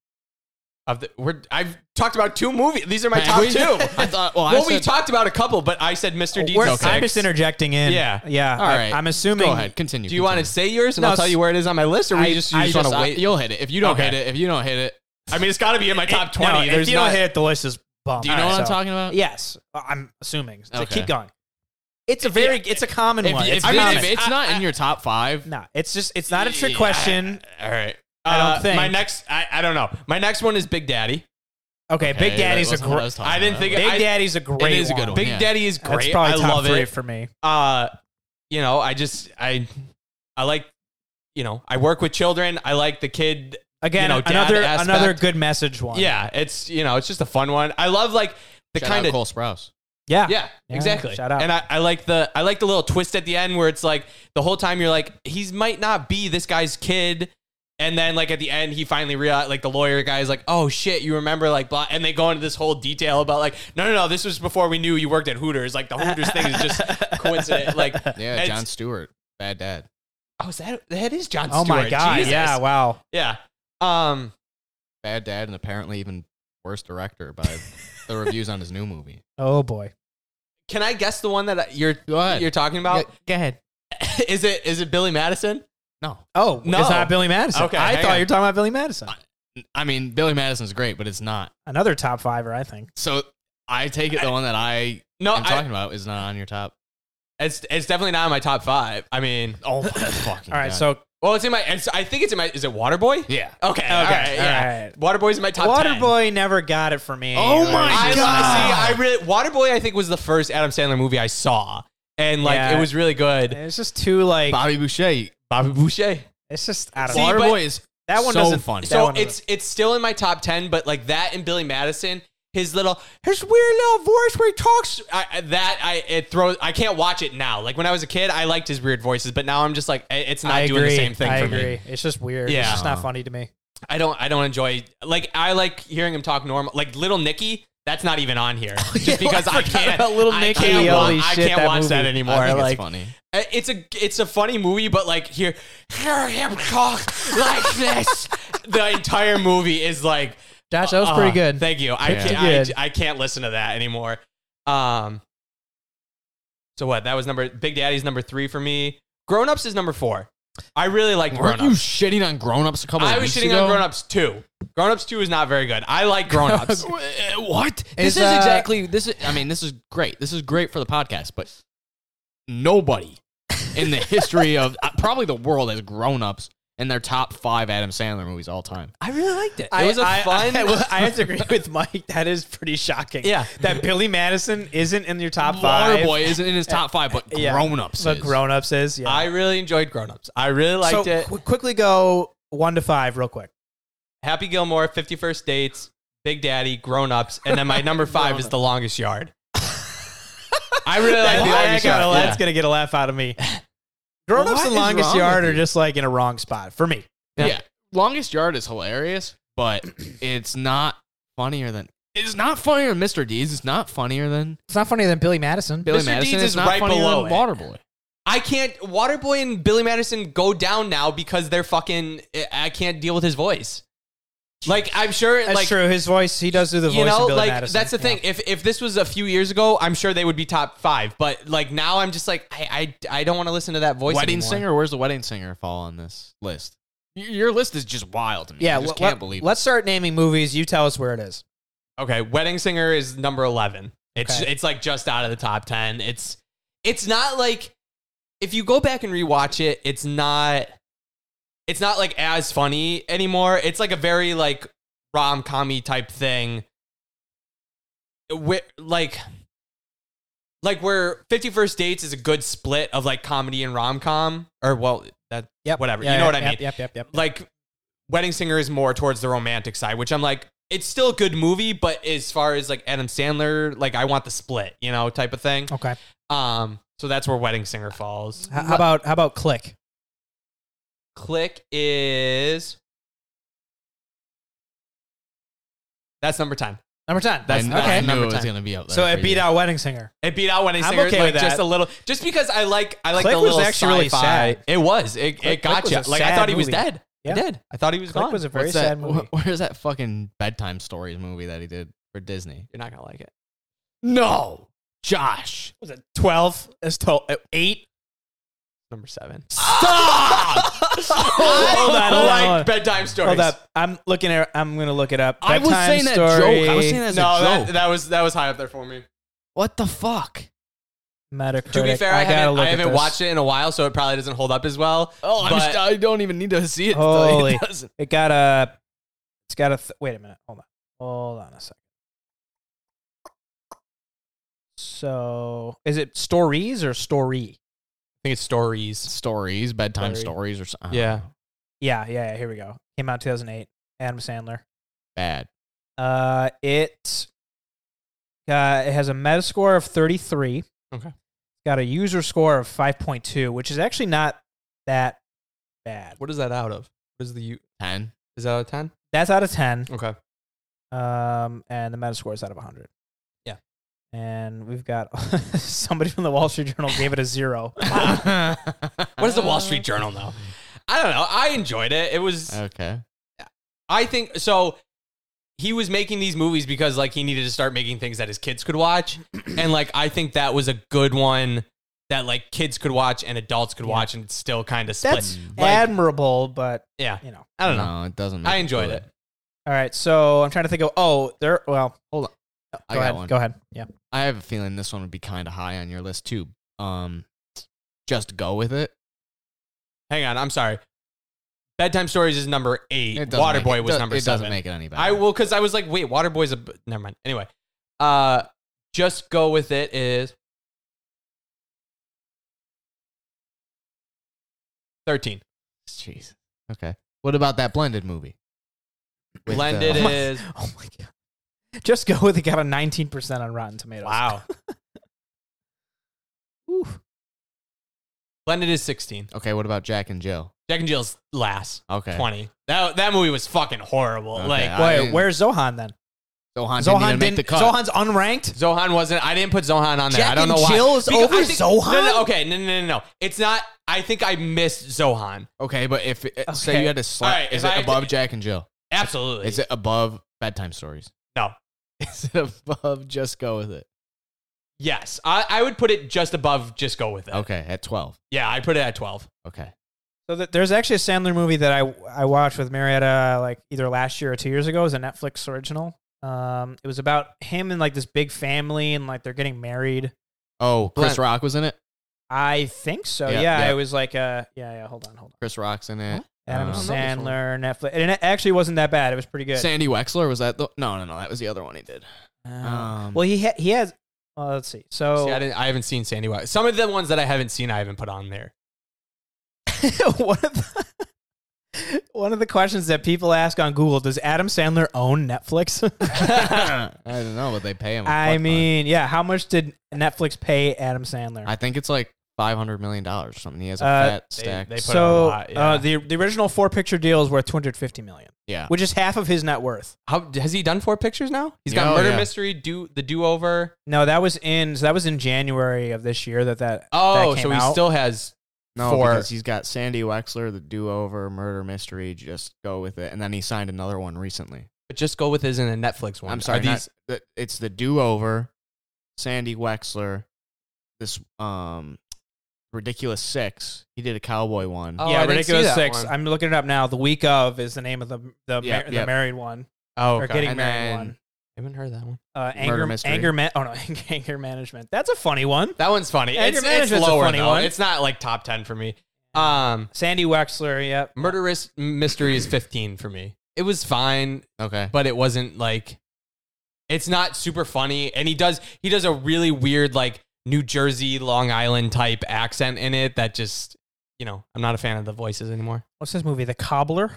Speaker 2: Of the, we're, I've talked about two movies. These are my top
Speaker 3: We-
Speaker 2: two.
Speaker 3: I thought. Well, I
Speaker 2: well, we
Speaker 3: said-
Speaker 2: talked about a couple, but I said Mr. Deeds.
Speaker 1: We're-
Speaker 2: is
Speaker 1: I'm
Speaker 2: six.
Speaker 1: just interjecting in.
Speaker 2: Yeah.
Speaker 1: yeah.
Speaker 3: All right.
Speaker 1: I'm assuming.
Speaker 3: Go ahead, continue.
Speaker 2: Do you want to say yours and
Speaker 1: No,
Speaker 2: I'll tell
Speaker 1: s-
Speaker 2: you where it is on my list, or we
Speaker 1: I-
Speaker 2: just you
Speaker 3: continue.
Speaker 2: just
Speaker 3: I
Speaker 2: want to
Speaker 3: I-
Speaker 2: wait?
Speaker 3: You'll hit it if you don't
Speaker 2: Okay.
Speaker 3: hit it. If you don't hit it,
Speaker 2: I mean, it's got to be in my top
Speaker 1: No,
Speaker 2: twenty. There's
Speaker 1: if you
Speaker 2: not,
Speaker 1: don't hit the list, is bum.
Speaker 3: do you
Speaker 1: All
Speaker 3: know
Speaker 1: right,
Speaker 3: what I'm
Speaker 1: so-
Speaker 3: talking about?
Speaker 1: Yes, I'm assuming. So
Speaker 3: Okay.
Speaker 1: Keep going. It's a very. It's a common
Speaker 3: If,
Speaker 1: one.
Speaker 3: if,
Speaker 1: it's
Speaker 3: I
Speaker 2: this-
Speaker 1: common.
Speaker 3: mean, if it's
Speaker 2: I-
Speaker 3: not in your top five,
Speaker 1: No, it's just it's not a trick
Speaker 3: Yeah.
Speaker 1: question.
Speaker 2: All right.
Speaker 1: I don't
Speaker 2: Uh,
Speaker 1: think.
Speaker 2: my next. I, I don't know. My next one is Big Daddy.
Speaker 1: Okay,
Speaker 3: okay,
Speaker 1: Big Daddy's
Speaker 3: that
Speaker 1: a
Speaker 3: wasn't what
Speaker 1: great.
Speaker 3: was talking
Speaker 2: I didn't
Speaker 3: about.
Speaker 2: think
Speaker 1: Big
Speaker 2: I-
Speaker 1: Daddy's a great.
Speaker 3: is a good
Speaker 1: one.
Speaker 3: one.
Speaker 2: Big
Speaker 3: yeah.
Speaker 2: Daddy is
Speaker 1: That's
Speaker 2: great.
Speaker 1: probably
Speaker 2: I
Speaker 1: top
Speaker 2: love
Speaker 1: three
Speaker 2: it.
Speaker 1: for me.
Speaker 2: uh, you know, I just I I like you know I work with children. I like the kid.
Speaker 1: Again,
Speaker 2: know, dad
Speaker 1: another
Speaker 2: aspect.
Speaker 1: another good message one.
Speaker 2: Yeah, it's you know it's just a fun one. I love like the
Speaker 3: Shout out
Speaker 2: kind of
Speaker 3: Cole Sprouse.
Speaker 1: yeah,
Speaker 2: yeah, exactly.
Speaker 1: shout out.
Speaker 2: And I, I like the I like the little twist at the end where it's like the whole time you're like he's might not be this guy's kid, and then like at the end he finally realized like the lawyer guy is like oh shit you remember like blah and they go into this whole detail about like no no no this was before we knew you worked at Hooters like the Hooters thing is just coincident like
Speaker 3: Yeah,
Speaker 2: it's-
Speaker 3: John Stewart, bad dad.
Speaker 2: oh is that that is John
Speaker 1: Oh my
Speaker 2: Stewart.
Speaker 1: god!
Speaker 2: Jesus.
Speaker 1: Yeah, wow.
Speaker 2: Yeah. Um.
Speaker 3: Bad dad, and apparently even worst director by the reviews on his new movie.
Speaker 1: Oh boy.
Speaker 2: Can I guess the one that I- you're
Speaker 3: Go ahead.
Speaker 2: you're talking about?
Speaker 3: go ahead.
Speaker 2: is it is it Billy Madison?
Speaker 3: No,
Speaker 1: Oh,
Speaker 2: No.
Speaker 1: it's not Billy Madison.
Speaker 2: Okay,
Speaker 1: I
Speaker 2: hang
Speaker 1: thought
Speaker 2: on.
Speaker 1: you were talking about Billy Madison.
Speaker 3: I mean Billy Madison's great, but it's not.
Speaker 1: Another top fiver, I think.
Speaker 3: So I take it the one that I
Speaker 2: No,
Speaker 3: am
Speaker 2: I-
Speaker 3: talking about is not on your top.
Speaker 2: it's it's definitely not in my top five. I mean,
Speaker 3: Oh my fucking!
Speaker 1: All right,
Speaker 3: God.
Speaker 1: so
Speaker 2: well, it's in my. It's, I think it's in my. Is it Waterboy? Okay,
Speaker 3: yeah,
Speaker 2: okay, all right, yeah. Waterboy's in my top. 10.
Speaker 1: Waterboy never got it for me.
Speaker 3: Oh
Speaker 1: It was
Speaker 3: my
Speaker 2: I
Speaker 1: just-
Speaker 3: God.
Speaker 2: see. I really Waterboy. I think was the first Adam Sandler movie I saw, and like
Speaker 1: Yeah.
Speaker 2: it was really good.
Speaker 1: It's just too like.
Speaker 3: Bobby Boucher,
Speaker 2: Bobby Boucher.
Speaker 1: It's just I don't
Speaker 2: See,
Speaker 1: know.
Speaker 2: but-
Speaker 3: Waterboy is
Speaker 1: That one
Speaker 3: so
Speaker 1: doesn't.
Speaker 3: funny.
Speaker 1: that
Speaker 2: So
Speaker 1: one
Speaker 2: it's
Speaker 1: doesn't-
Speaker 2: it's still in my top ten, but like that and Billy Madison, his little his weird little voice where he talks. I, I- that I it throws. I can't watch it now. Like when I was a kid, I liked his weird voices, but now I'm just like it- it's not
Speaker 1: I
Speaker 2: doing
Speaker 1: agree.
Speaker 2: the same thing
Speaker 1: I
Speaker 2: for
Speaker 1: agree.
Speaker 2: me.
Speaker 1: It's just weird. It's
Speaker 2: Yeah.
Speaker 1: just not funny to me.
Speaker 2: I don't I don't enjoy like I like hearing him talk normal. Like Little Nicky. That's not even on here, just because I, can't.
Speaker 1: about Little
Speaker 2: I
Speaker 1: Nicky.
Speaker 2: can't, wa-
Speaker 1: Holy
Speaker 2: I
Speaker 1: shit,
Speaker 2: can't
Speaker 1: that
Speaker 2: watch that
Speaker 1: movie.
Speaker 2: anymore.
Speaker 3: I think
Speaker 2: like,
Speaker 3: it's funny.
Speaker 2: Uh, It's a it's a funny movie, but like hear hear him talk like this. The entire movie is like
Speaker 1: Josh, that was
Speaker 2: uh,
Speaker 1: pretty good.
Speaker 2: Thank you. I
Speaker 3: Yeah.
Speaker 2: can't
Speaker 1: Good.
Speaker 2: I, I can't listen to that anymore. Um. So what? That was number Big Daddy's number three for me. Grown Ups is number four. I really like Grown
Speaker 3: Weren't you
Speaker 2: Ups.
Speaker 3: shitting on Grown Ups a couple?
Speaker 2: I
Speaker 3: of
Speaker 2: was
Speaker 3: weeks
Speaker 2: shitting
Speaker 3: ago?
Speaker 2: on Grown Ups two. Grown Ups two is not very good. I like Grown Ups.
Speaker 3: Uh, What?
Speaker 1: Is,
Speaker 3: This is
Speaker 1: uh,
Speaker 3: exactly this is I mean, this is great. This is great for the podcast, but nobody in the history of uh, probably the world has grown ups in their top five Adam Sandler movies all time.
Speaker 2: I really liked it. It
Speaker 1: I-
Speaker 2: was a
Speaker 1: I-
Speaker 2: fun.
Speaker 1: I, well, I have to agree with Mike. That is pretty shocking.
Speaker 2: Yeah.
Speaker 1: that Billy Madison isn't in your top five.
Speaker 3: Waterboy isn't in his top five, but
Speaker 1: Yeah.
Speaker 3: grown ups.
Speaker 1: but grown ups is yeah.
Speaker 2: I really enjoyed Grown Ups. I really liked
Speaker 1: so
Speaker 2: it.
Speaker 1: qu- quickly go one to five real quick.
Speaker 2: Happy Gilmore, 51st Dates, Big Daddy, Grown Ups, and then my number five is The Longest Yard. I really like
Speaker 1: That-
Speaker 2: The
Speaker 1: that
Speaker 2: Longest
Speaker 1: got a-
Speaker 2: Yard.
Speaker 1: That's gonna get a laugh out of me. Grown ups and
Speaker 3: What is
Speaker 1: longest
Speaker 3: wrong
Speaker 1: yard
Speaker 3: with
Speaker 1: are
Speaker 3: you?
Speaker 1: just like in a wrong spot for me.
Speaker 3: Yeah.
Speaker 2: Yeah.
Speaker 3: Longest Yard is hilarious, but it's not funnier than it's not funnier than Mr. Deeds. It's not funnier than
Speaker 1: It's not funnier than Billy Madison.
Speaker 3: Billy
Speaker 2: Mr.
Speaker 3: Madison.
Speaker 2: Deeds
Speaker 3: it's
Speaker 2: is
Speaker 3: not
Speaker 2: right
Speaker 3: funnier
Speaker 2: below
Speaker 3: than
Speaker 2: it.
Speaker 3: Waterboy.
Speaker 2: I can't. Waterboy and Billy Madison go down now because they're fucking. I can't deal with his voice. Like I'm sure.
Speaker 1: That's
Speaker 2: like
Speaker 1: true. His voice, he does do the voice
Speaker 2: you know,
Speaker 1: of Billy
Speaker 2: like
Speaker 1: Madison.
Speaker 2: that's the thing. If if this was a few years ago, I'm sure they would be top five. But like now, I'm just like I I, I don't want to listen to that voice.
Speaker 3: Wedding
Speaker 2: anymore.
Speaker 3: Singer. Where's the Wedding Singer fall on this list? Y- Your list is just wild to me.
Speaker 1: Yeah,
Speaker 3: I just
Speaker 1: let-
Speaker 3: can't believe.
Speaker 1: Let's start naming movies. You tell us where it is.
Speaker 2: Okay, Wedding Singer is number eleven. It's
Speaker 1: Okay.
Speaker 2: it's like just out of the top ten. It's it's not like if you go back and rewatch it, it's not it's not like as funny anymore. It's like a very like rom commy type thing. Where, like like where Fifty First Dates is a good split of like comedy and rom com, or well that
Speaker 1: Yep.
Speaker 2: Whatever.
Speaker 1: Yeah,
Speaker 2: You know
Speaker 1: yep,
Speaker 2: what I
Speaker 1: yep,
Speaker 2: mean.
Speaker 1: Yep, yep, yep.
Speaker 2: like Wedding Singer is more towards the romantic side, which I'm like, it's still a good movie, but as far as like Adam Sandler, like I want the split, you know, type of thing.
Speaker 1: Okay. H-
Speaker 2: Um, so that's where Wedding Singer falls.
Speaker 1: How about how about Click?
Speaker 2: Click is that's number ten.
Speaker 1: Number ten.
Speaker 3: I,
Speaker 1: That's
Speaker 3: kn-
Speaker 1: okay.
Speaker 3: I knew
Speaker 2: Number
Speaker 3: it was
Speaker 2: 10.
Speaker 3: going to be up there.
Speaker 1: so
Speaker 3: for
Speaker 1: it beat
Speaker 3: you.
Speaker 1: out Wedding Singer.
Speaker 2: It beat out Wedding
Speaker 1: I'm
Speaker 2: Singer
Speaker 1: okay
Speaker 2: like
Speaker 1: with that.
Speaker 2: just a little, just because I like I like
Speaker 1: Click
Speaker 2: the
Speaker 1: was
Speaker 2: little
Speaker 1: actually really
Speaker 2: sci-fi.
Speaker 1: sad.
Speaker 2: It was.
Speaker 1: Click-
Speaker 2: It it
Speaker 1: Click
Speaker 2: got
Speaker 1: was
Speaker 2: you.
Speaker 1: a
Speaker 2: Like I
Speaker 1: sad
Speaker 2: thought he was
Speaker 1: movie.
Speaker 2: dead.
Speaker 1: Yeah.
Speaker 2: I did. I thought he was
Speaker 1: Click
Speaker 2: gone.
Speaker 1: was a very
Speaker 3: What's that?
Speaker 1: sad movie.
Speaker 3: wh- Where's that fucking bedtime stories movie that he did for Disney?
Speaker 2: You're not gonna like it.
Speaker 3: No, Josh,
Speaker 1: was it twelve? As to eight.
Speaker 2: Number seven.
Speaker 3: stop!
Speaker 1: Hold on,
Speaker 2: I
Speaker 1: hold on,
Speaker 2: like
Speaker 1: hold on.
Speaker 2: bedtime stories.
Speaker 1: Hold up. I'm looking at. I'm gonna look it up.
Speaker 3: I was
Speaker 1: Bedtime
Speaker 3: saying that joke. I was saying that as a
Speaker 2: no,
Speaker 3: joke.
Speaker 2: that, that was that was high up there for me.
Speaker 3: what the fuck?
Speaker 1: Metacritic.
Speaker 2: To be fair, I,
Speaker 1: gotta
Speaker 2: haven't,
Speaker 1: look
Speaker 2: I
Speaker 1: at
Speaker 2: haven't
Speaker 1: this.
Speaker 2: watched it in a while, so it probably doesn't hold up as well.
Speaker 3: Oh, I'm
Speaker 2: But-
Speaker 3: just- I don't even need to see it. to tell you
Speaker 1: Holy.
Speaker 3: it doesn't.
Speaker 1: It got a. It's got a. Th- wait a minute. Hold on. Hold on a second. So is it stories or story?
Speaker 2: I think it's stories.
Speaker 3: stories, bedtime
Speaker 1: Story.
Speaker 3: stories, or
Speaker 1: Uh-huh.
Speaker 3: something.
Speaker 2: Yeah.
Speaker 1: Yeah, yeah, yeah. Here we go. Came out 2008. Adam Sandler.
Speaker 3: bad.
Speaker 1: Uh, it. Uh, it has a meta score of 33.
Speaker 2: Okay.
Speaker 1: Got a user score of 5.2, which is actually not that bad.
Speaker 2: What is that out of? What is the u-
Speaker 3: Ten.
Speaker 2: is that out of ten?
Speaker 1: That's out of 10.
Speaker 2: Okay.
Speaker 1: Um, and the Metascore is out of 100.
Speaker 2: Yeah.
Speaker 1: And we've got somebody from the Wall Street Journal gave it a zero.
Speaker 2: What is the Wall Street Journal now?
Speaker 1: Uh,
Speaker 2: I don't know. I enjoyed it. It was.
Speaker 3: Okay.
Speaker 2: I think so. he was making these movies because like he needed to start making things that his kids could watch, and like I think that was a good one that like kids could watch and adults could watch and still kind of split.
Speaker 1: That's
Speaker 2: Like,
Speaker 1: admirable, but
Speaker 2: yeah,
Speaker 1: you know.
Speaker 2: I don't know.
Speaker 3: No, it doesn't.
Speaker 2: I
Speaker 3: make
Speaker 2: enjoyed
Speaker 3: good.
Speaker 2: it.
Speaker 1: All right, so I'm trying to think of oh, there. Well,
Speaker 3: Hold on.
Speaker 1: Go
Speaker 3: I got
Speaker 1: ahead.
Speaker 3: one.
Speaker 1: Go ahead. Yeah.
Speaker 3: I have a feeling this one would be kind of high on your list too. Um, just go with it.
Speaker 2: Hang on, I'm sorry. Bedtime Stories is number eight.
Speaker 3: It doesn't make
Speaker 2: Waterboy
Speaker 3: it-
Speaker 2: was
Speaker 3: do-
Speaker 2: number
Speaker 3: It
Speaker 2: seven.
Speaker 3: doesn't make it any better.
Speaker 2: I will because I was like, wait, Waterboy's a b- never mind. Anyway, uh, just go with it is thirteen.
Speaker 3: Jeez. Okay. What about that blended movie? With,
Speaker 2: Blended
Speaker 3: uh,
Speaker 2: is
Speaker 1: Oh my god. Just go with it. Got a 19% on Rotten Tomatoes.
Speaker 2: wow.
Speaker 1: Ooh.
Speaker 2: Blended is sixteen.
Speaker 3: Okay. What about Jack and Jill?
Speaker 2: Jack and Jill's last
Speaker 3: Okay.
Speaker 2: twenty. That that movie was fucking horrible.
Speaker 3: Okay,
Speaker 2: Like
Speaker 3: I-
Speaker 1: Wait,
Speaker 3: didn't-
Speaker 1: where's Zohan then?
Speaker 3: Zohan, didn't
Speaker 1: Zohan
Speaker 3: even make the cut.
Speaker 1: Zohan's unranked.
Speaker 2: Zohan wasn't. I didn't put Zohan on there.
Speaker 1: Jack
Speaker 2: I don't
Speaker 1: and
Speaker 2: know why.
Speaker 1: Jill is over
Speaker 2: I think-
Speaker 1: Zohan?
Speaker 2: No, no, okay, no, no, no, no. It's not. I think I missed Zohan.
Speaker 3: Okay, but if it, say
Speaker 1: Okay.
Speaker 3: you had to slap,
Speaker 2: All right,
Speaker 3: is
Speaker 2: if
Speaker 3: it
Speaker 2: I had
Speaker 3: above
Speaker 2: to-
Speaker 3: Jack and Jill?
Speaker 2: Absolutely.
Speaker 3: Is it above bedtime stories?
Speaker 2: No.
Speaker 3: Is it above just go with it?
Speaker 2: Yes, I, I would put it just above. Just go with it.
Speaker 3: Okay, at twelve.
Speaker 2: Yeah, I put it at twelve.
Speaker 3: Okay.
Speaker 1: So th- there's actually a Sandler movie that I I watched with Marietta like either last year or two years ago. It was a Netflix original. Um, it was about him and like this big family and like they're getting married.
Speaker 3: Oh, Chris
Speaker 2: Blend-
Speaker 3: Rock was in it.
Speaker 1: I think so.
Speaker 3: Yeah,
Speaker 1: Yeah,
Speaker 3: yeah.
Speaker 1: it was like uh yeah yeah. Hold on, hold
Speaker 3: Chris Rock's in it. Um,
Speaker 1: on. Adam
Speaker 3: I don't know this one.
Speaker 1: Sandler, Netflix, and it actually wasn't that bad. It was pretty good.
Speaker 3: Sandy Wexler was that? The, no, no, no. That was the other one he did.
Speaker 1: Um,
Speaker 3: Um,
Speaker 1: well, he ha- he has. Well, let's see. So
Speaker 2: See, I, didn't, I haven't seen Sandy West. Some of the ones that I haven't seen, I haven't put on there.
Speaker 1: one of the one of the questions that people ask on Google: Does Adam Sandler own Netflix?
Speaker 3: I don't know, but they pay
Speaker 2: Oh,
Speaker 3: him. a fuck
Speaker 1: I
Speaker 3: ton.
Speaker 1: mean, yeah. How much did Netflix pay Adam Sandler?
Speaker 3: I think it's like five hundred million dollars or something. He has a
Speaker 1: Uh,
Speaker 3: fat
Speaker 2: they-
Speaker 3: stack.
Speaker 2: they- put
Speaker 1: so
Speaker 2: it on a lot,
Speaker 1: uh,
Speaker 2: yeah.
Speaker 1: the the original four picture deal is worth 250 million,
Speaker 3: yeah.
Speaker 1: which is half of his net worth.
Speaker 2: How has he done four pictures now? He's
Speaker 3: Oh,
Speaker 2: got Murder
Speaker 3: yeah.
Speaker 2: Mystery, do the Do Over.
Speaker 1: No, that was in so that was in January of this year that that
Speaker 2: Oh,
Speaker 1: that came
Speaker 2: so he
Speaker 1: out.
Speaker 2: still has
Speaker 3: No,
Speaker 2: four.
Speaker 3: because he's got Sandy Wexler, the do over, murder mystery, just go with it. And then he signed another one recently.
Speaker 2: but just go with his in a Netflix one.
Speaker 3: I'm sorry,
Speaker 2: Are
Speaker 3: not- the- it's the do over, Sandy Wexler, this um ridiculous six. He did a cowboy one.
Speaker 2: Oh, I
Speaker 1: yeah,
Speaker 2: didn't see
Speaker 1: ridiculous
Speaker 2: that
Speaker 1: six.
Speaker 2: one.
Speaker 1: I'm looking it up now. The week of is the name of the the,
Speaker 3: Yeah,
Speaker 1: mar- the
Speaker 3: yeah.
Speaker 1: married one
Speaker 2: oh,
Speaker 1: or
Speaker 2: okay.
Speaker 1: getting
Speaker 3: And
Speaker 1: married
Speaker 3: then-
Speaker 1: one.
Speaker 2: I haven't heard that one.
Speaker 1: Uh,
Speaker 3: Murder
Speaker 1: anger,
Speaker 3: mystery.
Speaker 1: anger, ma- oh no, anger management. That's a funny one.
Speaker 2: That one's funny.
Speaker 1: Anger
Speaker 2: It's, it's
Speaker 1: Management's a
Speaker 2: lower
Speaker 1: funny
Speaker 2: though.
Speaker 1: one.
Speaker 2: It's not like top ten for me. Um,
Speaker 1: Sandy Wexler. Yep.
Speaker 2: Murderous Mystery is fifteen for me. It was fine.
Speaker 3: Okay.
Speaker 2: but it wasn't like it's not super funny and he does he does a really weird like new jersey long island type accent in it that just you know i'm not a fan of the voices anymore
Speaker 1: What's this movie? The Cobbler.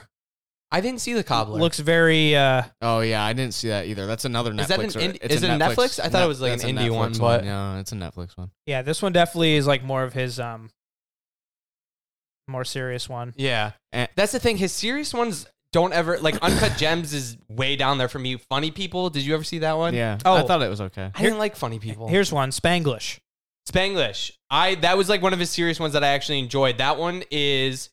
Speaker 2: i didn't see the cobbler
Speaker 1: Looks very. uh
Speaker 3: Oh yeah, I didn't see that either. That's another Netflix.
Speaker 2: Is that an
Speaker 3: or-
Speaker 2: ind-
Speaker 3: it's
Speaker 2: is it a Netflix? I thought it was like
Speaker 3: that's
Speaker 2: an
Speaker 3: a
Speaker 2: indie one,
Speaker 3: Netflix
Speaker 2: but-
Speaker 3: no, it's a Netflix one.
Speaker 1: Yeah, this one definitely is like more of his um more serious one.
Speaker 2: yeah
Speaker 3: Eh.
Speaker 2: that's the thing his serious ones don't ever like uncut gems is way down there for me funny people did you ever see that one
Speaker 3: Yeah. I
Speaker 1: Oh.
Speaker 3: thought it was okay.
Speaker 2: i didn't like funny people
Speaker 1: Here's one, Spanglish.
Speaker 2: spanglish i that was like one of his serious ones that i actually enjoyed that one is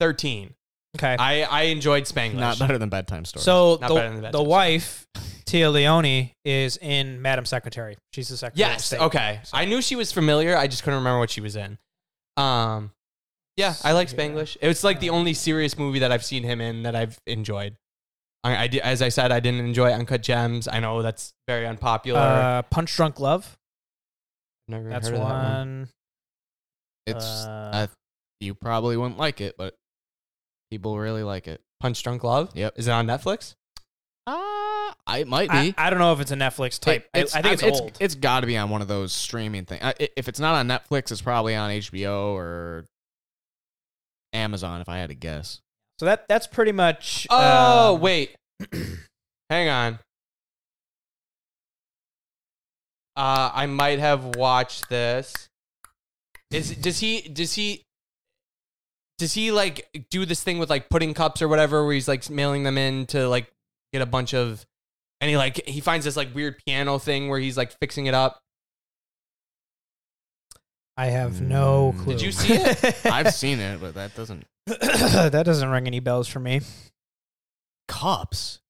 Speaker 2: 13
Speaker 1: Okay.
Speaker 2: i i enjoyed spanglish
Speaker 3: Not better than bedtime stories.
Speaker 1: So
Speaker 2: Ah, Not better than
Speaker 1: the,
Speaker 2: Bad
Speaker 1: the
Speaker 2: Times.
Speaker 1: wife, Tia Leone, is in Madam Secretary. She's the secretary. of
Speaker 2: Yes.
Speaker 1: State.
Speaker 2: Okay. I knew she was familiar. I just couldn't remember what she was in. Um. Yeah, I like
Speaker 1: Yeah.
Speaker 2: Spanglish. It's like the
Speaker 1: Um,
Speaker 2: only serious movie that I've seen him in that I've enjoyed. I, I di- as I said, I didn't enjoy Uncut Gems. I know that's very unpopular.
Speaker 1: Uh, Punch Drunk Love.
Speaker 2: Never
Speaker 1: That's
Speaker 2: heard of
Speaker 1: one.
Speaker 2: that one.
Speaker 3: it's
Speaker 1: uh,
Speaker 3: I- you probably wouldn't like it, but people really like it.
Speaker 2: Punch Drunk Love.
Speaker 3: Yep.
Speaker 2: Is it on Netflix?
Speaker 3: Uh, I it might
Speaker 1: I,
Speaker 3: be.
Speaker 1: I don't know if it's a Netflix type.
Speaker 3: It-
Speaker 1: I- I, think it's,
Speaker 3: I'm-
Speaker 1: old.
Speaker 3: It's got to be on one of those streaming things. If it's not on Netflix, it's probably on HBO or Amazon. If I had to guess,
Speaker 1: so that that's pretty much.
Speaker 2: Oh
Speaker 1: um,
Speaker 2: wait, hang on. Uh, I might have watched this. Is does he does he does he like do this thing with like pudding cups or whatever where he's like mailing them in to like get a bunch of and he like he finds this like weird piano thing where he's like fixing it up.
Speaker 1: I have no
Speaker 3: Mm.
Speaker 1: clue.
Speaker 2: Did you see it?
Speaker 3: I've seen it, but that doesn't
Speaker 1: that doesn't ring any bells for me.
Speaker 3: cups.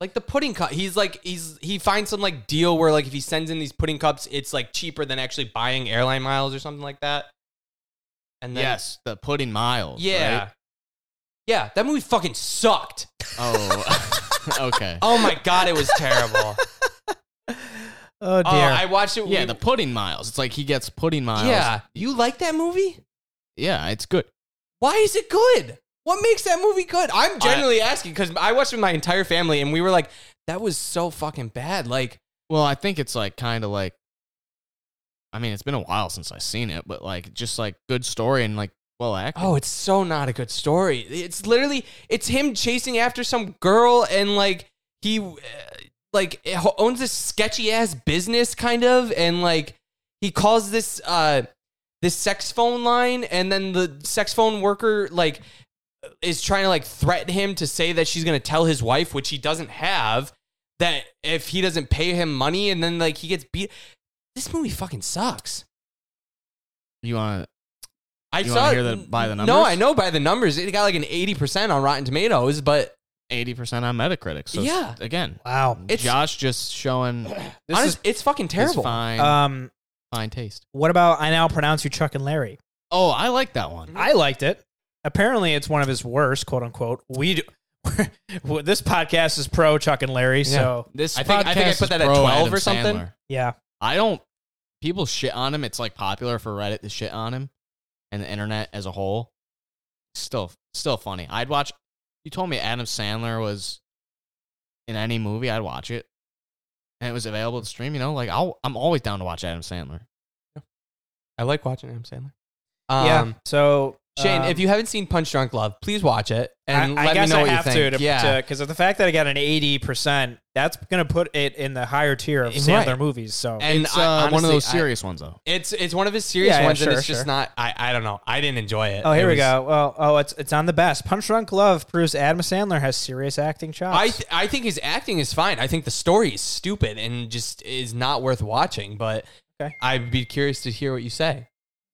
Speaker 2: Like the pudding cup, he's like he's he finds some like deal where like if he sends in these pudding cups, it's like cheaper than actually buying airline miles or something like that. And then,
Speaker 3: yes, the pudding miles.
Speaker 2: yeah,
Speaker 3: right?
Speaker 2: yeah, that movie fucking sucked.
Speaker 3: Oh, okay.
Speaker 2: Oh my god, it was terrible.
Speaker 1: Oh dear.
Speaker 2: Oh, I watched it.
Speaker 3: Yeah,
Speaker 2: we-
Speaker 3: the pudding miles. It's like he gets pudding miles.
Speaker 2: yeah. You like that movie?
Speaker 3: yeah, it's good.
Speaker 2: Why is it good? What makes that movie good? I'm genuinely asking because I watched it with my entire family and we were like, that was so fucking bad. Like,
Speaker 3: Well, I think it's like kind of like, I mean, it's been a while since I've seen it, but like just like good story and like well acted.
Speaker 2: oh, it's so not a good story. It's literally it's him chasing after some girl and like he uh, like eh, ho- owns this sketchy ass business kind of and like he calls this uh this sex phone line and then the sex phone worker like is trying to like threaten him to say that she's going to tell his wife which he doesn't have that if he doesn't pay him money and then like he gets beat this movie fucking sucks
Speaker 3: You want to?
Speaker 2: I
Speaker 3: You wanna
Speaker 2: saw
Speaker 3: hear the- by the
Speaker 2: No,
Speaker 3: numbers?
Speaker 2: I know by the numbers. It got like an eighty percent on Rotten Tomatoes, but
Speaker 3: Eighty percent on Metacritic. So
Speaker 2: Yeah.
Speaker 3: yeah. Again,
Speaker 1: wow.
Speaker 2: It's-
Speaker 3: Josh just showing this
Speaker 2: honest,
Speaker 3: is
Speaker 2: it's fucking terrible. Uh,
Speaker 3: It's fine,
Speaker 1: Um,
Speaker 3: fine taste.
Speaker 1: what about I now pronounce you Chuck and Larry?
Speaker 3: Oh, I like that one.
Speaker 2: Mm-hmm.
Speaker 1: I liked it. Apparently, it's one of his worst, quote unquote. We do. well, this podcast is pro Chuck and Larry, so
Speaker 3: This
Speaker 2: I think- I think I
Speaker 3: podcast
Speaker 2: put
Speaker 3: is
Speaker 2: that at
Speaker 3: pro
Speaker 2: 12 or
Speaker 3: Adam
Speaker 2: something.
Speaker 3: Sandler.
Speaker 1: yeah.
Speaker 3: I don't. People shit on him. It's like popular for Reddit to shit on him, and the internet as a whole. Still, still funny. I'd watch. You told me Adam Sandler was in any movie. I'd watch it, and it was available to stream. You know, like I'll, I'm always down to watch Adam Sandler.
Speaker 2: I like watching Adam Sandler.
Speaker 1: yeah.
Speaker 2: Um,
Speaker 1: So
Speaker 2: Shane,
Speaker 1: um,
Speaker 2: if you haven't seen Punch Drunk Love, please watch it and
Speaker 1: I, I
Speaker 2: let
Speaker 1: guess
Speaker 2: me know
Speaker 1: I
Speaker 2: what
Speaker 1: have
Speaker 2: you think.
Speaker 1: to, to,
Speaker 2: yeah,
Speaker 1: because of the fact that I got an eighty percent, that's gonna put it in the higher tier of Sandler
Speaker 2: Right.
Speaker 1: movies. So
Speaker 2: and
Speaker 3: it's
Speaker 2: I-
Speaker 3: uh, one of
Speaker 2: honestly,
Speaker 3: those
Speaker 2: I-
Speaker 3: serious ones though.
Speaker 2: it's it's one of his serious
Speaker 1: Yeah, yeah,
Speaker 2: ones,
Speaker 1: sure,
Speaker 2: and it's
Speaker 1: sure.
Speaker 2: just not. I, I don't know. I didn't enjoy it.
Speaker 1: oh, here
Speaker 2: It
Speaker 1: we
Speaker 2: was-
Speaker 1: go. Well, oh, it's it's on the best. Punch Drunk Love proves Adam Sandler has serious acting chops.
Speaker 2: I th- I think his acting is fine. I think the story is stupid and just is not worth watching. But
Speaker 1: Okay.
Speaker 2: I'd be curious to hear what you say.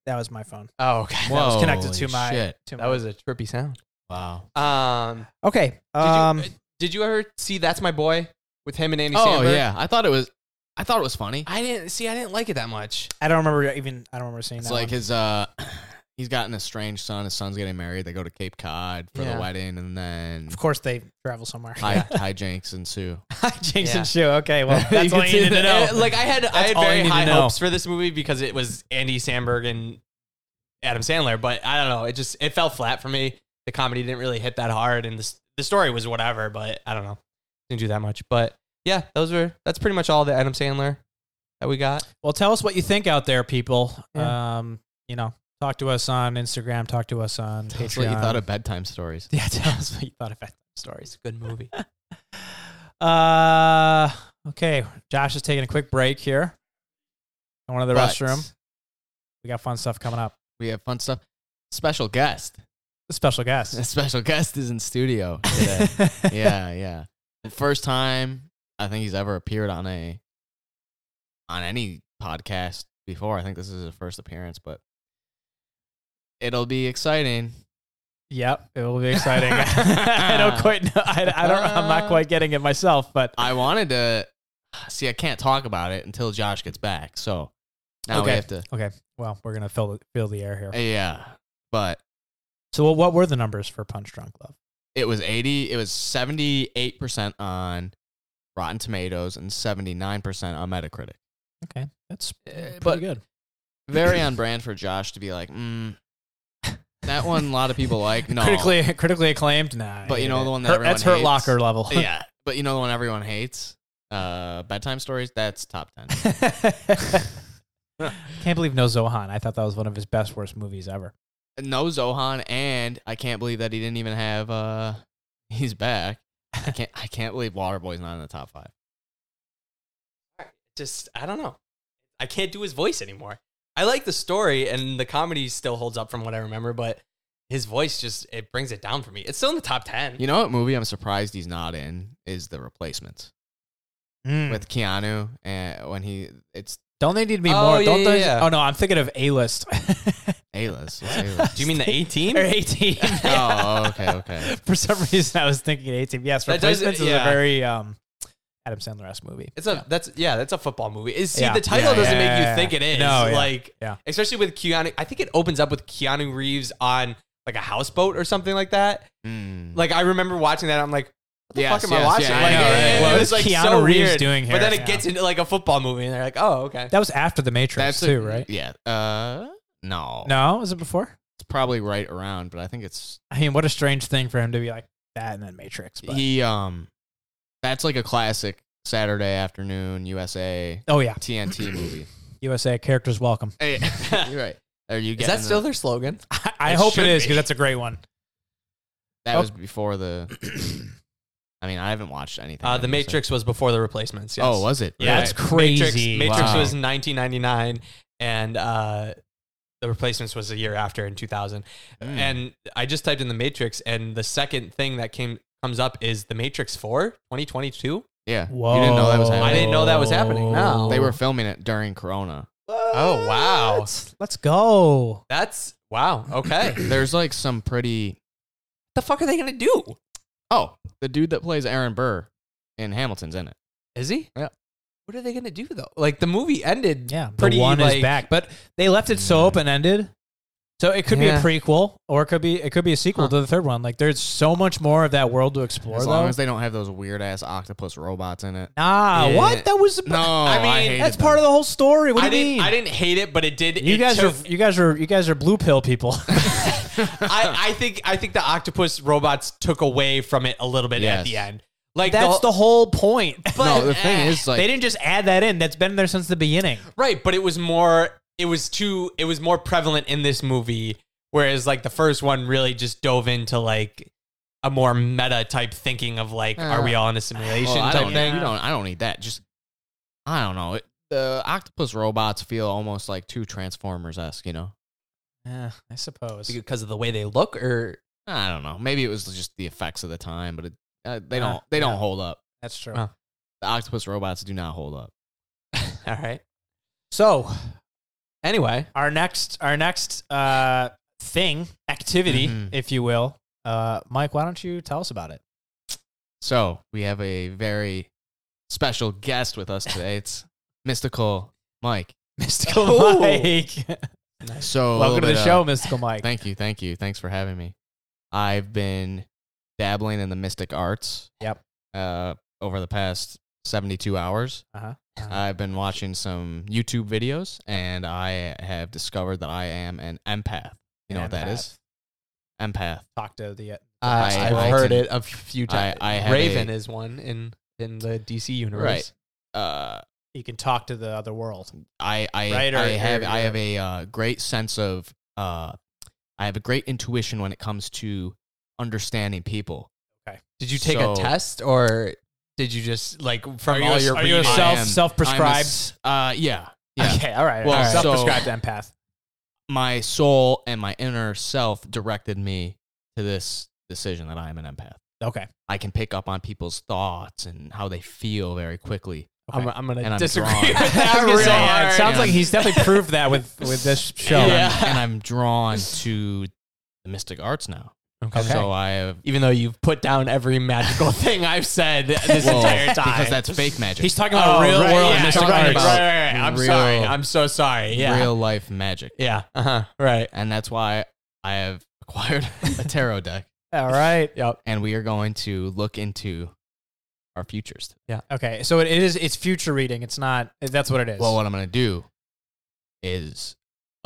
Speaker 1: that was my phone.
Speaker 2: Oh, okay.
Speaker 1: That was
Speaker 3: Whoa,
Speaker 1: connected to
Speaker 3: holy
Speaker 1: my.
Speaker 3: shit.
Speaker 1: To
Speaker 2: That
Speaker 1: my-
Speaker 2: was a trippy sound.
Speaker 3: Wow.
Speaker 2: Um,
Speaker 1: okay.
Speaker 2: Did you,
Speaker 1: Um,
Speaker 2: uh, did you ever see That's My Boy with him and Andy
Speaker 3: Oh
Speaker 2: Samberg?
Speaker 3: yeah, I thought it was. I thought it was funny.
Speaker 2: I didn't see. I didn't like it that much.
Speaker 1: I don't remember even. I don't remember seeing
Speaker 3: It's
Speaker 1: that.
Speaker 3: like
Speaker 1: one.
Speaker 3: his uh he's got an estranged son, his son's getting married, they go to Cape Cod for
Speaker 2: Yeah.
Speaker 3: the wedding and then
Speaker 1: Of course, they travel somewhere.
Speaker 3: hi hijinks ensue.
Speaker 1: Jinx
Speaker 2: Yeah.
Speaker 1: and Shoe. Okay, well,
Speaker 2: You
Speaker 1: that's all you
Speaker 2: could see
Speaker 1: needed to know.
Speaker 2: that- Like I had, I had
Speaker 1: all you
Speaker 2: very
Speaker 1: need to
Speaker 2: high
Speaker 1: know.
Speaker 2: hopes for this movie because it was Andy Samberg and Adam Sandler. But I don't know. It just it fell flat for me. The comedy didn't really hit that hard, and the s- the story was whatever. But I don't know. Didn't do that much. But yeah, those were that's pretty much all the Adam Sandler that we got.
Speaker 1: Well, tell us what you think out there, people. Um, you know, talk to us on Instagram. Talk to us on Patreon.
Speaker 3: That's what you thought of bedtime stories.
Speaker 1: yeah, tell us what you thought of that stories.
Speaker 2: It's a good movie.
Speaker 1: Uh, okay. Josh is taking a quick break here. Going to the
Speaker 3: But
Speaker 1: restroom. We got fun stuff coming up.
Speaker 3: We have fun stuff. Special guest.
Speaker 1: A special
Speaker 3: A
Speaker 1: guest.
Speaker 3: special guest is in studio today. yeah, yeah. The First time I think he's ever appeared on a on any podcast before. I think this is his first appearance, but it'll be exciting.
Speaker 1: Yep, it will be exciting. I don't quite. Know, I, I don't. I'm not quite getting it myself, but
Speaker 3: I wanted to see. I can't talk about it until Josh gets back. So now
Speaker 1: Okay.
Speaker 3: we have to.
Speaker 1: okay. Well, we're gonna fill the, fill the air here.
Speaker 3: Yeah, but
Speaker 1: So, what, what were the numbers for Punch Drunk Love?
Speaker 3: it was eighty. It was seventy eight percent on Rotten Tomatoes and seventy nine percent on Metacritic.
Speaker 1: Okay, that's
Speaker 3: Uh,
Speaker 1: pretty
Speaker 3: but-
Speaker 1: good.
Speaker 3: Very on brand for Josh to be like, mm, that one. A lot of people like no,
Speaker 1: Critically, critically acclaimed. Nah, I
Speaker 3: but you
Speaker 1: hate
Speaker 3: know
Speaker 1: it.
Speaker 3: the one that
Speaker 1: Hurt-
Speaker 3: everyone
Speaker 1: that's Hurt
Speaker 3: hates?
Speaker 1: Locker level.
Speaker 3: yeah, but you know the one everyone hates. Uh, bedtime stories. That's top ten.
Speaker 1: Can't believe no Zohan. I thought that was one of his best worst movies ever.
Speaker 3: no Zohan, and I can't believe that he didn't even have. uh He's back. I can't. I can't believe Waterboy's not in the top five.
Speaker 2: just I don't know. I can't do his voice anymore. I like the story and the comedy still holds up from what I remember, but his voice just it brings it down for me. It's still in the top ten.
Speaker 3: You know what movie I'm surprised he's not in is The Replacements
Speaker 1: Hmm.
Speaker 3: with Keanu and when he it's
Speaker 1: Don't they need to be
Speaker 2: Oh,
Speaker 1: more?
Speaker 2: yeah,
Speaker 1: don't
Speaker 2: yeah,
Speaker 1: they,
Speaker 2: yeah.
Speaker 1: Oh no, I'm thinking of A list.
Speaker 3: A list. What's A list?
Speaker 2: Do you mean the 18?
Speaker 1: Or 18.
Speaker 3: Oh, okay, okay.
Speaker 1: for some reason, I was thinking 18. Yes,
Speaker 2: That does-
Speaker 1: Replacements is
Speaker 2: yeah.
Speaker 1: a very um, Adam Sandler esque movie.
Speaker 2: It's a that's yeah, that's a football movie. It's- see,
Speaker 1: Yeah.
Speaker 2: the title
Speaker 1: Yeah,
Speaker 2: doesn't
Speaker 1: yeah,
Speaker 2: make
Speaker 1: yeah,
Speaker 2: you think it is.
Speaker 1: No, yeah,
Speaker 2: like
Speaker 1: yeah.
Speaker 2: especially with Keanu. I think it opens up with Keanu Reeves on like a houseboat or something like that.
Speaker 3: Mm.
Speaker 2: Like I remember watching that. I'm like, what the
Speaker 3: Yes,
Speaker 2: fuck am I
Speaker 3: yes,
Speaker 2: watching?
Speaker 3: yeah,
Speaker 2: like,
Speaker 3: I know, right?
Speaker 2: it,
Speaker 3: What
Speaker 2: it
Speaker 1: is
Speaker 2: was like
Speaker 1: Keanu
Speaker 2: so
Speaker 1: Reeves
Speaker 2: weird.
Speaker 1: doing
Speaker 2: But
Speaker 1: here?
Speaker 2: then it
Speaker 1: Yeah.
Speaker 2: gets into like a football movie, and they're like, oh okay.
Speaker 1: That was after The Matrix,
Speaker 3: a-
Speaker 1: too, right?
Speaker 3: Yeah. Uh, no.
Speaker 1: No, was it before?
Speaker 3: It's probably right around, but I think it's
Speaker 1: I mean, what a strange thing for him to be like that and then Matrix. But
Speaker 3: he. Um, that's like a classic Saturday afternoon USA
Speaker 1: oh yeah,
Speaker 3: TNT movie.
Speaker 1: USA characters welcome.
Speaker 3: Hey, you're right. Are you
Speaker 2: Is
Speaker 3: getting
Speaker 2: that still
Speaker 3: the,
Speaker 2: their slogan?
Speaker 1: I, I
Speaker 3: It
Speaker 1: hope it
Speaker 3: should
Speaker 1: is
Speaker 3: be.
Speaker 1: because that's a great one.
Speaker 3: that
Speaker 1: Oh.
Speaker 3: was before the. I mean, I haven't watched anything.
Speaker 2: Uh,
Speaker 3: on
Speaker 2: the
Speaker 3: USA.
Speaker 2: Matrix was before the replacements. Yes.
Speaker 3: Oh, was it?
Speaker 2: Yeah.
Speaker 1: That's
Speaker 3: Really?
Speaker 2: Matrix,
Speaker 1: crazy.
Speaker 2: Matrix
Speaker 3: Wow.
Speaker 2: was in 1999, and uh, the replacements was a year after in 2000.
Speaker 3: Mm.
Speaker 2: And I just typed in the Matrix, and the second thing that came comes up is the Matrix 4 2022.
Speaker 3: yeah.
Speaker 1: Whoa!
Speaker 3: You didn't know that was happening.
Speaker 2: I didn't know that was happening, no.
Speaker 3: They were filming it during Corona.
Speaker 2: Oh, wow.
Speaker 1: What? Let's go.
Speaker 2: That's wow. Okay, what
Speaker 3: There's like some pretty.
Speaker 2: the fuck are they gonna do?
Speaker 3: Oh, the dude that plays Aaron Burr in Hamilton's in it.
Speaker 2: Is he?
Speaker 3: Yeah.
Speaker 2: What are they gonna do though? Like the movie ended.
Speaker 1: Yeah,
Speaker 2: Pretty,
Speaker 1: the one
Speaker 2: like-
Speaker 1: is back, but they left it so
Speaker 3: Mm.
Speaker 1: open ended. So it could
Speaker 2: Yeah.
Speaker 1: be a prequel, or it could be it could be a sequel
Speaker 2: Huh.
Speaker 1: to the third one. Like there's so much more of that world to explore.
Speaker 3: As long
Speaker 1: though.
Speaker 3: as they don't have those weird ass octopus robots in it.
Speaker 1: nah,
Speaker 2: Yeah.
Speaker 1: what that was.
Speaker 3: No, I
Speaker 2: mean,
Speaker 3: mean
Speaker 1: that's part of the whole story. What
Speaker 2: I
Speaker 1: do you
Speaker 2: didn't.
Speaker 1: mean?
Speaker 2: I didn't hate it, but it did.
Speaker 1: you
Speaker 2: it
Speaker 1: guys
Speaker 2: took-
Speaker 1: are you guys are you guys are blue pill people.
Speaker 2: I, I think I think the octopus robots took away from it a little bit at
Speaker 3: Yes.
Speaker 2: the end. Like
Speaker 1: That's the,
Speaker 2: the,
Speaker 1: whole point.
Speaker 2: but-
Speaker 3: no, the thing is like
Speaker 1: they didn't just add that in. That's been there since the beginning.
Speaker 2: right, but it was more it was too it was more prevalent in this movie whereas like the first one really just dove into like a more meta type thinking of like are we all in a simulation
Speaker 3: well, I
Speaker 2: type
Speaker 3: don't,
Speaker 2: thing.
Speaker 3: You don't. I don't need that. Just I don't know. It, the octopus robots feel almost like two Transformers esque. You know.
Speaker 1: Yeah, I suppose.
Speaker 2: Because of the way they look or
Speaker 3: I don't know. Maybe it was just the effects of the time, but it, uh, they
Speaker 1: Uh,
Speaker 3: don't. They
Speaker 1: yeah.
Speaker 3: don't hold up.
Speaker 1: That's true.
Speaker 2: Wow.
Speaker 3: The octopus robots do not hold up.
Speaker 2: all right.
Speaker 1: So
Speaker 2: Anyway,
Speaker 1: our next our next uh, thing activity,
Speaker 3: Mhm.
Speaker 1: if you will, uh, Mike, why don't you tell us about it?
Speaker 3: So we have a very special guest with us today. It's mystical Mike.
Speaker 1: Mystical
Speaker 2: Oh.
Speaker 1: Mike,
Speaker 3: So a
Speaker 1: welcome to
Speaker 3: little
Speaker 1: the
Speaker 3: bit of-
Speaker 1: show, Mystical Mike.
Speaker 3: Thank you, thank you, thanks for having me. I've been dabbling in the mystic arts.
Speaker 1: Yep.
Speaker 3: Uh, over the past seventy-two hours.
Speaker 1: Uh-huh.
Speaker 3: I've been watching some YouTube videos and I have discovered that I am an empath. You know what that is? Empath.
Speaker 1: uh, Talk to the. uh,
Speaker 2: I,
Speaker 3: I-
Speaker 2: have
Speaker 3: I
Speaker 2: uh, heard
Speaker 3: can-
Speaker 2: it a few times.
Speaker 3: I have
Speaker 2: Raven
Speaker 3: a-
Speaker 2: is one in in the DC universe.
Speaker 3: Right. Uh,
Speaker 1: You can talk to the other world.
Speaker 3: I I,
Speaker 1: Right, or-
Speaker 3: I have
Speaker 1: or-
Speaker 3: I have a uh, great sense of uh, I have a great intuition when it comes to understanding people.
Speaker 2: Did you take a
Speaker 3: So-
Speaker 2: test or did you just like from
Speaker 1: Are you
Speaker 2: all
Speaker 1: a-
Speaker 2: your
Speaker 1: are you a
Speaker 2: reading?
Speaker 1: self-
Speaker 3: I am- I'm a
Speaker 1: self-prescribed?
Speaker 3: s- uh, yeah. Yeah.
Speaker 1: Okay, all right.
Speaker 3: Well,
Speaker 1: all right.
Speaker 3: so-
Speaker 1: self-prescribed empath.
Speaker 3: My soul and my inner self directed me to this decision that I am an empath.
Speaker 1: Okay.
Speaker 3: I can pick up on people's thoughts and how they feel very quickly.
Speaker 2: I'm, I'm gonna
Speaker 3: And I'm
Speaker 2: disagree.
Speaker 3: drawn.
Speaker 2: with that. I'm
Speaker 1: Really?
Speaker 2: so
Speaker 1: Yeah, it
Speaker 2: hard.
Speaker 1: sounds like
Speaker 3: Yeah.
Speaker 1: he's definitely proved that with with this show.
Speaker 3: And,
Speaker 2: Yeah.
Speaker 3: I'm, and I'm drawn to the mystic arts now.
Speaker 2: Okay.
Speaker 3: So I have
Speaker 2: even though you've put down every magical thing I've said this
Speaker 3: Well,
Speaker 2: entire time,
Speaker 3: because that's fake magic.
Speaker 1: He's talking about real
Speaker 2: Oh, right,
Speaker 1: world
Speaker 2: yeah,
Speaker 1: mystic
Speaker 2: right,
Speaker 1: arts.
Speaker 2: Right, right, right. I'm
Speaker 3: Real-
Speaker 2: sorry. I'm so sorry. Yeah,
Speaker 3: real life magic,
Speaker 2: yeah. Uh huh. Right.
Speaker 3: and that's why I have acquired a tarot deck,
Speaker 1: All right.
Speaker 2: Yep.
Speaker 3: and we are going to look into our futures.
Speaker 1: Okay. So it is. It's future reading. It's not. That's what it is.
Speaker 3: Well, what I'm going to do is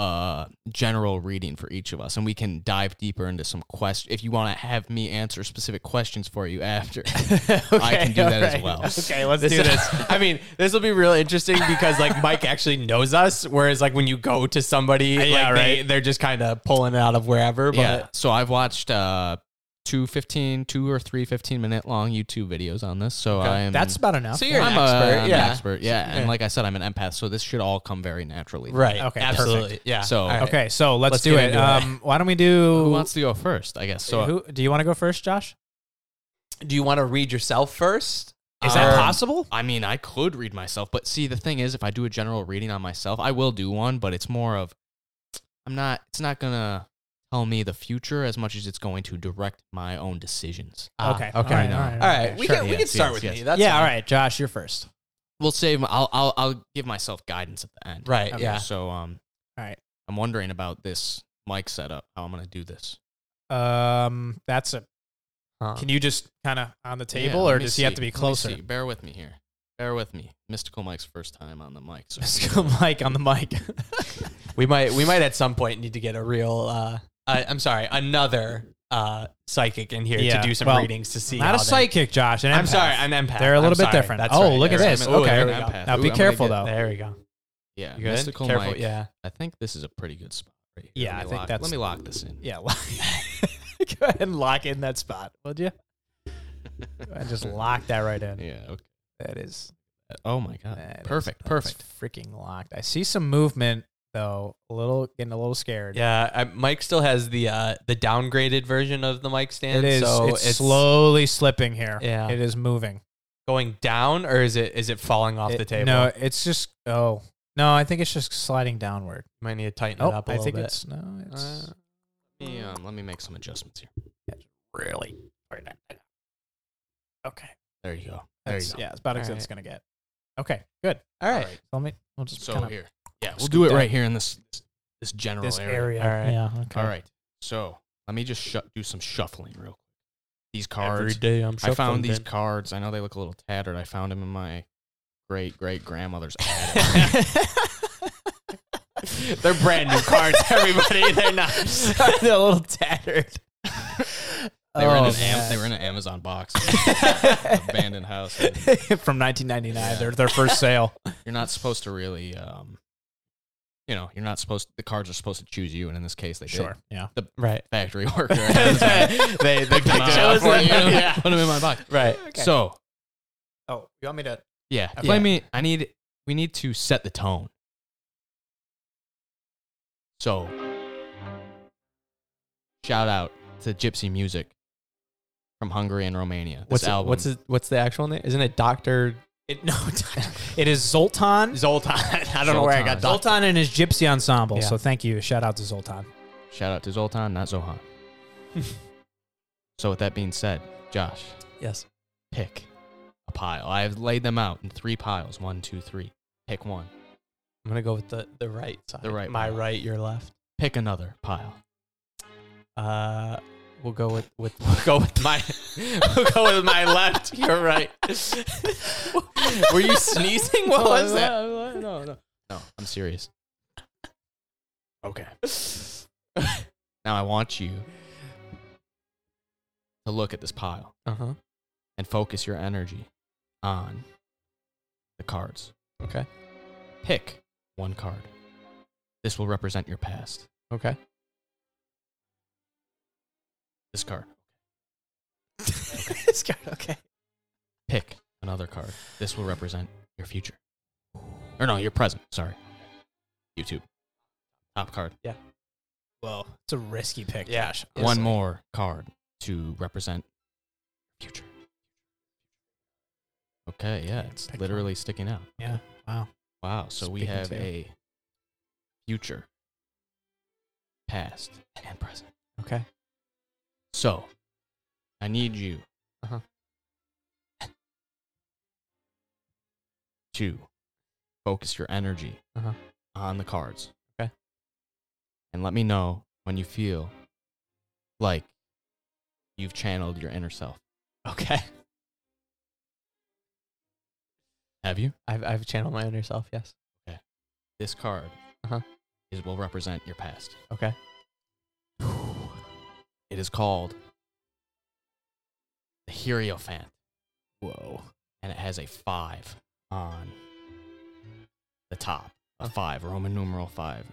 Speaker 3: a general reading for each of us, and we can dive deeper into some questions. If you want to have me answer specific questions for you after, I can do
Speaker 1: all
Speaker 3: that as well.
Speaker 1: Okay. Let's
Speaker 2: This
Speaker 1: do
Speaker 2: is-
Speaker 1: this.
Speaker 2: I mean, this will be real interesting because like Mike actually knows us, whereas like when you go to somebody, like they,
Speaker 1: right.
Speaker 2: they're just kind of pulling it out of wherever. But
Speaker 3: yeah. So I've watched uh, two 15, two or three 15 minute long YouTube videos on this. So
Speaker 2: Okay.
Speaker 3: I am.
Speaker 1: That's about enough.
Speaker 2: So you're
Speaker 3: I'm
Speaker 2: an
Speaker 3: a-
Speaker 2: expert.
Speaker 3: I'm an
Speaker 2: yeah.
Speaker 3: expert. Yeah.
Speaker 2: Yeah.
Speaker 3: And like I said, I'm an empath, so this should all come very naturally.
Speaker 2: Right.
Speaker 1: Okay,
Speaker 2: Absolutely. Yeah.
Speaker 3: So-
Speaker 2: All right.
Speaker 1: okay. So let's,
Speaker 2: Let's
Speaker 1: do
Speaker 2: get
Speaker 1: it.
Speaker 2: into it.
Speaker 1: Um, why don't we do?
Speaker 3: Who wants to go first? I guess. So
Speaker 1: who- do you want to go first, Josh?
Speaker 2: Do you want to read yourself first?
Speaker 1: Is that
Speaker 2: Um,
Speaker 1: possible?
Speaker 3: I mean, I could read myself, but see, the thing is, if I do a general reading on myself, I will do one, but it's more of I'm not. It's not gonna tell me the future as much as it's going to direct my own decisions.
Speaker 2: Ah,
Speaker 1: Okay.
Speaker 2: Okay.
Speaker 1: All right,
Speaker 2: No.
Speaker 1: all right,
Speaker 2: All right. We
Speaker 3: sure,
Speaker 2: can we
Speaker 3: yes,
Speaker 2: can start
Speaker 3: yes,
Speaker 2: with
Speaker 3: yes.
Speaker 2: me. That's
Speaker 1: yeah.
Speaker 2: fine.
Speaker 1: All right, Josh, you're first.
Speaker 3: We'll save. I'll. I'll. I'll give myself guidance at the end.
Speaker 2: Right.
Speaker 1: Okay.
Speaker 2: Yeah.
Speaker 3: So um.
Speaker 1: All right.
Speaker 3: I'm wondering about this mic setup. How I'm gonna do this.
Speaker 1: Um, that's a.
Speaker 2: Huh.
Speaker 1: Can you just kind of on the
Speaker 3: Yeah,
Speaker 1: table,
Speaker 3: let
Speaker 1: or
Speaker 3: me
Speaker 1: does he have
Speaker 3: see.
Speaker 1: to be
Speaker 3: Let me
Speaker 1: closer?
Speaker 3: see. Bear with me here. Bear with me. Mystical Mike's first time on the mic. So
Speaker 1: Just go mic on the mic.
Speaker 2: We might we might at some point need to get a real. Uh, uh, I'm sorry, another uh, psychic in here
Speaker 1: Yeah,
Speaker 2: to do some
Speaker 1: well,
Speaker 2: readings to see.
Speaker 1: Not
Speaker 2: how
Speaker 1: a
Speaker 2: they-
Speaker 1: psychic, Josh. An
Speaker 2: I'm
Speaker 1: empath.
Speaker 2: sorry, an empath.
Speaker 1: They're a little
Speaker 2: I'm
Speaker 1: bit
Speaker 2: sorry.
Speaker 1: different.
Speaker 2: That's
Speaker 1: Oh,
Speaker 2: right.
Speaker 1: look at
Speaker 2: Yeah.
Speaker 1: this.
Speaker 2: Ooh,
Speaker 1: Okay.
Speaker 2: there we
Speaker 3: an
Speaker 2: go.
Speaker 3: empath.
Speaker 1: Now be
Speaker 3: Ooh, I'm gonna
Speaker 1: careful
Speaker 3: get-
Speaker 1: though.
Speaker 2: There we go.
Speaker 3: Yeah,
Speaker 2: You good?
Speaker 3: mystical
Speaker 2: Careful.
Speaker 3: Mike.
Speaker 2: Yeah.
Speaker 3: I think this is a pretty good spot. Right here.
Speaker 1: Yeah,
Speaker 3: Let
Speaker 1: I
Speaker 3: me
Speaker 1: think
Speaker 3: lock-
Speaker 1: that's-
Speaker 3: Let me lock this in.
Speaker 1: Yeah. lock- go ahead and lock in that spot, would you? Go ahead and just lock that right in.
Speaker 3: Yeah. Okay.
Speaker 1: That is
Speaker 3: Oh my
Speaker 2: Uh,
Speaker 3: god.
Speaker 1: that is-
Speaker 3: perfect.
Speaker 1: that's
Speaker 3: Perfect.
Speaker 1: Freaking locked. I see some movement though. A little getting a little scared.
Speaker 2: Yeah. I, Mike still has the uh, the downgraded version of the mic
Speaker 1: It
Speaker 2: stand.
Speaker 1: is.
Speaker 2: So
Speaker 1: it's, slowly slipping here.
Speaker 2: Yeah.
Speaker 1: It is moving.
Speaker 2: going down, or is it is it falling off
Speaker 1: It-
Speaker 2: the table?
Speaker 1: No, it's just. Oh no, I think it's just sliding downward.
Speaker 2: Might need to tighten
Speaker 1: Oh,
Speaker 2: it up a
Speaker 1: I
Speaker 2: little
Speaker 1: think
Speaker 2: bit.
Speaker 1: it's no. It's
Speaker 2: Uh,
Speaker 3: Let me, um, let me make some adjustments here.
Speaker 1: really. Okay.
Speaker 3: There you go. There you
Speaker 1: That's,
Speaker 3: go.
Speaker 1: yeah, it's about
Speaker 2: All
Speaker 1: as
Speaker 2: right.
Speaker 1: it's gonna get. Okay. Good.
Speaker 2: all right.
Speaker 3: Alright,
Speaker 1: So let me. We'll just
Speaker 3: So
Speaker 1: kind of
Speaker 3: here. Yeah, we'll
Speaker 1: scoop
Speaker 3: do it
Speaker 1: down.
Speaker 3: right here in this this
Speaker 2: Oh,
Speaker 3: general
Speaker 1: this
Speaker 3: area.
Speaker 1: area.
Speaker 2: All right.
Speaker 1: Yeah. Okay.
Speaker 3: All right. So let me just shu- do some shuffling real quick. These
Speaker 2: Every
Speaker 3: cards.
Speaker 2: day I'm
Speaker 3: I found
Speaker 2: shuffling,
Speaker 3: these
Speaker 2: dude.
Speaker 3: cards. I know they look a little tattered. I found them in my great great grandmother's attic.
Speaker 2: They're brand new cards, everybody. They're not.
Speaker 1: They're a little tattered.
Speaker 3: They were, in
Speaker 1: Oh,
Speaker 3: an Am-
Speaker 1: man.
Speaker 3: they were in an Amazon box, abandoned house. And
Speaker 1: from 1999.
Speaker 3: Yeah.
Speaker 1: Their their first sale.
Speaker 3: you're not supposed to really, um, you know, you're not supposed. The cards are supposed to choose you, and in this case, they did.
Speaker 1: Yeah.
Speaker 2: Right.
Speaker 3: Factory worker. at Amazon
Speaker 2: they they picked
Speaker 3: picked 'em
Speaker 2: it
Speaker 3: up
Speaker 2: up
Speaker 3: for
Speaker 2: for
Speaker 3: you,
Speaker 2: you.
Speaker 3: Put them in my box.
Speaker 2: Right.
Speaker 3: So
Speaker 1: Oh, you want me to?
Speaker 3: yeah,
Speaker 1: Okay.
Speaker 3: let me. I need. We need to set the tone. So shout out to Gypsy Music from Hungary and Romania. This
Speaker 2: What's it-
Speaker 3: album.
Speaker 2: what's it, what's the actual name? Isn't it Doctor
Speaker 1: It, no, it is Zoltan.
Speaker 2: Zoltan? I don't know where I got Zoltan.
Speaker 1: Zoltan and his gypsy ensemble.
Speaker 2: Yeah.
Speaker 1: So thank you. Shout out to Zoltan.
Speaker 3: Shout out to Zoltan, not Zohan. so with that being said, Josh,
Speaker 2: Yes.
Speaker 3: pick a pile. I have laid them out in three piles. One, two, three. Pick one.
Speaker 2: I'm gonna go with the the right side.
Speaker 3: The right
Speaker 2: My
Speaker 3: one.
Speaker 2: right, your left.
Speaker 3: Pick another pile.
Speaker 2: Uh, we'll go with with we'll go with my we'll go with my left. Your right. Were you sneezing? What was that?
Speaker 3: No, no. No, I'm serious. Okay. now I want you to look at this pile
Speaker 2: Uh huh.
Speaker 3: and focus your energy on the cards.
Speaker 2: Okay.
Speaker 3: Pick one card. This will represent your past.
Speaker 2: Okay.
Speaker 3: This card.
Speaker 1: This guy, okay.
Speaker 3: Pick another card. This will represent your future. Or no, your present. Sorry. YouTube. Top card.
Speaker 1: Well, it's a risky pick.
Speaker 2: Yeah.
Speaker 1: Josh.
Speaker 3: One more card to represent future. Okay, yeah, it's
Speaker 1: pick one.
Speaker 3: literally sticking out.
Speaker 1: Yeah. Wow.
Speaker 3: Wow, so we
Speaker 1: Speaking
Speaker 3: have
Speaker 1: to-
Speaker 3: a future, past, and present.
Speaker 2: Okay.
Speaker 3: So, I need you
Speaker 2: Uh-huh.
Speaker 3: to focus your energy
Speaker 2: Uh-huh.
Speaker 3: on the cards.
Speaker 2: Okay.
Speaker 3: And let me know when you feel like you've channeled your inner self.
Speaker 2: Okay.
Speaker 3: Have you?
Speaker 2: I've I've channeled my inner self. Yes.
Speaker 3: This card
Speaker 2: Uh-huh.
Speaker 3: is will represent your past.
Speaker 2: Okay.
Speaker 3: It is called the Hierophant.
Speaker 1: Whoa.
Speaker 3: and it has a five on the top. A
Speaker 2: Huh.
Speaker 3: five, Roman numeral five.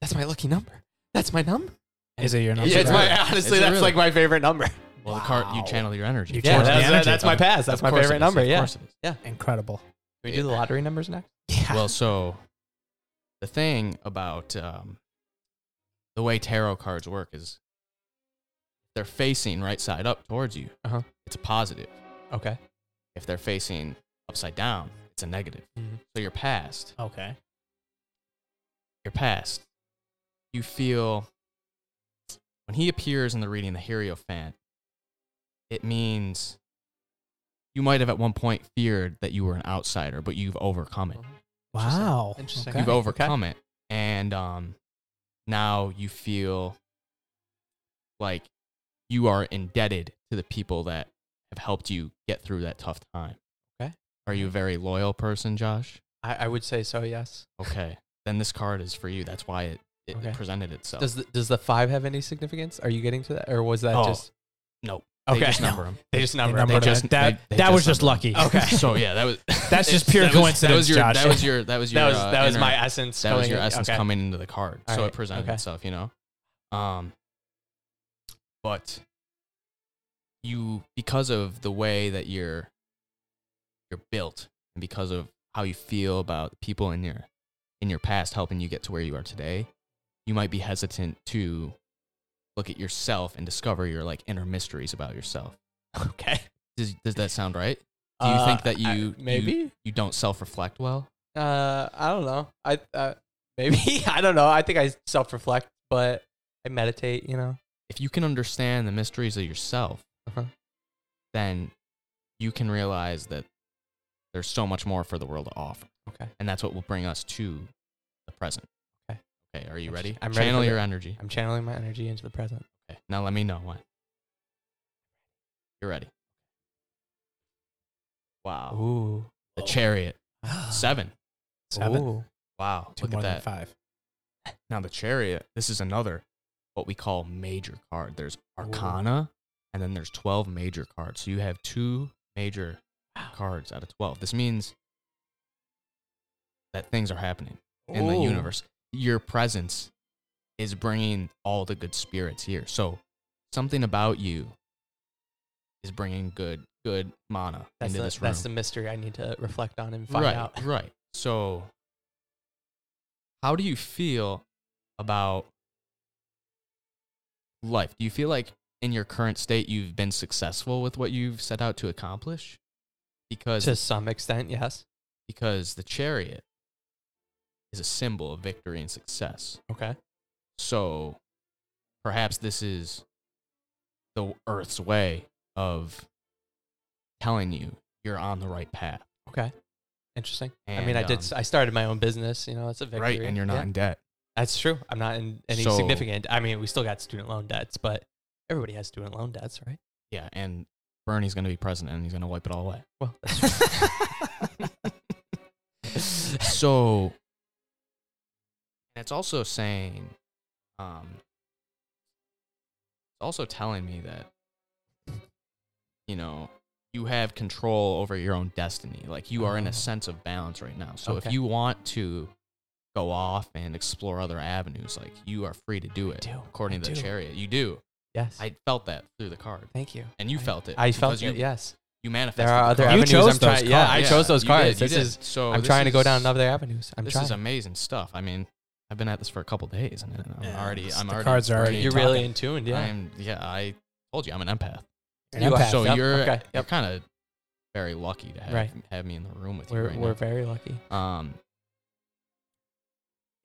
Speaker 2: That's my lucky number. That's my number.
Speaker 1: Is it your number?
Speaker 2: Yeah, it's
Speaker 3: really?
Speaker 2: my
Speaker 3: Is
Speaker 2: honestly.
Speaker 3: it
Speaker 2: that's
Speaker 3: really?
Speaker 2: like my favorite number.
Speaker 3: Well, the card you
Speaker 1: Wow.
Speaker 3: channel your energy.
Speaker 1: You
Speaker 3: Of
Speaker 1: Yeah,
Speaker 2: Yeah,
Speaker 1: channel
Speaker 3: course
Speaker 1: that's-
Speaker 2: that's,
Speaker 3: it is.
Speaker 1: energy.
Speaker 2: that's my
Speaker 3: Of-
Speaker 2: pass. That's
Speaker 3: of
Speaker 2: my
Speaker 3: course it
Speaker 2: favorite
Speaker 3: is.
Speaker 2: number.
Speaker 3: Of
Speaker 2: Yeah.
Speaker 3: course it is.
Speaker 1: Incredible.
Speaker 2: Can we do the lottery numbers next?
Speaker 1: Yeah.
Speaker 3: Well, so the thing about um, the way tarot cards work is they're facing right side up towards you.
Speaker 2: Uh-huh.
Speaker 3: It's a positive.
Speaker 2: Okay.
Speaker 3: If they're facing upside down, it's a negative.
Speaker 2: Mhm.
Speaker 3: So your past,
Speaker 1: okay.
Speaker 3: your past you feel when he appears in the reading the Hierophant, it means you might have at one point feared that you were an outsider, but you've overcome it.
Speaker 1: Wow.
Speaker 2: Interesting.
Speaker 1: Okay.
Speaker 3: You've overcome it. And um, now you feel like you are indebted to the people that have helped you get through that tough time.
Speaker 2: Okay.
Speaker 3: Are you a very loyal person, Josh?
Speaker 2: I, I would say so. Yes.
Speaker 3: Okay. then this card is for you. That's why it, it
Speaker 2: Okay.
Speaker 3: presented itself.
Speaker 2: Does the, does the five have any significance? Are you getting to that, or was that
Speaker 3: Oh,
Speaker 2: just
Speaker 3: no.
Speaker 2: Okay,
Speaker 3: They just number 'em.
Speaker 2: they just
Speaker 1: They
Speaker 2: number
Speaker 1: numbered
Speaker 3: They
Speaker 1: them.
Speaker 3: just-
Speaker 1: that
Speaker 3: they- they
Speaker 1: that
Speaker 3: just
Speaker 1: was just
Speaker 3: numbered
Speaker 1: lucky.
Speaker 2: Okay.
Speaker 3: So yeah, that was
Speaker 1: That's just pure
Speaker 2: that was-
Speaker 1: coincidence,
Speaker 3: that was your
Speaker 1: Josh.
Speaker 3: that was your that was your
Speaker 2: that was
Speaker 3: uh,
Speaker 2: that was
Speaker 3: inner-
Speaker 2: my essence.
Speaker 3: that was
Speaker 2: coming
Speaker 3: your
Speaker 2: in.
Speaker 3: essence
Speaker 2: Okay.
Speaker 3: coming into the card.
Speaker 2: All
Speaker 3: so
Speaker 2: right,
Speaker 3: it presented
Speaker 2: okay.
Speaker 3: itself, you know. Um but you because of the way that you're you're built and because of how you feel about people in your in your past helping you get to where you are today, you might be hesitant to look at yourself and discover your like inner mysteries about yourself.
Speaker 2: Okay.
Speaker 3: Does does that sound right? Do you think that
Speaker 2: Uh, I-
Speaker 3: you-
Speaker 2: maybe?
Speaker 3: You don't self-reflect well?
Speaker 2: Uh, I don't know. I uh, maybe I don't know. I think I self reflect, but I meditate. You know.
Speaker 3: if you can understand the mysteries of yourself,
Speaker 2: Uh-huh.
Speaker 3: then you can realize that there's so much more for the world to offer.
Speaker 2: Okay.
Speaker 3: And that's what will bring us to the present.
Speaker 2: Okay.
Speaker 3: Okay. Are you ready?
Speaker 2: I'm ready
Speaker 3: Channel
Speaker 2: for
Speaker 3: your
Speaker 2: the-
Speaker 3: energy.
Speaker 2: I'm channeling my energy into the present.
Speaker 3: Okay. Now let me know when. You're ready. Wow.
Speaker 2: Ooh.
Speaker 3: The chariot. Seven.
Speaker 1: Seven.
Speaker 2: Ooh.
Speaker 3: Wow.
Speaker 1: Two
Speaker 3: Look
Speaker 1: more
Speaker 3: at
Speaker 1: than
Speaker 3: that.
Speaker 1: five.
Speaker 3: Now the chariot. This is another what we call major card. There's
Speaker 2: Ooh.
Speaker 3: arcana, and then there's twelve major cards. So you have two major cards out of twelve. This means that things are happening in the
Speaker 2: Ooh.
Speaker 3: universe. Your presence is bringing all the good spirits here. So something about you is bringing good good mana
Speaker 2: That's
Speaker 3: into
Speaker 2: the,
Speaker 3: this room.
Speaker 2: that's the mystery I need to reflect on and find
Speaker 3: right,
Speaker 2: out.
Speaker 3: Right. So, how do you feel about life? Do you feel like in your current state you've been successful with what you've set out to accomplish? Because
Speaker 2: To some extent, yes.
Speaker 3: because the chariot is a symbol of victory and success.
Speaker 2: Okay.
Speaker 3: So, perhaps this is the Earth's way of telling you you're on the right path.
Speaker 2: Okay. Interesting. I mean,
Speaker 3: And,
Speaker 2: I did.
Speaker 3: um,
Speaker 2: s- I started my own business. You know, it's a victory.
Speaker 3: Right, and you're not
Speaker 2: Yeah.
Speaker 3: in debt.
Speaker 2: That's true. I'm not in any
Speaker 3: So-
Speaker 2: significant. I mean, we still got student loan debts, but everybody has student loan debts, right?
Speaker 3: Yeah, and Bernie's going to be president and he's going to wipe it all away.
Speaker 2: Well, that's true.
Speaker 3: Well, so and it's also saying um it's also telling me that you know, you have control over your own destiny. Like you are in
Speaker 2: Oh.
Speaker 3: a sense of balance right now. So
Speaker 2: Okay.
Speaker 3: if you want to go off and explore other avenues, like you are free to do it.
Speaker 2: do.
Speaker 3: According
Speaker 2: I
Speaker 3: to the
Speaker 2: do.
Speaker 3: chariot, you do.
Speaker 2: yes.
Speaker 3: I felt that through the card,
Speaker 2: Thank you.
Speaker 3: and you
Speaker 2: I-
Speaker 3: felt it.
Speaker 2: I
Speaker 3: because
Speaker 2: felt
Speaker 3: you,
Speaker 2: it. Yes.
Speaker 3: You manifested.
Speaker 2: There are
Speaker 3: the
Speaker 2: other
Speaker 3: card.
Speaker 1: You
Speaker 2: avenues.
Speaker 1: chose
Speaker 2: I'm trying.
Speaker 1: those
Speaker 2: Yeah, I
Speaker 1: cards.
Speaker 2: chose those
Speaker 3: you did,
Speaker 2: cards.
Speaker 3: you
Speaker 2: this
Speaker 3: did.
Speaker 2: is.
Speaker 3: so.
Speaker 2: I'm
Speaker 3: this
Speaker 2: trying to go
Speaker 3: is-
Speaker 2: down other avenues. I'm
Speaker 3: This
Speaker 2: trying.
Speaker 3: is amazing stuff. I mean, I've been at this for a couple days, and I'm
Speaker 1: Yeah,
Speaker 3: already.
Speaker 1: it's-
Speaker 3: I'm
Speaker 1: the
Speaker 3: already.
Speaker 1: cards are already
Speaker 2: You're
Speaker 1: talking.
Speaker 2: really in tune. Yeah.
Speaker 3: I'm. Yeah, I told you I'm an empath.
Speaker 1: An
Speaker 2: You are-
Speaker 1: empath.
Speaker 3: So
Speaker 2: Yep,
Speaker 3: you're
Speaker 2: okay,
Speaker 3: you're
Speaker 2: yep.
Speaker 3: kind of very lucky to have
Speaker 2: Right.
Speaker 3: have me in the room with you
Speaker 2: we're
Speaker 3: right
Speaker 2: we're very lucky.
Speaker 3: now. Um,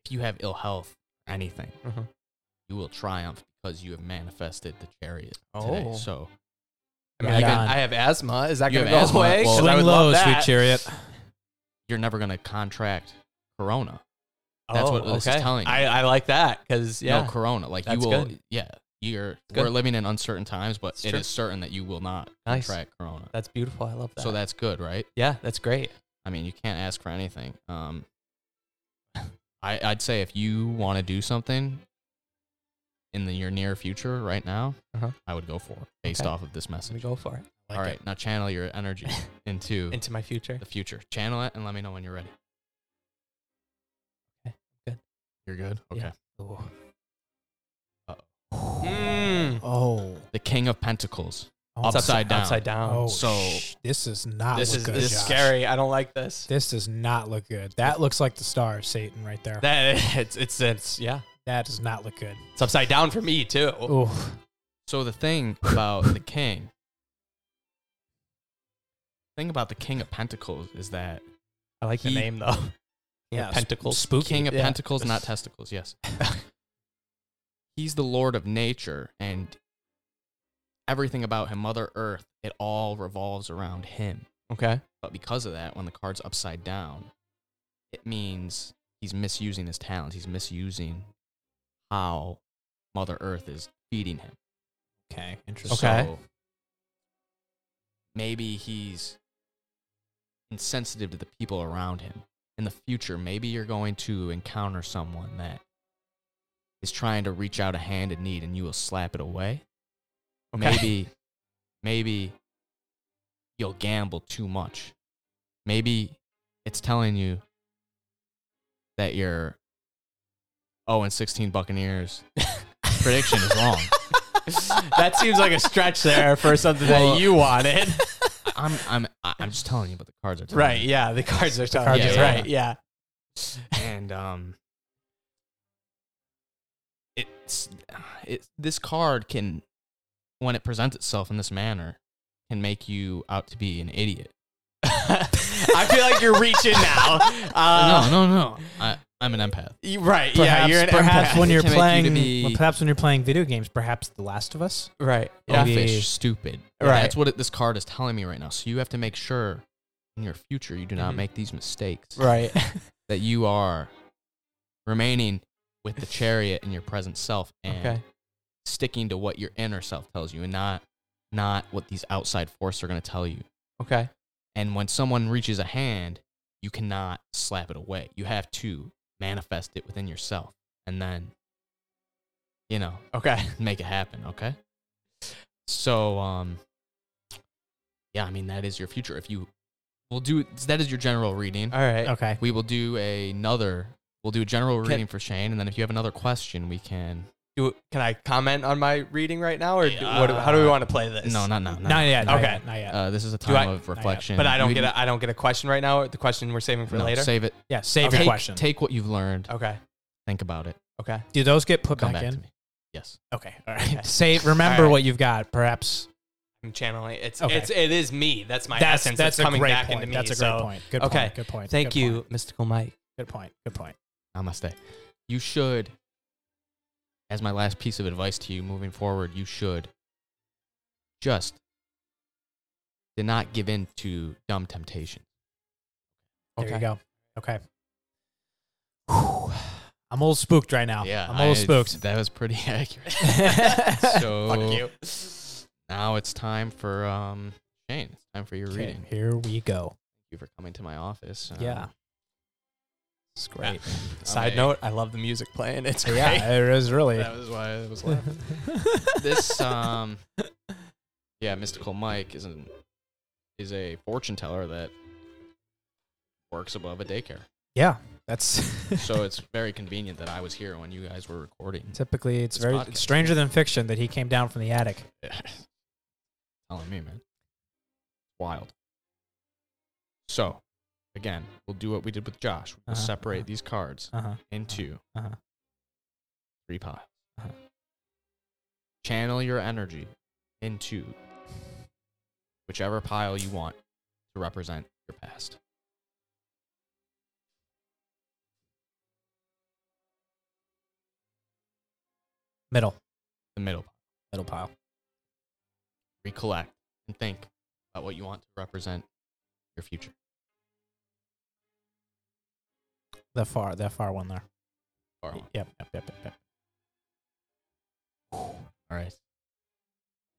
Speaker 3: if you have ill health, or anything,
Speaker 2: Mhm.
Speaker 3: you will triumph because you have manifested the chariot today.
Speaker 2: Oh.
Speaker 3: So
Speaker 2: I mean,
Speaker 1: Right
Speaker 2: I, can,
Speaker 1: on.
Speaker 2: I have asthma. Is that
Speaker 3: You
Speaker 2: going to go
Speaker 3: have asthma?
Speaker 2: away?
Speaker 3: Well,
Speaker 2: 'Cause I
Speaker 1: Swing
Speaker 2: would
Speaker 1: low,
Speaker 2: love
Speaker 1: sweet
Speaker 2: that.
Speaker 1: chariot.
Speaker 3: you're never going to contract corona.
Speaker 2: That's
Speaker 3: That's
Speaker 2: what
Speaker 3: what this is
Speaker 2: Oh, okay.
Speaker 3: telling you.
Speaker 2: I, I like that because yeah,
Speaker 3: no corona. Like
Speaker 2: That's
Speaker 3: you will,
Speaker 2: good.
Speaker 3: yeah. You're
Speaker 2: It's good.
Speaker 3: we're living in uncertain times, but
Speaker 2: It's
Speaker 3: it
Speaker 2: true.
Speaker 3: is certain that you will not
Speaker 2: Nice.
Speaker 3: contract corona.
Speaker 2: that's beautiful. I love that.
Speaker 3: So that's good, right?
Speaker 2: yeah, that's great.
Speaker 3: I mean, you can't ask for anything. Um, I I'd say if you want to do something in the, your near future, right now,
Speaker 2: Uh-huh.
Speaker 3: I would go for it based
Speaker 2: Okay.
Speaker 3: off of this
Speaker 2: Let me
Speaker 3: message.
Speaker 2: go for it
Speaker 1: Like
Speaker 3: All right, now channel your energy into
Speaker 2: into my future.
Speaker 3: the future. Channel it and let me know when you're ready.
Speaker 2: Okay, good.
Speaker 3: You're good. Okay.
Speaker 2: Yeah.
Speaker 1: it. Oh.
Speaker 3: The King of Pentacles.
Speaker 1: Oh,
Speaker 2: It's
Speaker 3: Upside down.
Speaker 2: Upside down.
Speaker 1: Oh,
Speaker 3: So-
Speaker 1: sh- this is not
Speaker 2: this
Speaker 1: look
Speaker 2: is
Speaker 1: good,
Speaker 2: this is
Speaker 1: Josh.
Speaker 2: scary. I don't like this.
Speaker 1: This does not look good. That looks like the star of Satan right there. That,
Speaker 2: That it's it's it's yeah.
Speaker 1: does not look good.
Speaker 2: It's upside down for me too.
Speaker 1: Ooh.
Speaker 3: So the thing about the king, thing about the king of pentacles is that
Speaker 2: I like the
Speaker 3: He-
Speaker 2: name though. Yeah,
Speaker 1: Yeah,
Speaker 2: pentacles.
Speaker 3: king of
Speaker 2: Yeah.
Speaker 3: pentacles, not testicles. Yes. he's the lord of nature and everything about him, Mother Earth, it all revolves around him.
Speaker 2: Okay.
Speaker 3: But because of that, when the card's upside down, it means he's misusing his talents. He's misusing how Mother Earth is feeding him.
Speaker 1: Okay, interesting.
Speaker 2: Okay.
Speaker 3: So maybe he's insensitive to the people around him. In the future, maybe you're going to encounter someone that is trying to reach out a hand in need and you will slap it away.
Speaker 2: Okay.
Speaker 3: Maybe maybe you'll gamble too much. Maybe it's telling you that your 0 and 16 Buccaneers prediction is wrong.
Speaker 2: that seems like a stretch there for something
Speaker 3: Well-
Speaker 2: that you wanted.
Speaker 3: I'm I'm I- I'm just telling you what the cards are telling
Speaker 2: right.
Speaker 3: you.
Speaker 2: Yeah. The cards are telling
Speaker 1: cards
Speaker 2: you.
Speaker 1: are
Speaker 3: telling
Speaker 2: right. Yeah.
Speaker 3: and um it's it, this card can when it presents itself in this manner can make you out to be an idiot
Speaker 2: I feel like you're reaching now. Uh,
Speaker 3: no no no I, i'm an empath
Speaker 2: you- right. yeah.
Speaker 1: Perhaps,
Speaker 2: You're an
Speaker 1: perhaps
Speaker 2: empath.
Speaker 1: when
Speaker 3: It
Speaker 1: you're
Speaker 3: can make you to
Speaker 1: playing,
Speaker 3: be-
Speaker 1: well, perhaps when you're playing video games, perhaps The Last of Us.
Speaker 2: right. Yeah.
Speaker 1: Oh, yeah.
Speaker 3: Selfish, stupid And
Speaker 2: Right.
Speaker 3: that's what it, this card is telling me right now so you have to make sure in your future you do not
Speaker 2: Mhm.
Speaker 3: make these mistakes
Speaker 2: Right.
Speaker 3: that you are remaining with the chariot in your present self and
Speaker 2: Okay.
Speaker 3: sticking to what your inner self tells you and not not what these outside forces are going to tell you
Speaker 2: Okay.
Speaker 3: and when someone reaches a hand you cannot slap it away you have to manifest it within yourself and then you know
Speaker 2: Okay.
Speaker 3: make it happen okay so um yeah i mean that is your future if you will do that is your general reading
Speaker 2: All right.
Speaker 1: Okay.
Speaker 3: we will do another we'll do a general
Speaker 2: Can-
Speaker 3: reading for shane and then if you have another question we can
Speaker 2: Do, can I comment on my reading right now, or do, what, how do we
Speaker 3: Uh,
Speaker 2: want to play this?
Speaker 3: no not now not
Speaker 1: Not yet. Not
Speaker 2: Okay.
Speaker 1: Yet, not yet.
Speaker 3: Uh, this is a
Speaker 2: Do
Speaker 3: time
Speaker 2: I-
Speaker 3: of reflection.
Speaker 2: But I don't
Speaker 3: You-
Speaker 2: get a, I don't get a question right now. The question we're saving for
Speaker 3: no,
Speaker 2: later.
Speaker 3: Save it.
Speaker 1: yeah. Save your
Speaker 2: okay.
Speaker 3: Take,
Speaker 1: question.
Speaker 3: take what you've learned.
Speaker 2: okay.
Speaker 3: Think about it.
Speaker 2: Okay.
Speaker 1: Do those get put
Speaker 3: Come
Speaker 1: back,
Speaker 3: back, to
Speaker 1: in?
Speaker 3: me. Yes.
Speaker 1: Okay. All right. Save. Remember
Speaker 2: All right.
Speaker 1: what you've got. Perhaps
Speaker 2: I'm channeling. It's
Speaker 1: Okay.
Speaker 2: it's it is me. That's my
Speaker 1: that's
Speaker 2: essence.
Speaker 1: that's
Speaker 2: It's
Speaker 1: a
Speaker 2: coming
Speaker 1: great
Speaker 2: back
Speaker 1: point.
Speaker 2: into me.
Speaker 1: That's a great
Speaker 2: so-
Speaker 1: point. Good
Speaker 2: Okay.
Speaker 1: point. Good point.
Speaker 2: Thank
Speaker 1: good
Speaker 2: you,
Speaker 1: point.
Speaker 2: mystical Mike.
Speaker 1: Good point. Good point.
Speaker 3: Namaste. You should, as my last piece of advice to you moving forward, you should just do not give in to dumb temptation.
Speaker 1: There you
Speaker 2: Okay.
Speaker 1: go. Okay. Whew. I'm a little spooked right now. I'm a
Speaker 3: I-
Speaker 1: little spooked.
Speaker 3: That was pretty accurate. so
Speaker 2: Fuck you.
Speaker 3: now it's time for um Shane. It's time for your
Speaker 1: Okay,
Speaker 3: reading. Thank
Speaker 1: Here we go.
Speaker 3: you for coming to my office. Um,
Speaker 1: Yeah. It's great.
Speaker 2: Side
Speaker 3: I-
Speaker 2: note: I love the music playing. It's great.
Speaker 1: Yeah, it is really.
Speaker 3: That was why I was laughing. this um yeah mystical mike is an, is a fortune teller that works above a daycare
Speaker 1: Yeah, that's
Speaker 3: so it's very convenient that i was here when you guys were recording
Speaker 1: typically it's
Speaker 3: This
Speaker 1: very
Speaker 3: podcast.
Speaker 1: it's stranger than fiction that he came down from the attic.
Speaker 3: telling me man wild so again we'll do what we did with josh we'll
Speaker 1: Uh-huh,
Speaker 3: separate
Speaker 1: uh-huh.
Speaker 3: these cards
Speaker 1: Uh huh.
Speaker 3: into
Speaker 1: Uh-huh.
Speaker 3: three piles
Speaker 1: Uh-huh.
Speaker 3: channel your energy into whichever pile you want to represent your past
Speaker 1: Middle,
Speaker 3: the middle pile.
Speaker 1: middle pile.
Speaker 3: recollect and think about what you want to represent your future.
Speaker 1: That far, that far one there.
Speaker 3: Or-
Speaker 1: Yep, yep, yep, yep. yep.
Speaker 3: All right.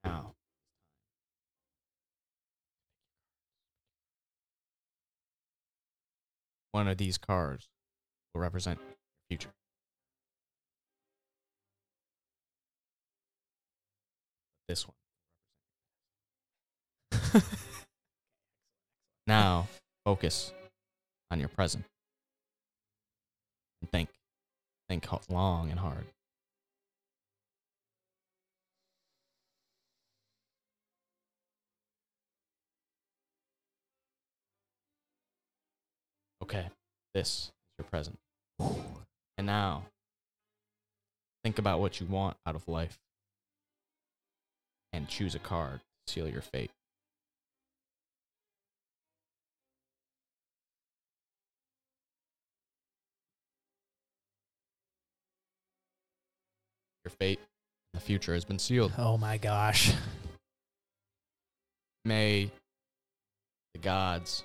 Speaker 3: Now. One of these cards will represent your future. This one. now, focus on your present. And think. Think ho- long and hard. Okay, this is your present. And now, think about what you want out of life and choose a card to seal your fate. Your fate in the future has been sealed.
Speaker 1: Oh my gosh.
Speaker 3: May the gods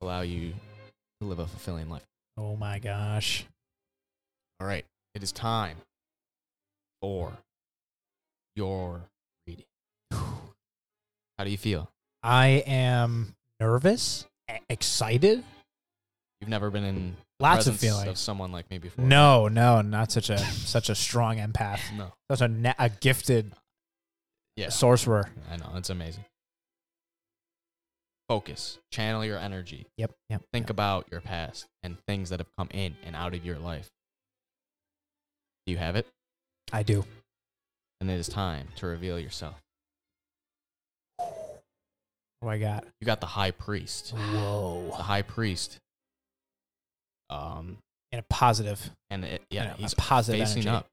Speaker 3: allow you to live a fulfilling life.
Speaker 1: Oh my gosh.
Speaker 3: All right. It is time for your reading. How do you feel?
Speaker 1: I am nervous, e- excited.
Speaker 3: You've never been in the
Speaker 1: Lots of
Speaker 3: presence
Speaker 1: feelings.
Speaker 3: of someone like me before.
Speaker 1: No, no, not such a such a strong empath.
Speaker 3: No.
Speaker 1: Such a na- a gifted
Speaker 3: Yeah.
Speaker 1: sorcerer.
Speaker 3: I know. It's amazing. Focus. Channel your energy.
Speaker 1: Yep, yep.
Speaker 3: Think about your past and things that have come in and out of your life. Do you have it?
Speaker 1: I do.
Speaker 3: And it is time to reveal yourself.
Speaker 1: What do I got?
Speaker 3: You got the high priest. The
Speaker 1: Whoa.
Speaker 3: high priest. Um,
Speaker 1: In a positive.
Speaker 3: and it,
Speaker 1: in
Speaker 3: yeah,
Speaker 1: a- a
Speaker 3: he's
Speaker 1: positive
Speaker 3: facing
Speaker 1: energy.
Speaker 3: up.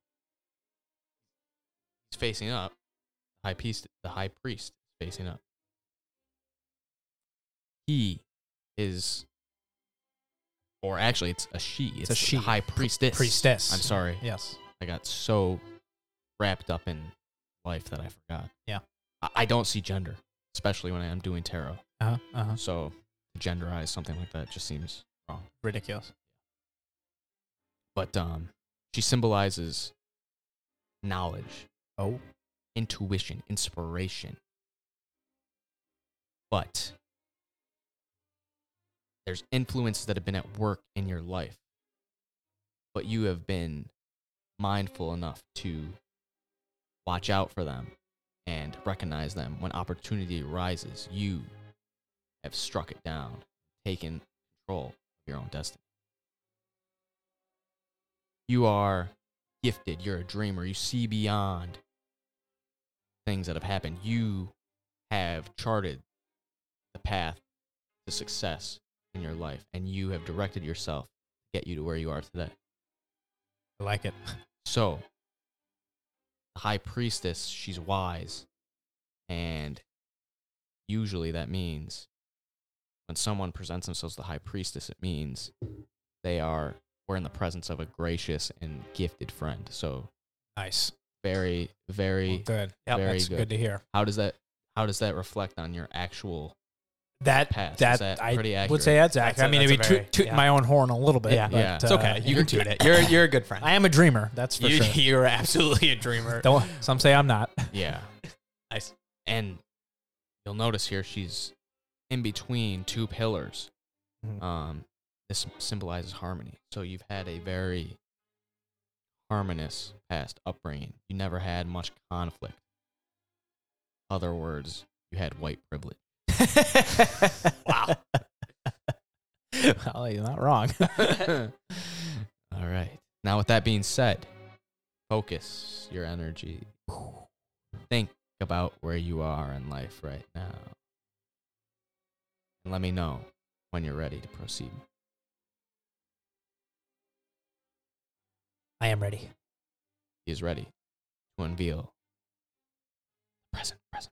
Speaker 3: He's facing up. High priest, the high priest is facing up. He is, or actually, it's a she. It's,
Speaker 1: a
Speaker 3: the
Speaker 1: she.
Speaker 3: high priestess.
Speaker 1: Priestess.
Speaker 3: I'm sorry.
Speaker 1: Yes.
Speaker 3: I got so wrapped up in life that I forgot.
Speaker 1: Yeah.
Speaker 3: I, I don't see gender, especially when I am doing tarot.
Speaker 1: Uh-huh. Uh-huh.
Speaker 3: So to genderize something like that just seems wrong.
Speaker 1: Ridiculous.
Speaker 3: But um, she symbolizes knowledge,
Speaker 1: Oh.
Speaker 3: intuition, inspiration. But there's influences that have been at work in your life, but you have been mindful enough to watch out for them and recognize them when opportunity arises. You have struck it down, taken control of your own destiny. You are gifted, you're a dreamer, you see beyond things that have happened. You have charted the path to success in your life, and you have directed yourself to get you to where you are today.
Speaker 1: I like it.
Speaker 3: So, the high priestess, she's wise, and usually that means when someone presents themselves to the high priestess, it means they are we're in the presence of a gracious and gifted friend. So,
Speaker 1: Nice.
Speaker 3: very, very.
Speaker 1: Good.
Speaker 3: Very
Speaker 1: That's
Speaker 3: good.
Speaker 1: good to hear.
Speaker 3: How does that? How does that reflect on your actual
Speaker 1: That
Speaker 3: pass. Is
Speaker 1: that,
Speaker 3: that
Speaker 1: I
Speaker 3: pretty accurate?
Speaker 1: would say uh, that's accurate.
Speaker 2: That's a-
Speaker 1: I mean,
Speaker 2: that's
Speaker 1: it'd be
Speaker 2: a
Speaker 1: toot,
Speaker 2: very-
Speaker 1: tooting
Speaker 2: yeah.
Speaker 1: my own horn a little bit.
Speaker 2: Yeah.
Speaker 1: but,
Speaker 3: Yeah.
Speaker 1: uh,
Speaker 2: It's okay. You can do it. You're you're a good friend.
Speaker 1: I am a dreamer. That's for
Speaker 2: you,
Speaker 1: sure.
Speaker 2: You're absolutely a dreamer.
Speaker 1: Don't some say I'm not.
Speaker 3: Yeah.
Speaker 2: Nice.
Speaker 3: And you'll notice here she's in between two pillars.
Speaker 1: Mhm.
Speaker 3: Um, this symbolizes harmony. So you've had a very harmonious past upbringing. You never had much conflict. Other words, you had white privilege.
Speaker 1: wow. well, you're not wrong.
Speaker 3: All right. Now, with that being said, focus your energy. Think about where you are in life right now. And let me know when you're ready to proceed.
Speaker 1: I am ready.
Speaker 3: He is ready to unveil present, present.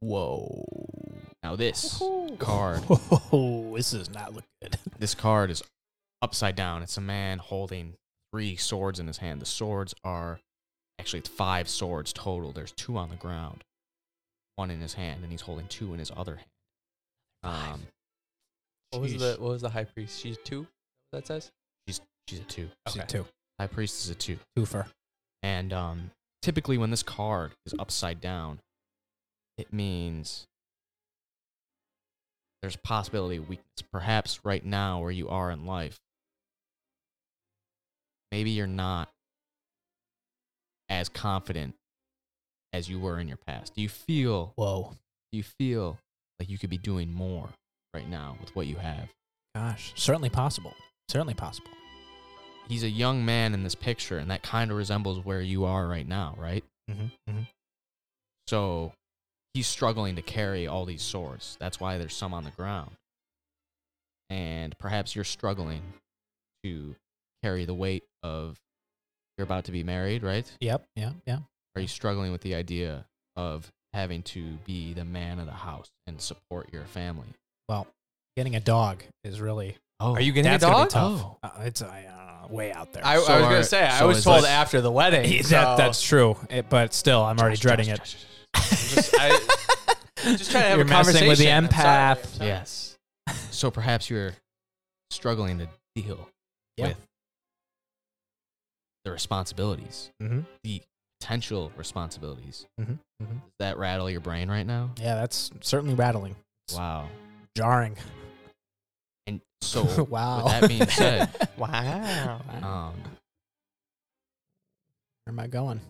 Speaker 3: Whoa. Now, this card,
Speaker 1: Oh, this does not look good.
Speaker 3: this card is upside down. It's a man holding three swords in his hand. The swords are actually it's five swords total. There's two on the ground, one in his hand, and he's holding two in his other hand. Um,
Speaker 2: What was
Speaker 3: sheesh.
Speaker 2: the What was the high priest? She's two. That says.
Speaker 3: She's she's a two.
Speaker 1: She's a
Speaker 2: Okay.
Speaker 1: Two.
Speaker 3: High priest is a two.
Speaker 1: Twofer.
Speaker 3: And um, typically, when this card is upside down, it means there's a possibility of weakness. Perhaps right now, where you are in life, maybe you're not as confident as you were in your past. Do you feel?
Speaker 1: Whoa.
Speaker 3: Do you feel like you could be doing more right now with what you have?
Speaker 1: Gosh. Certainly possible. Certainly possible.
Speaker 3: He's a young man in this picture, and that kind of resembles where you are right now, right?
Speaker 1: Mm-hmm.
Speaker 3: So he's struggling to carry all these swords. That's why there's some on the ground. And perhaps you're struggling to carry the weight of you're about to be married, right?
Speaker 1: Yep. Yeah. Yeah.
Speaker 3: Are you struggling with the idea of having to be the man of the house and support your family?
Speaker 1: Well, getting a dog is really
Speaker 3: Oh,
Speaker 2: Are you getting
Speaker 1: That's
Speaker 2: a
Speaker 1: gonna be
Speaker 2: dog? Oh.
Speaker 1: tough. Uh, it's I don't know, way out there.
Speaker 2: I,
Speaker 3: So
Speaker 2: I was
Speaker 3: are-
Speaker 2: gonna say I
Speaker 3: so
Speaker 2: was
Speaker 3: is
Speaker 2: told
Speaker 3: this-
Speaker 2: after the wedding. so-
Speaker 1: that, that's true, It- but still, I'm already dreading it.
Speaker 2: just, I, just trying to have
Speaker 1: You're messing
Speaker 2: a conversation
Speaker 1: with the
Speaker 2: I'm sorry, I'm
Speaker 1: empath.
Speaker 2: sorry.
Speaker 3: Yes. so perhaps you're struggling to deal
Speaker 1: Yeah.
Speaker 3: with the responsibilities,
Speaker 1: Mhm.
Speaker 3: the potential responsibilities.
Speaker 1: Mhm, mhm.
Speaker 3: Does that rattle your brain right now?
Speaker 1: Yeah, that's certainly rattling,
Speaker 3: Wow.
Speaker 1: jarring.
Speaker 3: And so,
Speaker 1: wow.
Speaker 3: with that being said,
Speaker 2: Wow.
Speaker 3: um,
Speaker 1: where am I going?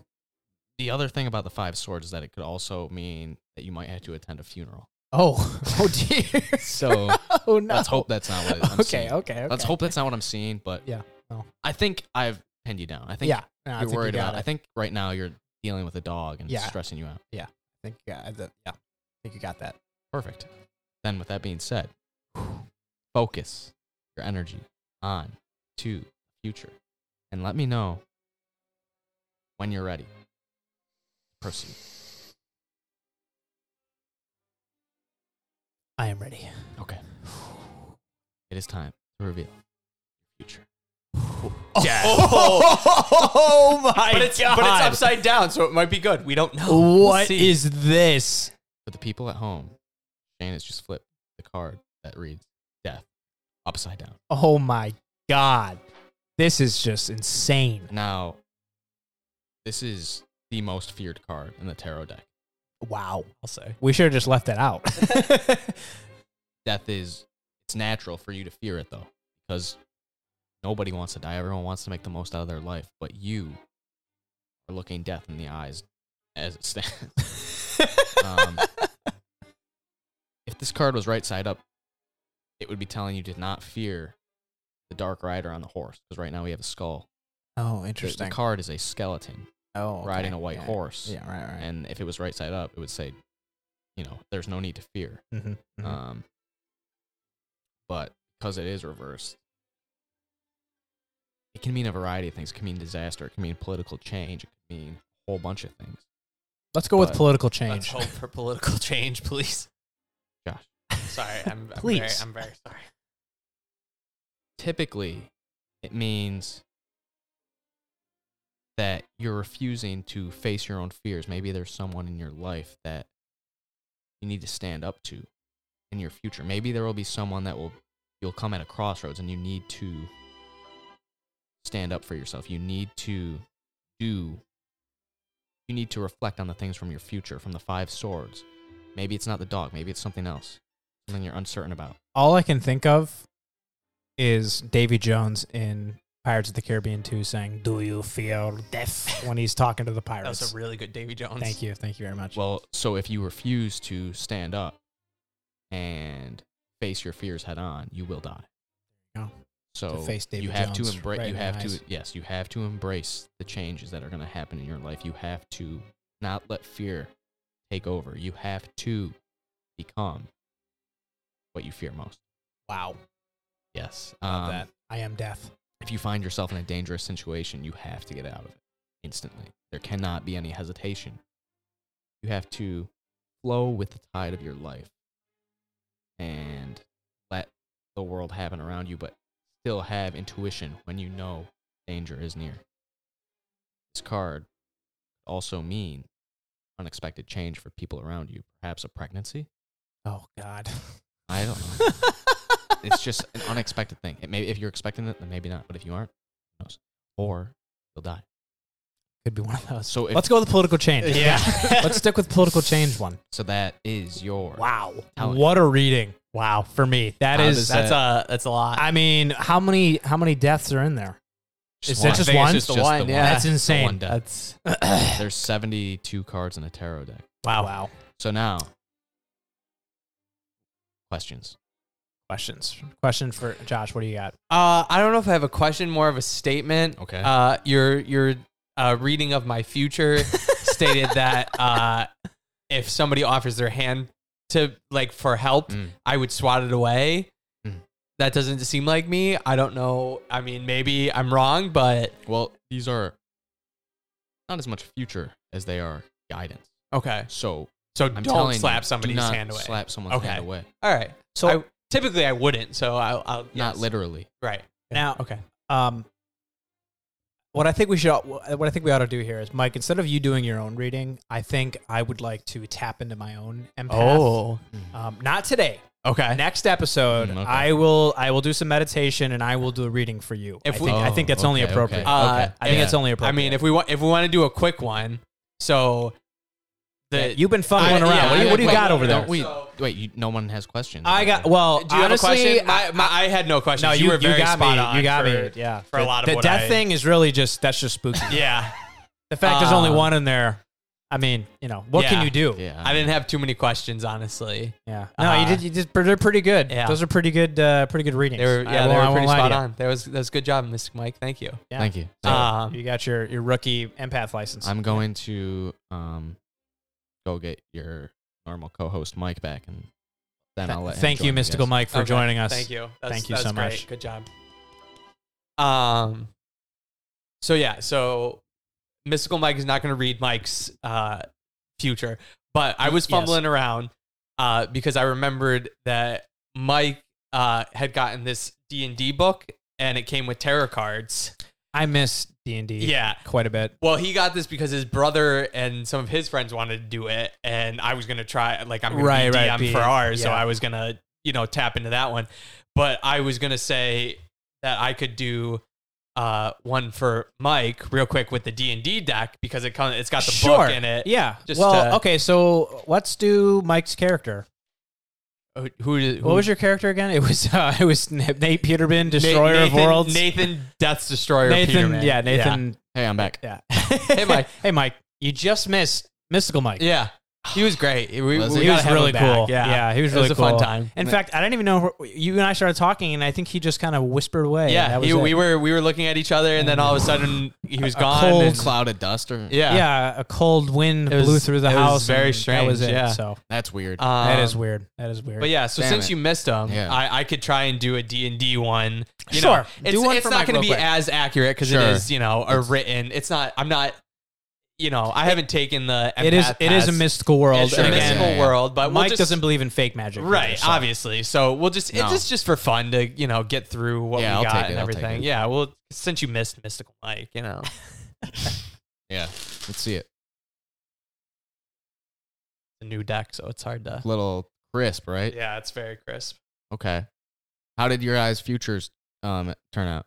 Speaker 3: the other thing about the five swords is that it could also mean that you might have to attend a funeral.
Speaker 1: Oh, oh dear.
Speaker 3: So
Speaker 1: oh no.
Speaker 3: let's hope that's not what I'm
Speaker 1: okay,
Speaker 3: seeing.
Speaker 1: okay, okay.
Speaker 3: Let's hope that's not what I'm seeing. But
Speaker 1: Yeah, no.
Speaker 3: I think I've pinned you down. I think
Speaker 1: Yeah, no, I
Speaker 3: you're
Speaker 1: think you
Speaker 3: worried
Speaker 1: got
Speaker 3: about.
Speaker 1: it.
Speaker 3: I think right now you're dealing with a dog and it's
Speaker 1: Yeah.
Speaker 3: stressing you out.
Speaker 1: I think yeah, I- the- yeah. I think you got that.
Speaker 3: Perfect. Then, with that being said, focus your energy on to future, and let me know when you're ready. Proceed.
Speaker 1: I am ready.
Speaker 3: Okay. It is time to reveal your future.
Speaker 2: Yes.
Speaker 1: Oh my
Speaker 2: But it's,
Speaker 1: god!
Speaker 2: but it's upside down, so it might be good. We don't know.
Speaker 1: What
Speaker 2: see.
Speaker 1: is this?
Speaker 3: For the people at home, Shane has just flipped the card that reads "Death" upside down.
Speaker 1: Oh my god! This is just insane.
Speaker 3: Now, this is the most feared card in the tarot deck.
Speaker 1: Wow. I'll say we should have just left that out.
Speaker 3: Death is it's natural for you to fear it though, because nobody wants to die. Everyone wants to make the most out of their life, but you are looking death in the eyes as it stands. Um, if this card was right side up, it would be telling you to not fear the dark rider on the horse, because right now we have a skull.
Speaker 1: oh,
Speaker 3: The, the card is a skeleton
Speaker 1: oh, okay.
Speaker 3: riding a white horse.
Speaker 1: Yeah, right, right.
Speaker 3: and if it was right side up, it would say, you know, there's no need to fear.
Speaker 1: Mhm, mhm.
Speaker 3: Um, but because it is reversed, it can mean a variety of things. It can mean disaster. It can mean political change. It can mean a whole bunch of things.
Speaker 1: Let's go with
Speaker 3: but-
Speaker 1: political
Speaker 2: Let's
Speaker 1: change.
Speaker 2: hope for political change, please.
Speaker 3: Josh.
Speaker 2: Sorry, I'm, I'm very,
Speaker 1: Please.
Speaker 2: I'm very sorry.
Speaker 3: Typically, it means that you're refusing to face your own fears. Maybe there's someone in your life that you need to stand up to in your future. Maybe there will be someone that will you'll come at a crossroads and you need to stand up for yourself. You need to do you need to reflect on the things from your future, from the five swords. Maybe it's not the dog, maybe it's something else. Something you're uncertain about.
Speaker 1: All I can think of is Davy Jones in Pirates of the Caribbean 2 saying, Do you feel death? when he's talking to the
Speaker 2: That was
Speaker 1: pirates.
Speaker 2: a really good Davy Jones.
Speaker 1: Thank you. Thank you very much.
Speaker 3: Well, so if you refuse to stand up and face your fears head on, you will die.
Speaker 1: Oh.
Speaker 3: So
Speaker 1: To face David
Speaker 3: you have
Speaker 1: Jones
Speaker 3: to embrace.
Speaker 1: right
Speaker 3: you
Speaker 1: in the
Speaker 3: have to
Speaker 1: eyes.
Speaker 3: yes, you have to embrace the changes that are going to happen in your life. You have to not let fear take over. You have to become what you fear most.
Speaker 1: wow.
Speaker 3: Yes,
Speaker 1: Love
Speaker 3: Um,
Speaker 1: that. I am death.
Speaker 3: if you find yourself in a dangerous situation, you have to get out of it instantly. There cannot be any hesitation. You have to flow with the tide of your life and let the world happen around you, but still have intuition when you know danger is near. This card could also mean unexpected change for people around you, perhaps a pregnancy.
Speaker 1: Oh, God.
Speaker 3: I don't know. it's just an unexpected thing. It may if you're expecting it, then maybe not. But if you aren't, who knows? Or you'll die.
Speaker 1: Could be one of those.
Speaker 3: So if,
Speaker 1: Let's go with political change.
Speaker 2: Yeah.
Speaker 1: Let's stick with political change one.
Speaker 3: so that is your
Speaker 1: Wow.
Speaker 3: Talent.
Speaker 1: What a reading. Wow. For me, that
Speaker 3: How
Speaker 1: is.
Speaker 3: does
Speaker 2: that's a that's a lot.
Speaker 1: I mean, how many how many deaths are in there? Is that
Speaker 3: one.
Speaker 1: just
Speaker 2: I think
Speaker 1: one?
Speaker 2: It's just the
Speaker 3: Just the
Speaker 2: one.
Speaker 3: one.
Speaker 2: Yeah.
Speaker 1: That's
Speaker 3: the
Speaker 1: insane.
Speaker 3: one death.
Speaker 2: That's
Speaker 3: There's 72 cards in a tarot deck.
Speaker 1: Wow. Wow.
Speaker 3: So now, questions.
Speaker 1: Questions. Question for Josh. What do you got?
Speaker 2: Uh, I don't know if I have a question, more of a statement.
Speaker 3: Okay.
Speaker 2: Uh, your your uh, reading of my future stated that uh, if somebody offers their hand to like for help,
Speaker 1: Hmm.
Speaker 3: Mm.
Speaker 2: I would swat it away.
Speaker 3: Mm.
Speaker 2: That doesn't seem like me. I don't know. I mean, maybe I'm wrong, but
Speaker 3: Well, these are not as much future as they are guidance.
Speaker 2: okay.
Speaker 3: So
Speaker 2: So
Speaker 3: I'm
Speaker 2: don't
Speaker 3: telling
Speaker 2: slap
Speaker 3: you, do
Speaker 2: somebody's
Speaker 3: not
Speaker 2: hand away.
Speaker 3: Slap someone's
Speaker 2: Okay.
Speaker 3: hand away.
Speaker 2: All right.
Speaker 1: So
Speaker 2: I- Typically, I wouldn't. So I'll, I'll
Speaker 3: Not
Speaker 2: yes.
Speaker 3: literally.
Speaker 2: Right
Speaker 1: Now-
Speaker 2: Okay.
Speaker 1: Um, what I think we should, what I think we ought to do here is, Mike, instead of you doing your own reading, I think I would like to tap into my own empath.
Speaker 3: Oh.
Speaker 1: Um, not today.
Speaker 2: Okay.
Speaker 1: Next episode,
Speaker 3: Mm, okay.
Speaker 1: I will, I will do some meditation and I will do a reading for you.
Speaker 2: If
Speaker 1: I,
Speaker 2: we-
Speaker 1: think, I think that's only
Speaker 3: Oh, okay,
Speaker 1: appropriate.
Speaker 3: okay.
Speaker 2: Uh,
Speaker 1: I think
Speaker 2: yeah.
Speaker 1: it's only
Speaker 2: I
Speaker 1: appropriate.
Speaker 2: mean, if we want, if we want to do a quick one, so the
Speaker 1: Yeah, you've been fumbling
Speaker 2: I-
Speaker 1: around.
Speaker 2: yeah,
Speaker 1: what do you,
Speaker 2: I-
Speaker 1: what do you
Speaker 2: wait,
Speaker 1: got over
Speaker 3: don't
Speaker 1: there?
Speaker 3: We,
Speaker 2: So-
Speaker 3: wait, you, no one has questions.
Speaker 1: I
Speaker 3: about
Speaker 1: got
Speaker 3: that.
Speaker 1: well.
Speaker 2: do you
Speaker 1: honestly,
Speaker 2: have a question? My, my, I had no question.
Speaker 1: no,
Speaker 2: you, were very
Speaker 1: got
Speaker 2: spot
Speaker 1: me.
Speaker 2: on.
Speaker 1: you got
Speaker 2: for-
Speaker 1: me. Yeah,
Speaker 2: for a lot of
Speaker 1: the
Speaker 2: what
Speaker 1: death
Speaker 2: I-
Speaker 1: thing is really just that's just spooky.
Speaker 2: Yeah,
Speaker 1: The fact there's only
Speaker 2: Uh,
Speaker 1: one in there. I mean, you know, what
Speaker 2: yeah.
Speaker 1: can you do?
Speaker 3: Yeah.
Speaker 2: I didn't have too many questions, honestly.
Speaker 1: Yeah. No,
Speaker 2: Uh,
Speaker 1: you did. You just they're pretty good.
Speaker 2: Yeah.
Speaker 1: Those are pretty good. Uh, pretty good readings.
Speaker 2: They were,
Speaker 1: I
Speaker 2: yeah,
Speaker 1: won't-
Speaker 2: they
Speaker 1: I
Speaker 2: were
Speaker 1: won't
Speaker 2: pretty
Speaker 1: lie to
Speaker 2: spot
Speaker 1: you.
Speaker 2: on. That was that was a good job, Mystic Mike. Thank you.
Speaker 1: Yeah.
Speaker 3: Thank you. So
Speaker 2: Um,
Speaker 1: You got your your rookie empath license.
Speaker 3: I'm going to um go get your normal co-host Mike back, and then I'll let. him
Speaker 1: Thank
Speaker 3: join
Speaker 1: you, Mystical
Speaker 3: guys.
Speaker 1: Mike, for
Speaker 2: Okay,
Speaker 1: joining us.
Speaker 2: Thank you.
Speaker 1: Thank you so much.
Speaker 2: Good job. Um. So yeah, so mystical Mike is not going to read Mike's uh, future, but I was
Speaker 1: Yes.
Speaker 2: fumbling around uh, because I remembered that Mike uh, had gotten this D and D book and it came with tarot cards.
Speaker 1: I miss D and D.
Speaker 2: Yeah.
Speaker 1: Quite a bit.
Speaker 2: Well, he got this because his brother and some of his friends wanted to do it, and I was gonna try. Like I'm gonna
Speaker 1: Right,
Speaker 2: be
Speaker 1: right,
Speaker 2: DM
Speaker 1: be-
Speaker 2: for ours, so
Speaker 1: yeah.
Speaker 2: I was gonna you know tap into that one. But I was gonna say that I could do uh, one for Mike real quick with the D and D deck because it comes. It's got the book in it.
Speaker 1: Yeah.
Speaker 2: Just,
Speaker 1: well,
Speaker 2: uh,
Speaker 1: okay. So let's do Mike's character.
Speaker 2: Who, who,
Speaker 1: What was your character again? It was uh, it was Nate Peterman,
Speaker 2: Na-
Speaker 1: Destroyer of
Speaker 2: Nathan-
Speaker 1: Worlds.
Speaker 2: Nathan, Death's Destroyer.
Speaker 1: Nathan-
Speaker 2: Peterman.
Speaker 1: yeah, Nathan.
Speaker 3: Hey, I'm back.
Speaker 1: Yeah.
Speaker 2: Hey, Mike.
Speaker 1: hey, Mike. You just missed Mystical Mike.
Speaker 2: Yeah. Yeah. He was great. We, we
Speaker 3: Was he?
Speaker 1: he
Speaker 2: gotta
Speaker 1: was
Speaker 2: have him
Speaker 1: really
Speaker 2: back.
Speaker 1: cool.
Speaker 2: Yeah.
Speaker 1: he was
Speaker 2: It was
Speaker 1: really
Speaker 2: a fun
Speaker 1: cool.
Speaker 2: time.
Speaker 1: In fact, I didn't even know you and I started talking, and I think he just kind of whispered away. and
Speaker 2: Yeah,
Speaker 1: that was
Speaker 2: he,
Speaker 1: it.
Speaker 2: we were we were looking at each other, and then all of a sudden he was gone.
Speaker 1: cold
Speaker 2: and-
Speaker 3: Cloud of dust, or
Speaker 2: yeah,
Speaker 1: yeah, a cold wind
Speaker 2: It was-
Speaker 1: blew through the
Speaker 2: it was
Speaker 1: house.
Speaker 2: very
Speaker 1: and That was
Speaker 2: strange,
Speaker 1: it.
Speaker 2: yeah.
Speaker 1: So
Speaker 3: that's weird.
Speaker 2: Um,
Speaker 1: that is weird. That is weird.
Speaker 2: But yeah, so
Speaker 3: Damn
Speaker 2: since
Speaker 3: it.
Speaker 2: you missed him,
Speaker 3: Yeah.
Speaker 2: I, I could try and do a D and D one. You
Speaker 1: Sure.
Speaker 2: know, it's,
Speaker 1: Do one
Speaker 2: it's
Speaker 1: for
Speaker 2: not
Speaker 1: Mike
Speaker 2: going to
Speaker 1: real quick.
Speaker 2: be as accurate because
Speaker 3: Sure.
Speaker 2: it is you know a written. It's not. I'm not. You know, I haven't taken the.
Speaker 1: it is.
Speaker 2: empath
Speaker 1: It is a
Speaker 2: test.
Speaker 1: mystical world.
Speaker 2: It's
Speaker 1: and
Speaker 2: a
Speaker 3: Yeah,
Speaker 1: again,
Speaker 2: mystical
Speaker 3: yeah, yeah.
Speaker 2: world, but we'll
Speaker 1: Mike
Speaker 2: just-
Speaker 1: doesn't believe in fake magic, either,
Speaker 2: Right,
Speaker 1: so.
Speaker 2: obviously. So we'll just
Speaker 3: No.
Speaker 2: it's just just for fun to you know get through what
Speaker 3: Yeah,
Speaker 2: we
Speaker 3: I'll
Speaker 2: got
Speaker 3: take
Speaker 2: and
Speaker 3: it, I'll take
Speaker 2: everything.
Speaker 3: it.
Speaker 2: Yeah, well, since you missed mystical Mike, you know.
Speaker 3: yeah, let's see it.
Speaker 2: a new deck, so it's hard to.
Speaker 3: Little crisp, right?
Speaker 2: Yeah, it's very crisp.
Speaker 3: Okay. How did your guys' futures um turn out?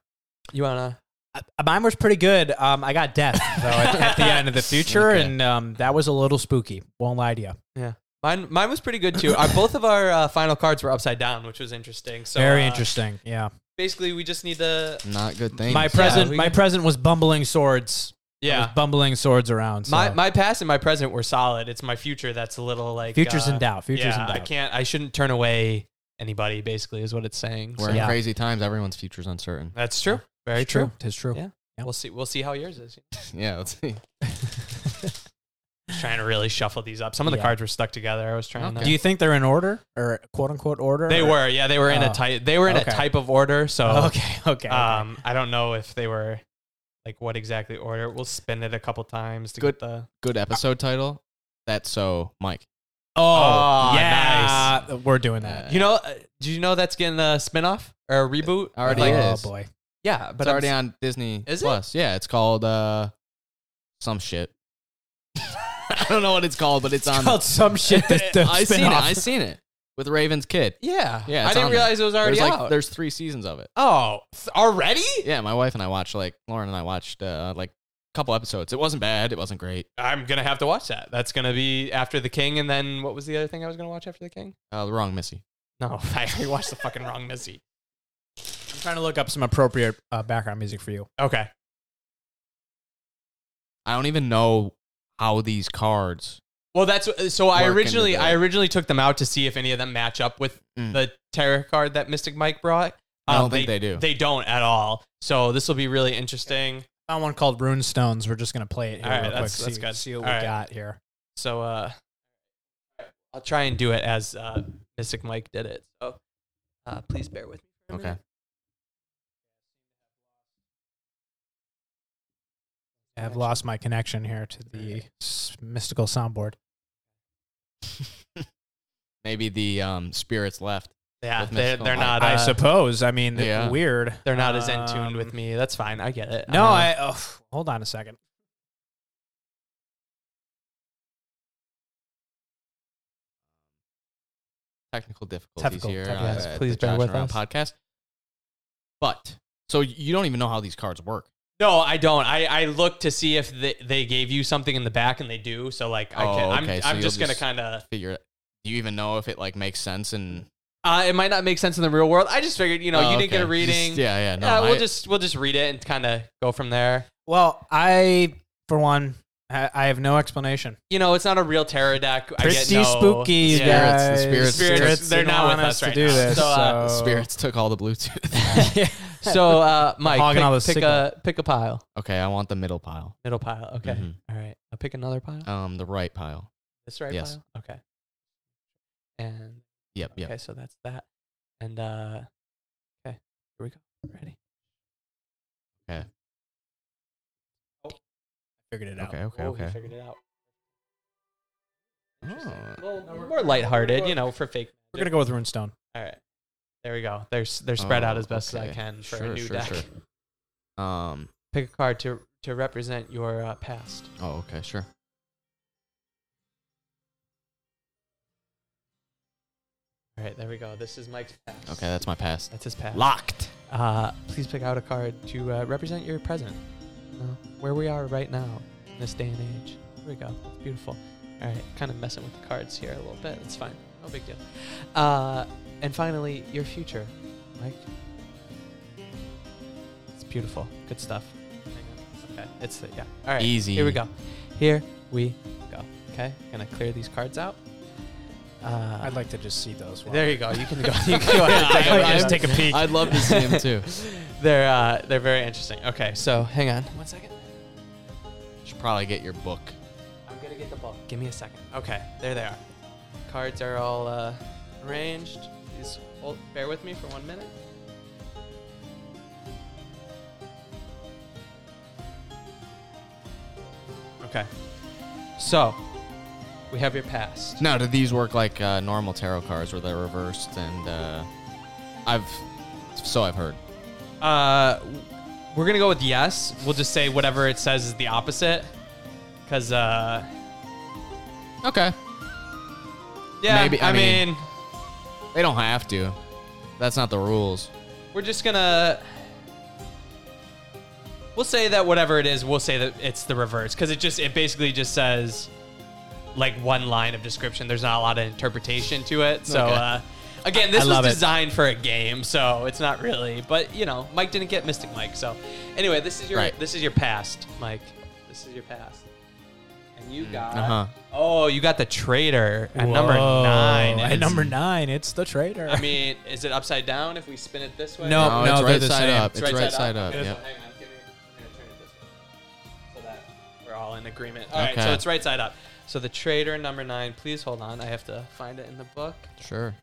Speaker 2: You wanna?
Speaker 1: Uh, Mine was pretty good. Um, I got death though at, at the end of the future,
Speaker 3: Okay.
Speaker 1: and um, that was a little spooky. Won't lie to you.
Speaker 2: Mine, mine was pretty good too. Our, both of our uh, final cards were upside down, which was interesting. So
Speaker 1: Very
Speaker 2: uh,
Speaker 1: interesting. Yeah.
Speaker 2: Basically, we just need to.
Speaker 3: Not good things.
Speaker 1: My
Speaker 2: Yeah,
Speaker 1: present.
Speaker 2: we
Speaker 1: my
Speaker 2: can-
Speaker 1: present was bumbling swords. I was
Speaker 2: Yeah,
Speaker 1: bumbling swords around. So.
Speaker 2: my my past and my present were solid. It's my future that's a little like
Speaker 1: futures
Speaker 2: uh,
Speaker 1: in doubt. Futures
Speaker 2: yeah,
Speaker 1: in doubt.
Speaker 2: I can't. I shouldn't turn away anybody. Basically, is what it's saying.
Speaker 3: We're
Speaker 2: So-
Speaker 3: in
Speaker 1: Yeah.
Speaker 3: crazy times. Everyone's future's uncertain.
Speaker 2: that's true. Very
Speaker 1: It's
Speaker 2: true.
Speaker 1: It's true.
Speaker 2: Yeah.
Speaker 1: Yeah.
Speaker 2: We'll see. We'll see how yours is.
Speaker 3: Yeah, let's see.
Speaker 2: Just trying to really shuffle these up. Some of the
Speaker 1: Yeah.
Speaker 2: cards were stuck together. I was trying.
Speaker 3: Okay.
Speaker 2: to
Speaker 1: Do you think they're in order or quote unquote order?
Speaker 2: They
Speaker 1: or-
Speaker 2: were. Yeah, they were in
Speaker 1: Oh.
Speaker 2: a type. They were in
Speaker 1: Okay.
Speaker 2: a type of order. So
Speaker 1: Okay. Okay.
Speaker 2: Um, I don't know if they were like what exactly order. We'll spin it a couple times to
Speaker 3: Good.
Speaker 2: get the.
Speaker 3: Good episode title. That's so Mike.
Speaker 1: oh,
Speaker 3: Ah,
Speaker 2: Oh,
Speaker 1: yeah. We're doing that.
Speaker 3: Uh,
Speaker 2: You know, uh, do you know that's getting a spin off or a reboot?
Speaker 3: Already
Speaker 2: Like-
Speaker 1: oh
Speaker 3: is.
Speaker 1: boy.
Speaker 2: Yeah, but
Speaker 3: it's
Speaker 2: I'm
Speaker 3: already
Speaker 2: s-
Speaker 3: on Disney
Speaker 2: Is it?
Speaker 3: Plus. Yeah, it's called uh some shit. I don't know what it's called, but it's, on.
Speaker 1: Called some shit. The, the
Speaker 3: I seen it.
Speaker 1: spin-off.
Speaker 3: I seen it with Raven's kid.
Speaker 2: Yeah,
Speaker 3: Yeah,
Speaker 2: I didn't
Speaker 3: it's on there.
Speaker 2: realize it was already
Speaker 3: there's like
Speaker 2: out.
Speaker 3: there's three seasons of it.
Speaker 2: oh, th- already?
Speaker 3: Yeah, my wife and I watched like Lauren and I watched uh, like a couple episodes. It wasn't bad. It wasn't great.
Speaker 2: I'm gonna have to watch that. That's gonna be after the King, and then what was the other thing I was gonna watch after the King?
Speaker 3: Uh, the wrong Missy.
Speaker 2: No, I already watched the fucking wrong Missy.
Speaker 1: I'm trying to look up some appropriate uh, background music for you.
Speaker 2: Okay,
Speaker 3: I don't even know how these cards.
Speaker 2: Well, that's uh, so. I
Speaker 3: work into
Speaker 2: originally,
Speaker 3: the-
Speaker 2: I originally took them out to see if any of them match up with
Speaker 3: Mm.
Speaker 2: the tarot card that Mystic Mike brought. Um,
Speaker 3: I don't think they do.
Speaker 2: Oh, They don't at all. So this will be really interesting.
Speaker 1: Found one called Rune Stones. We're just gonna play it here
Speaker 2: All right,
Speaker 1: real
Speaker 2: that's-
Speaker 1: quick.
Speaker 2: that's
Speaker 1: see, see
Speaker 2: good.
Speaker 1: what
Speaker 2: All
Speaker 1: we
Speaker 2: right.
Speaker 1: got here.
Speaker 2: So uh, I'll try and do it as uh, Mystic Mike did it. So uh, please bear with me. for a
Speaker 3: Okay.
Speaker 2: minute.
Speaker 1: I've lost my connection here to the s- mystical soundboard.
Speaker 3: Maybe the um, spirits left.
Speaker 2: Yeah,
Speaker 3: With
Speaker 2: they,
Speaker 3: Mexico.
Speaker 2: they're not.
Speaker 1: I
Speaker 2: uh,
Speaker 1: suppose. I mean,
Speaker 3: Yeah.
Speaker 1: weird.
Speaker 2: they're not as in
Speaker 1: Um,
Speaker 2: tune with me. Uh-huh. That's fine. I get it. Um,
Speaker 1: No,
Speaker 2: don't know.
Speaker 1: I. Oh, hold on a second.
Speaker 3: technical difficulties
Speaker 1: Technical
Speaker 3: here.
Speaker 1: difficulties.
Speaker 3: uh,
Speaker 2: Yes,
Speaker 3: at
Speaker 2: please
Speaker 3: the
Speaker 2: bear
Speaker 3: Josh
Speaker 2: with
Speaker 3: Around
Speaker 2: us.
Speaker 3: Podcast. But so you don't even know how these cards work.
Speaker 2: No, I don't. I, I look to see if they, they gave you something in the back, and they do. So like, I
Speaker 3: Oh,
Speaker 2: can, I'm
Speaker 3: okay, so
Speaker 2: I'm
Speaker 3: you'll
Speaker 2: just gonna
Speaker 3: just-
Speaker 2: kind of.
Speaker 3: Figure it. Do you even know if it like makes sense and
Speaker 2: Uh, it might not make sense in the real world. I just figured, you know,
Speaker 3: Oh,
Speaker 2: you didn't get a
Speaker 3: okay. Just-
Speaker 2: reading.
Speaker 3: yeah, yeah. No,
Speaker 2: Yeah, we'll
Speaker 3: I-
Speaker 2: just we'll just read it and kind of go from there.
Speaker 1: Well, I for one, I, I have no explanation.
Speaker 2: You know, it's not a real tarot deck. I get
Speaker 1: Pretty
Speaker 2: no,
Speaker 1: spooky.
Speaker 2: Yeah.
Speaker 3: Spirits, the
Speaker 1: guys.
Speaker 3: spirits.
Speaker 2: Spirits, they're
Speaker 1: didn't
Speaker 2: not with
Speaker 1: want
Speaker 2: us
Speaker 1: to
Speaker 2: right
Speaker 1: do
Speaker 2: now.
Speaker 1: This,
Speaker 2: So, uh,
Speaker 3: the spirits took all the Bluetooth.
Speaker 2: So, uh, Mike,
Speaker 1: Hogging
Speaker 2: pick,
Speaker 1: all the
Speaker 2: pick
Speaker 1: signal.
Speaker 2: a pick a pile,
Speaker 3: okay, I want the middle pile.
Speaker 2: middle pile. Okay,
Speaker 3: Mhm.
Speaker 2: All right. I'll pick another pile.
Speaker 3: Um, the right pile.
Speaker 2: this right
Speaker 3: yes.
Speaker 2: pile. Okay. And
Speaker 3: Yep, yep.
Speaker 2: Okay, so that's that. And uh okay, here we go. Ready?
Speaker 1: Figured it out.
Speaker 3: Okay, okay,
Speaker 2: Oh,
Speaker 3: okay.
Speaker 2: he figured it out. Interesting.
Speaker 3: Oh.
Speaker 2: A little more lighthearted, you know, for fake.
Speaker 1: We're gonna go with Runestone.
Speaker 2: All right, there we go. They're s- they're spread out
Speaker 3: Oh,
Speaker 2: as best as I
Speaker 3: okay.
Speaker 2: can for
Speaker 3: Sure,
Speaker 2: a new
Speaker 3: sure,
Speaker 2: deck.
Speaker 3: sure. Um.
Speaker 2: Pick a card to to represent your uh, past.
Speaker 3: Oh, okay, sure.
Speaker 2: All right, there we go. This is Mike's past.
Speaker 3: Okay, that's my past.
Speaker 2: that's his past.
Speaker 3: Locked.
Speaker 2: Uh, please pick out a card to uh, represent your present, you know, where we are right now in this day and age. There we go. It's beautiful. All right, kind of messing with the cards here a little bit. It's fine. No big deal. Uh, and finally, your future, Mike. It's beautiful. Good stuff. Hang on. Okay, it's yeah. All right.
Speaker 3: Easy.
Speaker 2: Here we go. Here we go. Okay, gonna clear these cards out. Uh,
Speaker 1: I'd like to just see those. Ones.
Speaker 2: There you go. You can go. You can go ahead and take a
Speaker 1: I'd like
Speaker 2: look
Speaker 1: to
Speaker 2: at
Speaker 1: just
Speaker 2: them.
Speaker 1: take a peek.
Speaker 3: I'd love to see him too.
Speaker 2: They're uh, they're very interesting. Okay, so hang on. One second.
Speaker 3: Should probably get your book.
Speaker 2: I'm gonna get the ball. Give me a second. Okay, there they are. Cards are all uh, arranged. Please hold, bear with me for one minute. Okay. So we have your past.
Speaker 3: Now, do these work like uh, normal tarot cards, where they're reversed? And uh, I've so I've heard.
Speaker 2: Uh, we're gonna go with yes. We'll just say whatever it says is the opposite, because uh,
Speaker 3: Okay,
Speaker 2: yeah.
Speaker 3: Maybe- I
Speaker 2: I
Speaker 3: mean-
Speaker 2: mean
Speaker 3: they don't have to. That's not the rules.
Speaker 2: We're just gonna. We'll say that whatever it is, we'll say that it's the reverse because it just it basically just says like one line of description. There's not a lot of interpretation to it. So
Speaker 3: Okay.
Speaker 2: uh, again, this was
Speaker 1: love it.
Speaker 2: designed for a game, so it's not really. But you know, Mike didn't get Mystic Mike. So anyway, this is your
Speaker 3: Right.
Speaker 2: this is your past, Mike. This is your past. And you got
Speaker 3: uh-huh.
Speaker 2: oh, you got the traitor at
Speaker 1: Whoa.
Speaker 2: number nine.
Speaker 1: At
Speaker 2: It's-
Speaker 1: number nine, it's the traitor.
Speaker 2: I mean, is it upside down if we spin it this way?
Speaker 1: No,
Speaker 3: Oh, No,
Speaker 1: no,
Speaker 3: it's
Speaker 1: they're
Speaker 3: right
Speaker 1: the
Speaker 3: side
Speaker 1: same.
Speaker 3: up. It's, right, side up.
Speaker 2: Okay,
Speaker 3: Yep.
Speaker 2: so hang on, give me- I'm gonna turn it this way so that we're all in agreement. All right, so
Speaker 3: Okay.
Speaker 2: it's right side up. So the trader number nine, please hold on. I have to find it in the book.
Speaker 3: Sure.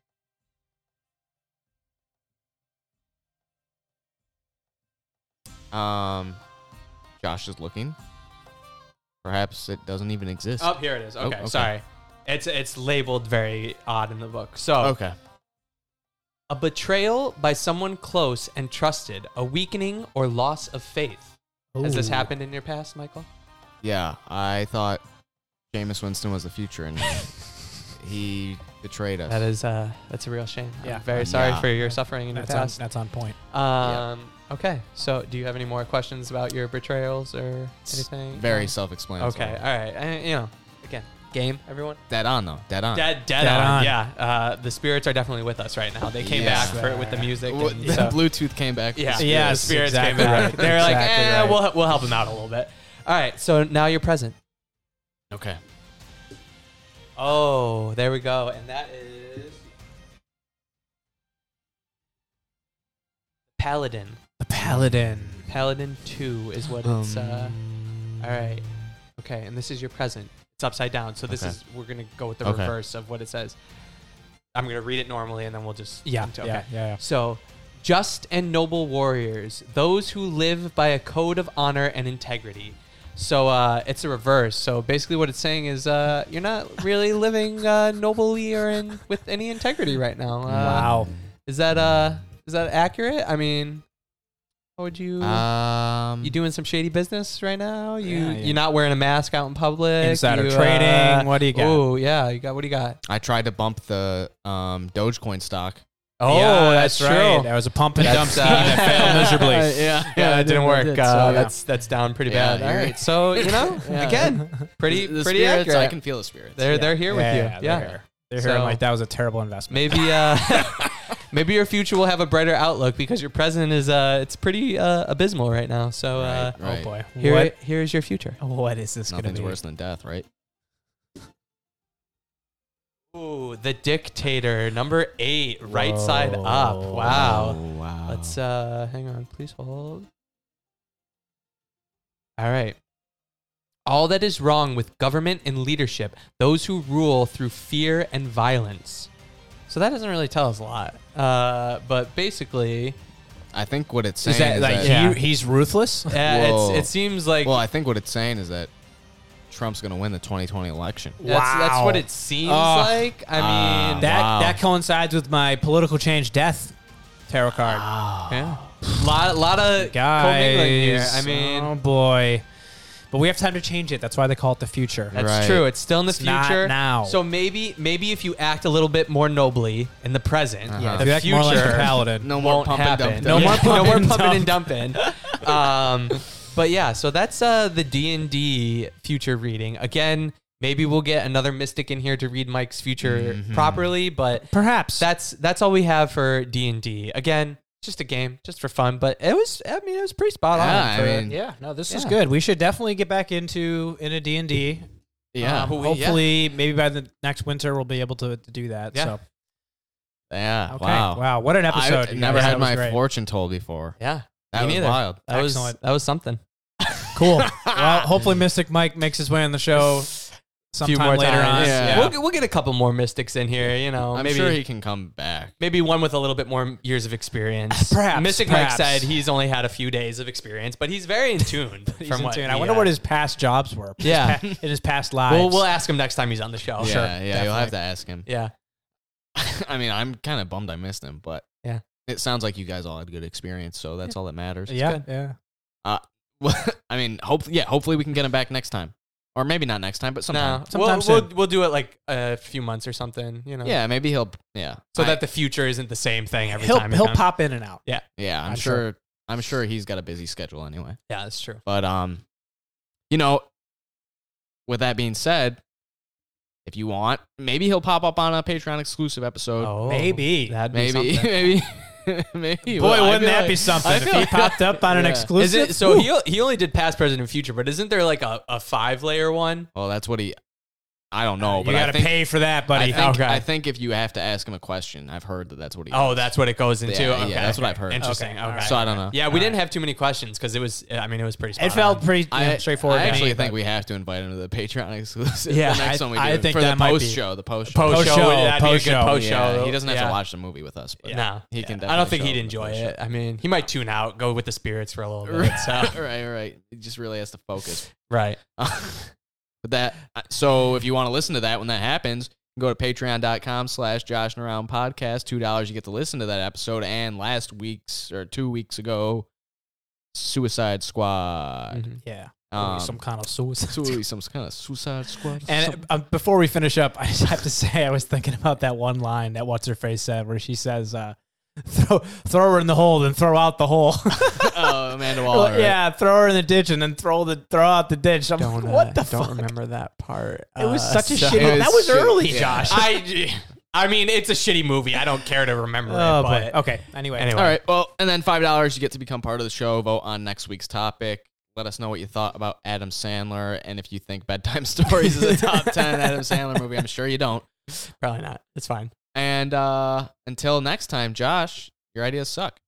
Speaker 3: Um, Josh is looking. Perhaps it doesn't even exist.
Speaker 2: Oh, here it is. Okay,
Speaker 3: okay.
Speaker 2: sorry. It's it's labeled very odd in the book. So
Speaker 3: okay.
Speaker 2: a betrayal by someone close and trusted, a weakening or loss of faith. Has this
Speaker 1: Ooh.
Speaker 2: happened in your past, Michael?
Speaker 3: Yeah, I thought Jameis Winston was the future, and he betrayed us.
Speaker 2: That is uh that's a real shame.
Speaker 1: Yeah.
Speaker 2: I'm very sorry
Speaker 3: Yeah.
Speaker 2: for your suffering in your
Speaker 1: that's
Speaker 2: past.
Speaker 1: on, that's on point.
Speaker 2: Um, Okay. So, do you have any more questions about your betrayals or
Speaker 3: It's
Speaker 2: anything?
Speaker 3: very
Speaker 2: No?
Speaker 3: self-explanatory.
Speaker 2: Okay. All right. I, you know, again, game, everyone.
Speaker 3: Dead on though. Dead on.
Speaker 2: Dead, dead,
Speaker 1: Dead
Speaker 2: on.
Speaker 1: on.
Speaker 2: Yeah. Uh, the spirits are definitely with us right now. They came
Speaker 3: Yeah.
Speaker 2: back for, with the music.
Speaker 3: Well,
Speaker 2: and
Speaker 3: the
Speaker 2: so-
Speaker 3: Bluetooth came back. with
Speaker 2: yeah.
Speaker 3: the
Speaker 1: Yeah.
Speaker 2: the
Speaker 1: Yes,
Speaker 2: spirits
Speaker 1: exactly
Speaker 2: came back.
Speaker 1: right.
Speaker 2: They're
Speaker 1: Exactly
Speaker 2: like, eh,
Speaker 1: right.
Speaker 2: we'll we'll help them out a little bit. All right. So now you're present.
Speaker 3: spirit. Okay.
Speaker 2: Oh, there we go. And that is Paladin.
Speaker 1: The paladin.
Speaker 2: Paladin 2 is what
Speaker 3: um,
Speaker 2: it's
Speaker 1: Um,
Speaker 2: uh all right. Okay, and this is your present. It's upside down. So this
Speaker 3: Okay.
Speaker 2: is we're going to go with the
Speaker 3: Okay.
Speaker 2: reverse of what it says. I'm going to read it normally and then we'll just
Speaker 1: Yeah,
Speaker 2: into-
Speaker 1: yeah, yeah, yeah.
Speaker 2: So, just and noble warriors, those who live by a code of honor and integrity. So uh, it's the reverse. So basically, what it's saying is uh, you're not really living uh, nobly or in, with any integrity right now. Uh,
Speaker 1: Wow.
Speaker 2: Is that uh is that accurate? I mean, how would you
Speaker 1: Uh,
Speaker 3: Um,
Speaker 2: you doing some shady business right now? You
Speaker 1: Mm-hmm. Yeah, yeah.
Speaker 2: you're not wearing a mask out in public.
Speaker 1: Insider
Speaker 2: You, uh,
Speaker 1: trading. What do you got?
Speaker 2: Oh yeah, you got what do you got?
Speaker 3: I tried to bump the um, Dogecoin stock.
Speaker 1: Oh,
Speaker 2: Yeah,
Speaker 1: that's,
Speaker 2: that's
Speaker 1: right.
Speaker 2: true.
Speaker 1: That was a pump and dump
Speaker 2: That's,
Speaker 1: scheme
Speaker 2: uh,
Speaker 1: that failed miserably.
Speaker 3: yeah.
Speaker 2: Yeah,
Speaker 1: it
Speaker 2: that didn't
Speaker 1: didn't-
Speaker 2: work.
Speaker 1: it did,
Speaker 2: uh,
Speaker 1: so, yeah.
Speaker 2: That's that's down pretty
Speaker 3: Yeah,
Speaker 2: bad.
Speaker 3: you're
Speaker 2: All right,
Speaker 3: right.
Speaker 2: so you know,
Speaker 3: Yeah.
Speaker 2: again, pretty
Speaker 3: The
Speaker 2: pretty
Speaker 3: spirits,
Speaker 2: accurate.
Speaker 3: I can feel the spirits.
Speaker 2: they're they're here with you.
Speaker 1: Yeah, they're here. They're here. I'm
Speaker 2: So-
Speaker 1: like that was a terrible investment.
Speaker 2: Maybe uh maybe your future will have a brighter outlook because your present is uh it's pretty uh, abysmal right now. So uh
Speaker 3: Right, right.
Speaker 1: Oh boy,
Speaker 2: here
Speaker 1: what
Speaker 2: here is your future.
Speaker 1: what is this going to
Speaker 3: Nothing's
Speaker 1: be?
Speaker 3: worse than death, right?
Speaker 2: Ooh, the dictator number 8 right side up.
Speaker 1: Whoa.
Speaker 2: Wow.
Speaker 3: Oh, wow.
Speaker 2: Let's uh hang on, please hold. All right. All that is wrong with government and leadership, those who rule through fear and violence. So that doesn't really tell us a lot. Uh, but basically,
Speaker 3: I think what it's saying
Speaker 1: Is that like
Speaker 3: that-
Speaker 1: he-
Speaker 2: Yeah.
Speaker 1: he's ruthless?
Speaker 2: uh, it's,
Speaker 3: Whoa.
Speaker 2: it seems like
Speaker 3: well, I think what it's saying is that Trump's going to win the 2020 election.
Speaker 2: that's, that's
Speaker 1: Wow.
Speaker 2: what it seems
Speaker 1: Ugh.
Speaker 2: like. I mean,
Speaker 1: That
Speaker 3: Wow.
Speaker 1: that coincides with my political change death tarot card.
Speaker 2: yeah. lot, lot of commingling here.
Speaker 1: Guys,
Speaker 2: I mean,
Speaker 1: oh boy. But we have time to change it. That's why they call it the future.
Speaker 2: That's
Speaker 3: Right.
Speaker 2: true. It's still in the
Speaker 1: It's not
Speaker 2: future
Speaker 1: now.
Speaker 2: So maybe maybe if you act a little bit more nobly in the present,
Speaker 3: Uh-huh.
Speaker 2: the
Speaker 1: If you act
Speaker 2: future
Speaker 1: more like a paladin.
Speaker 3: No more
Speaker 2: won't
Speaker 3: pump
Speaker 2: happen.
Speaker 3: and dump.
Speaker 2: no,
Speaker 1: Yeah.
Speaker 2: more
Speaker 1: Yeah.
Speaker 2: pump, no more
Speaker 1: Pump and
Speaker 2: pumping and dumping. um, but yeah, so that's uh, the D and D future reading again. Maybe we'll get another mystic in here to read Mike's future
Speaker 1: Mm-hmm.
Speaker 2: properly, but
Speaker 1: Perhaps.
Speaker 2: that's that's all we have for D and D. Again, just a game, just for fun. But it was, I mean, it was pretty spot on.
Speaker 3: Yeah, I
Speaker 2: for-
Speaker 3: mean,
Speaker 1: yeah, no, this is
Speaker 2: Yeah.
Speaker 1: good. We should definitely get back into in a D&D.
Speaker 3: yeah.
Speaker 2: Uh,
Speaker 1: Um, hopefully maybe by the next winter we'll be able to, to do that.
Speaker 2: Yeah.
Speaker 1: So,
Speaker 3: yeah.
Speaker 1: okay.
Speaker 3: Wow.
Speaker 1: Wow, what an episode.
Speaker 3: I've
Speaker 1: you
Speaker 3: never
Speaker 1: guys.
Speaker 3: had
Speaker 1: That was
Speaker 3: my
Speaker 1: great.
Speaker 3: fortune told before.
Speaker 2: yeah,
Speaker 3: That
Speaker 2: me
Speaker 3: was
Speaker 2: neither.
Speaker 3: wild.
Speaker 2: that was
Speaker 1: Excellent.
Speaker 2: that was something.
Speaker 1: Cool. well, hopefully Mystic Mike makes his way on the show sometime
Speaker 2: few more
Speaker 1: later
Speaker 2: times.
Speaker 1: on.
Speaker 3: Yeah.
Speaker 2: We'll, get- we'll get a couple more mystics in here. You know,
Speaker 3: I'm
Speaker 2: maybe
Speaker 3: sure he can come back.
Speaker 2: maybe one with a little bit more years of experience.
Speaker 1: Perhaps,
Speaker 2: Mystic
Speaker 1: perhaps.
Speaker 2: Mike said he's only had a few days of experience, but he's very in tune.
Speaker 1: He's
Speaker 2: from
Speaker 1: in
Speaker 2: what
Speaker 1: tune.
Speaker 2: he,
Speaker 1: I wonder
Speaker 2: uh,
Speaker 1: what his past jobs were. His
Speaker 2: Yeah.
Speaker 1: pa- in his past lives.
Speaker 2: We'll, we'll ask him next time he's on the show.
Speaker 3: yeah,
Speaker 2: Oh, Sure.
Speaker 3: yeah, you'll have to ask him.
Speaker 2: Yeah.
Speaker 3: I mean, I'm kind of bummed I missed him, but
Speaker 2: Yeah.
Speaker 3: it sounds like you guys all had good experience, so that's all that matters.
Speaker 1: yeah, yeah.
Speaker 3: Well, I mean, hope yeah, hopefully we can get him back next time, or maybe not next time, but sometime.
Speaker 2: No, we'll,
Speaker 1: Sometime
Speaker 2: we'll
Speaker 1: soon.
Speaker 2: we'll do it like a few months or something. You know.
Speaker 3: Yeah, maybe he'll. Yeah,
Speaker 2: So
Speaker 3: I-
Speaker 2: that the future isn't the same thing every
Speaker 1: He'll
Speaker 2: time. it
Speaker 1: he'll
Speaker 2: comes.
Speaker 1: pop in and out.
Speaker 3: yeah, I'm,
Speaker 1: I'm
Speaker 3: sure,
Speaker 1: sure.
Speaker 3: I'm sure he's got a busy schedule anyway.
Speaker 2: Yeah, that's true.
Speaker 3: But um, you know, with that being said, if you want, maybe he'll pop up on a Patreon exclusive episode.
Speaker 2: Oh,
Speaker 1: Maybe.
Speaker 2: That'd be
Speaker 3: maybe,
Speaker 2: something.
Speaker 3: maybe, maybe.
Speaker 1: Boy,
Speaker 3: Well, I
Speaker 1: wouldn't
Speaker 3: feel
Speaker 1: that
Speaker 3: like-
Speaker 1: be something
Speaker 3: I
Speaker 1: if
Speaker 3: feel
Speaker 1: he
Speaker 3: like-
Speaker 1: popped up on an
Speaker 3: Yeah.
Speaker 2: Is
Speaker 1: exclusive?
Speaker 2: it so?
Speaker 1: Woo.
Speaker 2: He he only did past, present, and future, but isn't there like a, a five layer one?
Speaker 3: Well, that's what he. I don't know, but
Speaker 1: Uh, you
Speaker 3: I
Speaker 1: got to
Speaker 3: think,
Speaker 1: pay for that, buddy.
Speaker 3: I think,
Speaker 2: Okay.
Speaker 3: I think if you have to ask him a question, I've heard that that's what he.
Speaker 2: Oh, that's what it goes into.
Speaker 3: Yeah, yeah,
Speaker 2: okay.
Speaker 3: that's what I've heard.
Speaker 2: Interesting. Okay.
Speaker 1: Okay.
Speaker 3: so I don't know.
Speaker 2: Yeah, we didn't have too many questions because it was. I mean, it was pretty. Spot
Speaker 1: it felt
Speaker 2: on.
Speaker 1: pretty you know,
Speaker 3: I,
Speaker 1: straightforward.
Speaker 3: I
Speaker 1: to
Speaker 3: actually
Speaker 1: me,
Speaker 3: think
Speaker 1: but-
Speaker 3: we have to invite him to the Patreon exclusive.
Speaker 2: Yeah,
Speaker 3: the next
Speaker 1: I-
Speaker 3: one we
Speaker 1: I
Speaker 3: do,
Speaker 1: think
Speaker 3: for the
Speaker 1: that might
Speaker 3: post
Speaker 1: be-
Speaker 3: show. The post show.
Speaker 2: post show.
Speaker 1: Post-show,
Speaker 2: that'd be a good
Speaker 1: post-show.
Speaker 2: post
Speaker 3: Yeah,
Speaker 2: show.
Speaker 3: he doesn't have
Speaker 2: Yeah.
Speaker 3: to watch the movie with us, but
Speaker 2: No.
Speaker 3: he can.
Speaker 2: I don't
Speaker 3: definitely
Speaker 2: think
Speaker 3: show
Speaker 2: he'd
Speaker 3: up
Speaker 2: enjoy
Speaker 3: in the post
Speaker 2: it. I mean, he might tune out, go with the spirits for a little bit.
Speaker 3: Right.
Speaker 2: So,
Speaker 3: show. right, right. He just really has to focus.
Speaker 2: right.
Speaker 3: but that. uh, So if you want to listen to that when that happens. Go to patreon.com slash Josh and Around Podcast. Two dollars you get to listen to that episode and last week's or two weeks ago, Suicide Squad.
Speaker 2: Mm-hmm.
Speaker 1: yeah,
Speaker 3: Um,
Speaker 1: some kind of Mm, suicide.
Speaker 3: Sui- some kind of Suicide Squad.
Speaker 1: And uh, before we finish up, I just have to say I was thinking about that one line that what's her face said, where she says, uh, "Throw throw her in the hole, then throw out the hole."
Speaker 3: oh, Amanda Waller. right?
Speaker 1: yeah, throw her in the ditch and then throw the throw out the ditch. I'm like, what the
Speaker 2: don't
Speaker 1: fuck?
Speaker 2: remember that part.
Speaker 1: It
Speaker 3: Uh,
Speaker 1: was such a
Speaker 2: so-
Speaker 1: shitty.
Speaker 3: It
Speaker 1: that
Speaker 3: was
Speaker 1: was
Speaker 3: shitty,
Speaker 1: early,
Speaker 3: yeah.
Speaker 1: Josh.
Speaker 2: I, I mean, it's a shitty movie. I don't care to remember
Speaker 1: Oh,
Speaker 2: it, but
Speaker 1: boy. Okay. Anyway.
Speaker 2: anyway.
Speaker 3: All right. Well, and then five dollars, you get to become part of the show. Vote on next week's topic. Let us know what you thought about Adam Sandler, and if you think Bedtime Stories is a top ten Adam Sandler movie. I'm sure you don't.
Speaker 2: probably not. It's fine.
Speaker 3: And uh, until next time, Josh, your ideas suck.